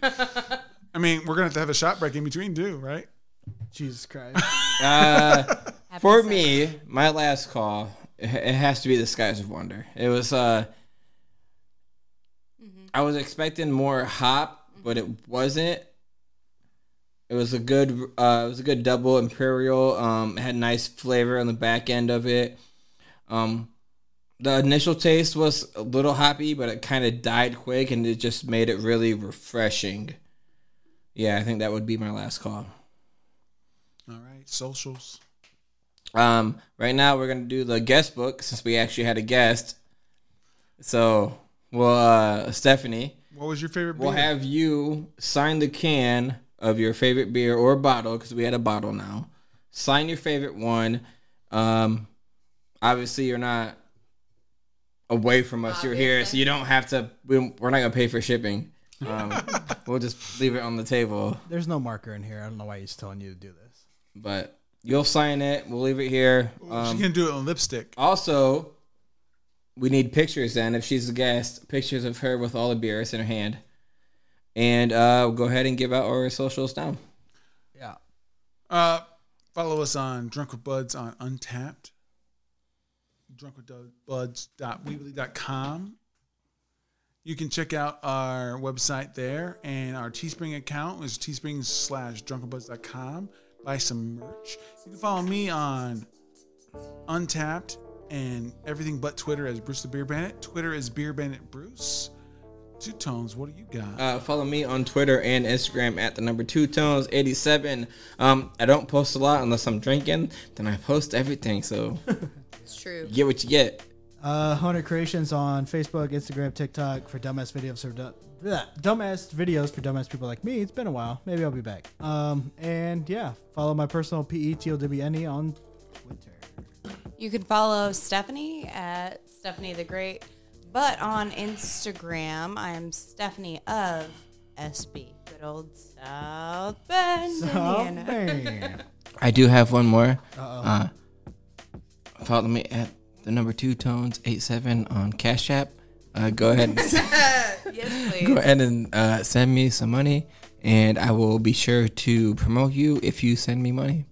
I mean, we're gonna have to have a shot break in between too, right? Jesus Christ. Uh, for me, my last call, it it has to be the Skies of Wonder. It was. uh I was expecting more hop, but it wasn't. It was a good. Uh, it was a good double imperial. Um, it had nice flavor on the back end of it. Um, the initial taste was a little hoppy, but it kind of died quick, and it just made it really refreshing. Yeah, I think that would be my last call. All right, socials. Um, right now we're gonna do the guest book since we actually had a guest. So, well, uh, Stephanie, What was your favorite beer? we'll have you sign the can of your favorite beer or bottle because we had a bottle now. Sign your favorite one. Um, obviously you're not away from us. You're here, so you don't have to. We, we're not gonna pay for shipping. Um, we'll just leave it on the table. There's no marker in here. I don't know why he's telling you to do this. But you'll sign it. We'll leave it here. Um, she can do it on lipstick. Also, we need pictures then, if she's a guest, pictures of her with all the beers in her hand. And uh, go ahead and give out our socials now. Yeah. Uh, follow us on Drunk with Buds on Untapped, drunkwithbuds.weebly.com. You can check out our website there and our Teespring account is teespring slash drunkwithbuds.com. Buy some merch. You can follow me on Untapped and everything but Twitter as Bruce the Beer Bandit. Twitter is Beer Bandit Bruce. Two tones, what do you got? Uh, follow me on Twitter and Instagram at the number two tones eighty seven. Um, I don't post a lot unless I'm drinking. Then I post everything, so (laughs) It's true. you get what you get. Uh, Hunter Creations on Facebook, Instagram, TikTok for dumbass videos for du- bleh, dumbass videos for dumbass people like me. It's been a while. Maybe I'll be back. Um, and yeah, follow my personal P E T O W N E on Twitter. You can follow Stephanie at Stephanie the Great, but on Instagram, I'm Stephanie of SB, good old South Bend, Oh, Indiana. man. I do have one more. Uh, follow me at the number two tones eighty seven on Cash App. Uh, go ahead. And- Yes, go please. ahead and uh, send me some money and i will be sure to promote you if you send me money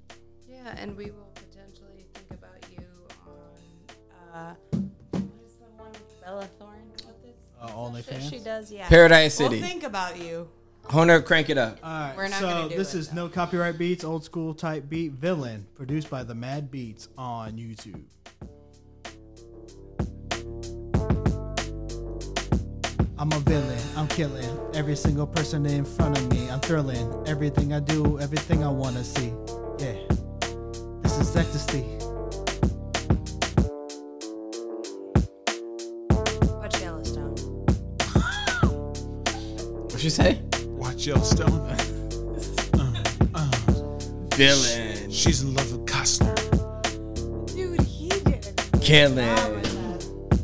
Yeah, and we will potentially think about you on uh, what is the one with Bella Thorne? What is Uh, that shit she OnlyFans. does? Yeah, paradise we'll city think about you. hunter crank it up All right, We're not so gonna do this it, is though. no copyright beats, old school type beat villain, produced by the Mad Beats on YouTube. I'm a villain, I'm killing every single person in front of me. I'm thrilling everything I do, everything I wanna see. Yeah, this is ecstasy. (laughs) Watch Yellowstone. what you say Watch Yellowstone. villain She's in love with Costner. Dude, he did. it. killing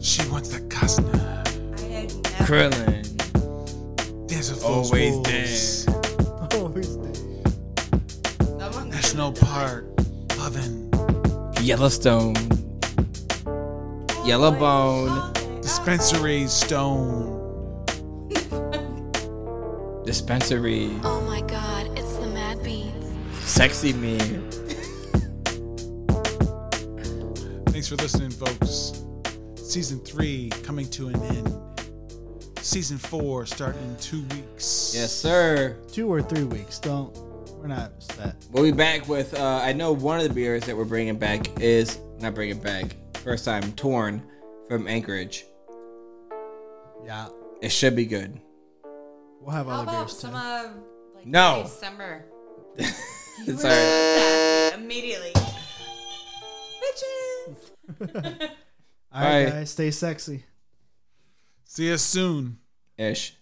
She wants that Costner. I had never. krillin Dance with those always wolves. dead Oh, he's dead. Someone National could've done Park. Lovin'. yellowstone yellow bone Dispensary Stone. dispensary Oh my god, it's the Mad Beats. sexy me Thanks for listening, folks. Season three coming to an end. Season four starting in two weeks. yes sir Two or three weeks, don't. We're not set. we'll be back with uh, i know one of the beers that we're bringing back is not bringing back first time torn from anchorage Yeah, it should be good we'll have How other about beers too. some uh, of like No. December? it's all right Immediately. Bitches. All right, Bye. guys, stay sexy. See us soon. ish